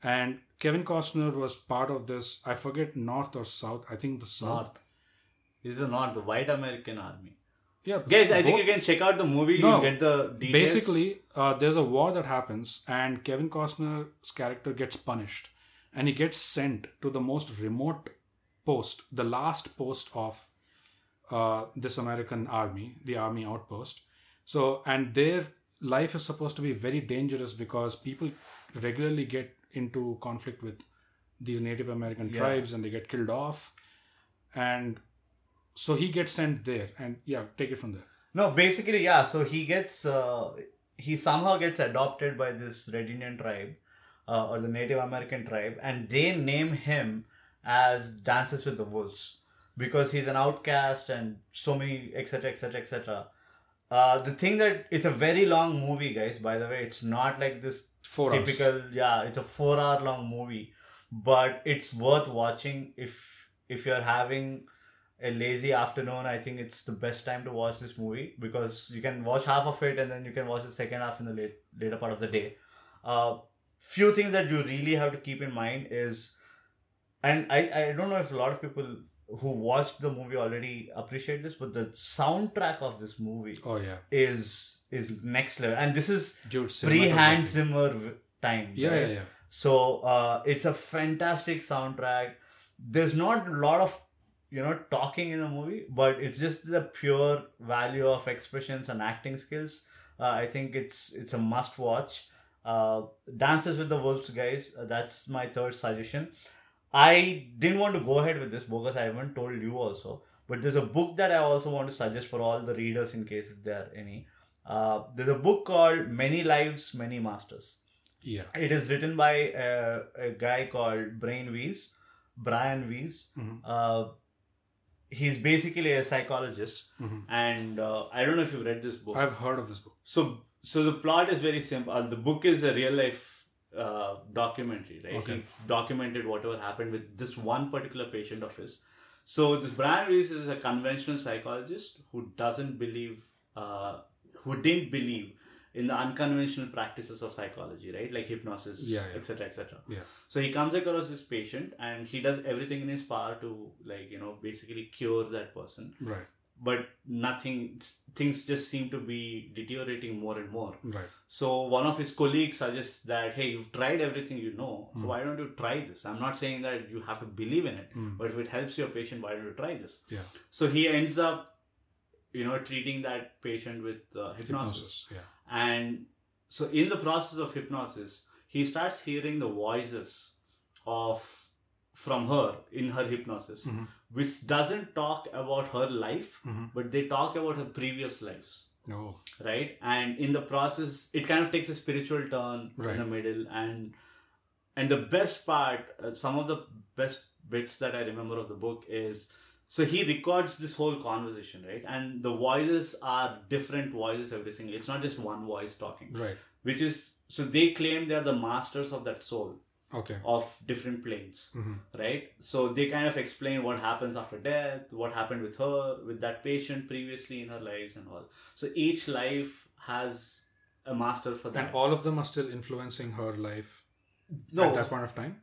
Speaker 3: And Kevin Costner was part of this, I forget north or south, I think the south.
Speaker 2: North. This is the North, the white American army.
Speaker 3: Yeah,
Speaker 2: Guys, I think
Speaker 3: both-
Speaker 2: you can check out the movie.
Speaker 3: No,
Speaker 2: you get the details.
Speaker 3: basically uh, there's a war that happens and kevin costner's character gets punished and he gets sent to the most remote post the last post of uh, this american army the army outpost so and their life is supposed to be very dangerous because people regularly get into conflict with these native american
Speaker 2: Yeah.
Speaker 3: tribes and they get killed off and so he gets sent there and yeah take it from there
Speaker 2: no, basically, yeah. So he gets, uh, he somehow gets adopted by this Red Indian tribe, uh, or the Native American tribe, and they name him as Dances with the Wolves because he's an outcast and so many etc etc etc. Uh, the thing that it's a very long movie, guys. By the way, it's not like this
Speaker 3: four hours.
Speaker 2: typical yeah it's a four hour long movie but it's worth watching if if you're having a lazy afternoon i think it's the best time to watch this movie because you can watch half of it and then you can watch the second half in the late, later part of the day uh few things that you really have to keep in mind is and i i don't know if a lot of people who watched the movie already appreciate this but the soundtrack of this movie
Speaker 3: oh yeah
Speaker 2: is is next level and this is
Speaker 3: Dude,
Speaker 2: pre Hans
Speaker 3: cinematography.
Speaker 2: Zimmer w- time.
Speaker 3: Yeah,
Speaker 2: right?
Speaker 3: yeah, yeah.
Speaker 2: So uh, it's a fantastic soundtrack. There's not a lot of you know talking in the movie, but it's just the pure value of expressions and acting skills. Uh, I think it's it's a must watch. Uh, Dances with the Wolves, guys. uh, that's my third suggestion. I didn't want to go ahead with this because I haven't told you also. But there's a book that I also want to suggest for all the readers in case if there are any. Uh, there's a book called Many Lives, Many Masters.
Speaker 3: Yeah.
Speaker 2: It is written by uh, a guy called Brian Weiss. Brian Weiss.
Speaker 3: Mhm.
Speaker 2: Uh, he's basically a psychologist,
Speaker 3: Mhm.
Speaker 2: and uh, I don't know if you've read this book.
Speaker 3: I've heard of this book.
Speaker 2: So, so the plot is very simple. Uh, the book is a real life uh, documentary, right?
Speaker 3: Okay.
Speaker 2: He documented whatever happened with this one particular patient of his. So, this Brian Reese is a conventional psychologist who doesn't believe, uh, who didn't believe in the unconventional practices of psychology, right? Like hypnosis,
Speaker 3: Yeah, yeah.
Speaker 2: etc., etc.
Speaker 3: Yeah.
Speaker 2: So he comes across this patient, and he does everything in his power to, like, you know, basically cure that person
Speaker 3: Right.
Speaker 2: but nothing things just seem to be deteriorating more and more
Speaker 3: Right.
Speaker 2: so one of his colleagues suggests that hey you've tried everything you know so
Speaker 3: Hmm.
Speaker 2: why don't you try this i'm not saying that you have to believe in it
Speaker 3: Mm.
Speaker 2: but if it helps your patient why don't you try this
Speaker 3: Yeah.
Speaker 2: so he ends up you know treating that patient with uh,
Speaker 3: Hypnosis.
Speaker 2: hypnosis
Speaker 3: Yeah.
Speaker 2: and so in the process of hypnosis he starts hearing the voices of from her in her hypnosis
Speaker 3: Mhm.
Speaker 2: which doesn't talk about her life
Speaker 3: Mhm.
Speaker 2: but they talk about her previous lives
Speaker 3: Oh.
Speaker 2: right and in the process it kind of takes a spiritual turn
Speaker 3: Right.
Speaker 2: in the middle and and the best part uh, some of the best bits that i remember of the book is so he records this whole conversation right and the voices are different voices every single it's not just one voice talking
Speaker 3: Right.
Speaker 2: which is so they claim they're the masters of that soul
Speaker 3: Okay.
Speaker 2: of different planes
Speaker 3: Mhm.
Speaker 2: right so they kind of explain what happens after death what happened with her with that patient previously in her lives and all so each life has a master for that
Speaker 3: And all of them are still influencing her life
Speaker 2: no
Speaker 3: at that point of time.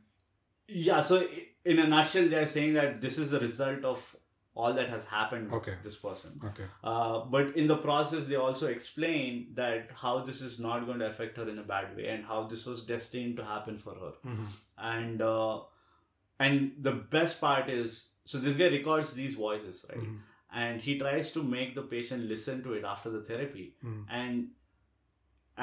Speaker 2: yeah so i- in a nutshell they're saying that this is the result of all that has happened with
Speaker 3: Okay.
Speaker 2: this person
Speaker 3: Okay.
Speaker 2: Uh, but in the process, they also explain that how this is not going to affect her in a bad way, and how this was destined to happen for her.
Speaker 3: hmm
Speaker 2: And uh, and the best part is, so this guy records these voices, right?
Speaker 3: Mhm.
Speaker 2: And he tries to make the patient listen to it after the therapy,
Speaker 3: Mhm.
Speaker 2: and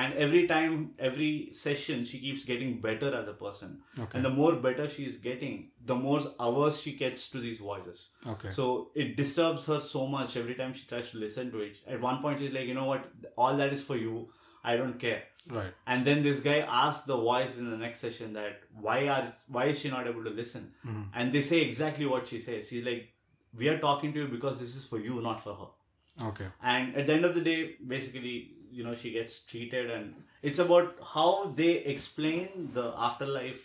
Speaker 2: and every time, every session, she keeps getting better as a person,
Speaker 3: Okay.
Speaker 2: and the more better she is getting, the more hours she gets to these voices.
Speaker 3: okay.
Speaker 2: So it disturbs her so much every time she tries to listen to it. At one point, she's like, you know what? All that is for you. I don't care.
Speaker 3: right.
Speaker 2: And then this guy asks the voice in the next session that why are why is she not able to listen?
Speaker 3: Mhm.
Speaker 2: And they say exactly what she says. She's like, we are talking to you because this is for you, not for her.
Speaker 3: Okay.
Speaker 2: And at the end of the day, basically, you know, she gets treated, and it's about how they explain the afterlife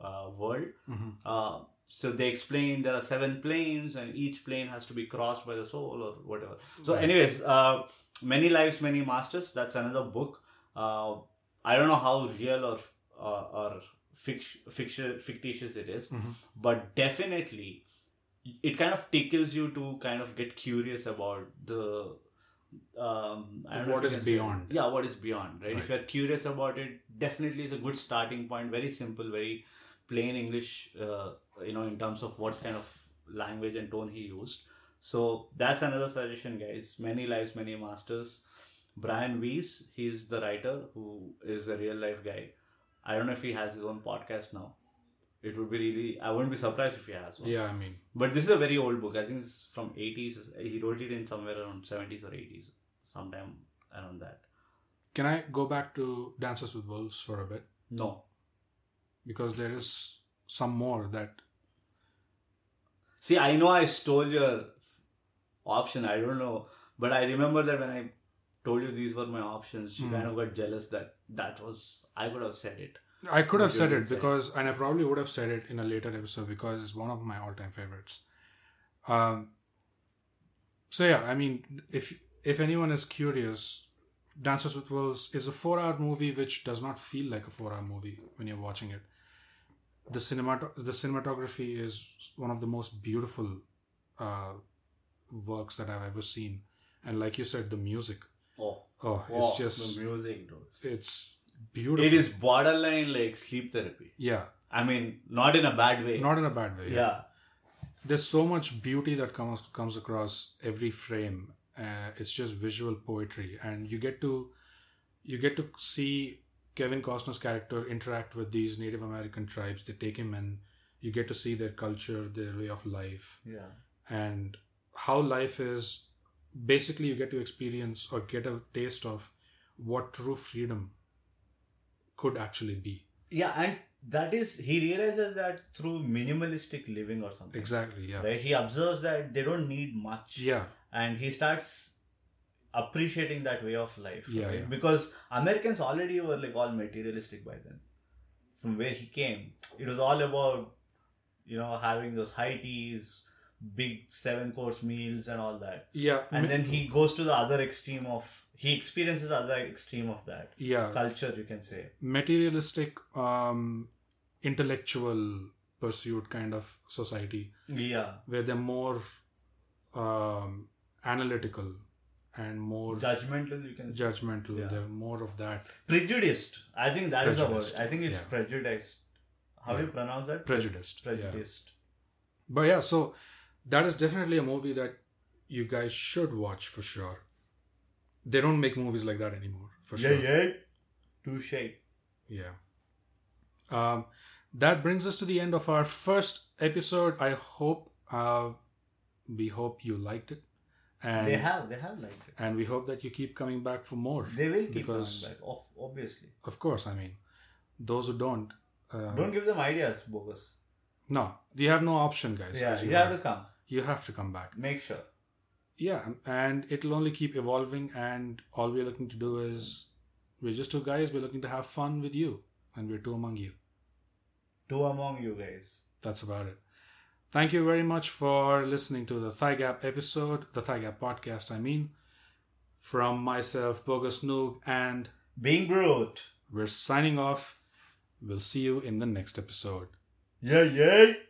Speaker 2: uh, world
Speaker 3: hmm
Speaker 2: uh, so they explain there are seven planes and each plane has to be crossed by the soul or whatever so
Speaker 3: Right.
Speaker 2: anyways uh, many lives many masters that's another book uh, i don't know how real or or, or fict- fiction, fictitious it is,
Speaker 3: Mhm.
Speaker 2: but definitely it kind of tickles you to kind of get curious about the um, I don't know
Speaker 3: What
Speaker 2: if
Speaker 3: is
Speaker 2: you can say-
Speaker 3: beyond.
Speaker 2: yeah what is beyond right? if
Speaker 3: Right.
Speaker 2: you're curious about it definitely is a good starting point very simple very plain english uh, you know in terms of what kind of language and tone he used so that's another suggestion guys many lives many masters brian weiss he's the writer who is a real life guy i don't know if he has his own podcast now it would be really i wouldn't be surprised if he has one
Speaker 3: Yeah. I mean,
Speaker 2: but this is a very old book. I think it's from 80s. He wrote it in somewhere around 70s or 80s, sometime around that.
Speaker 3: can I go back to Dances with Wolves for a bit?
Speaker 2: No.
Speaker 3: Because there is some more that.
Speaker 2: See, I know I stole your option. I don't know. But I remember that when I told you these were my options, she
Speaker 3: Hmm.
Speaker 2: kind of got jealous that that was, I could have said it.
Speaker 3: I could have
Speaker 2: What
Speaker 3: said
Speaker 2: you
Speaker 3: it
Speaker 2: said.
Speaker 3: because, and I probably would have said it in a later episode because it's one of my all-time favorites. Um, so yeah, I mean, if if anyone is curious, Dances with Wolves is a four-hour movie which does not feel like a four-hour movie when you're watching it. The cinemat- the cinematography is one of the most beautiful uh, works that I've ever seen, and like you said, the music.
Speaker 2: Oh,
Speaker 3: Oh,
Speaker 2: wow,
Speaker 3: it's just
Speaker 2: the music, dude.
Speaker 3: it's beautiful.
Speaker 2: It is borderline like sleep therapy.
Speaker 3: yeah,
Speaker 2: I mean, not in a bad way.
Speaker 3: not in a bad way.
Speaker 2: yeah.
Speaker 3: there's so much beauty that comes comes across every frame uh, it's just visual poetry and you get to you get to see kevin costner's character interact with these native american tribes they take him in you get to see their culture their way of life
Speaker 4: Yeah.
Speaker 3: and how life is basically you get to experience or get a taste of what true freedom could actually be
Speaker 2: Yeah, and that is, he realizes that through minimalistic living or something.
Speaker 3: exactly yeah
Speaker 2: right he observes that they don't need much
Speaker 3: yeah
Speaker 2: and he starts appreciating that way of life
Speaker 3: Yeah,
Speaker 2: right?
Speaker 3: yeah.
Speaker 2: because americans already were like all materialistic by then from where he came it was all about you know having those high teas big seven course meals and all that
Speaker 3: yeah
Speaker 2: and then he goes to the other extreme of he experiences the other extreme of that
Speaker 3: yeah
Speaker 2: culture you can say
Speaker 3: materialistic um intellectual pursuit kind of society
Speaker 2: yeah
Speaker 3: where they're more um analytical and more
Speaker 2: judgmental you can say
Speaker 3: judgmental
Speaker 2: Yeah.
Speaker 3: they're more of that
Speaker 2: prejudiced i think that is
Speaker 3: Prejudiced,
Speaker 2: the word i think it's
Speaker 3: yeah.
Speaker 2: prejudiced how do you
Speaker 3: Yeah.
Speaker 2: pronounce that
Speaker 3: prejudiced yeah.
Speaker 2: prejudiced.
Speaker 3: but yeah so that is definitely a movie that you guys should watch for sure they don't make movies like that anymore for sure
Speaker 2: yeah. Touche.
Speaker 3: Yeah. Um, that brings us to the end of our first episode. I hope uh, we hope you liked it, and
Speaker 2: They have, they have liked it.
Speaker 3: and we hope that you keep coming back for more.
Speaker 2: They will keep
Speaker 3: because
Speaker 2: coming back, ob- obviously.
Speaker 3: of course, I mean, those who don't, uh,
Speaker 2: Don't give them ideas, bogus.
Speaker 3: no, you have no option, guys.
Speaker 2: Yeah,
Speaker 3: 'cause
Speaker 2: you have to come.
Speaker 3: you have to come back.
Speaker 2: Make sure.
Speaker 3: Yeah, um, and it'll only keep evolving. And all we're looking to do is, we're just two guys. We're looking to have fun with you, and we're two among you.
Speaker 2: Two among you guys.
Speaker 3: that's about it. Thank you very much for listening to the Thigh Gap episode, the Thigh Gap podcast, I mean. From myself, Bogus Noog, and
Speaker 2: Being brute.
Speaker 3: we're signing off. We'll see you in the next episode.
Speaker 2: Yeah, yeah.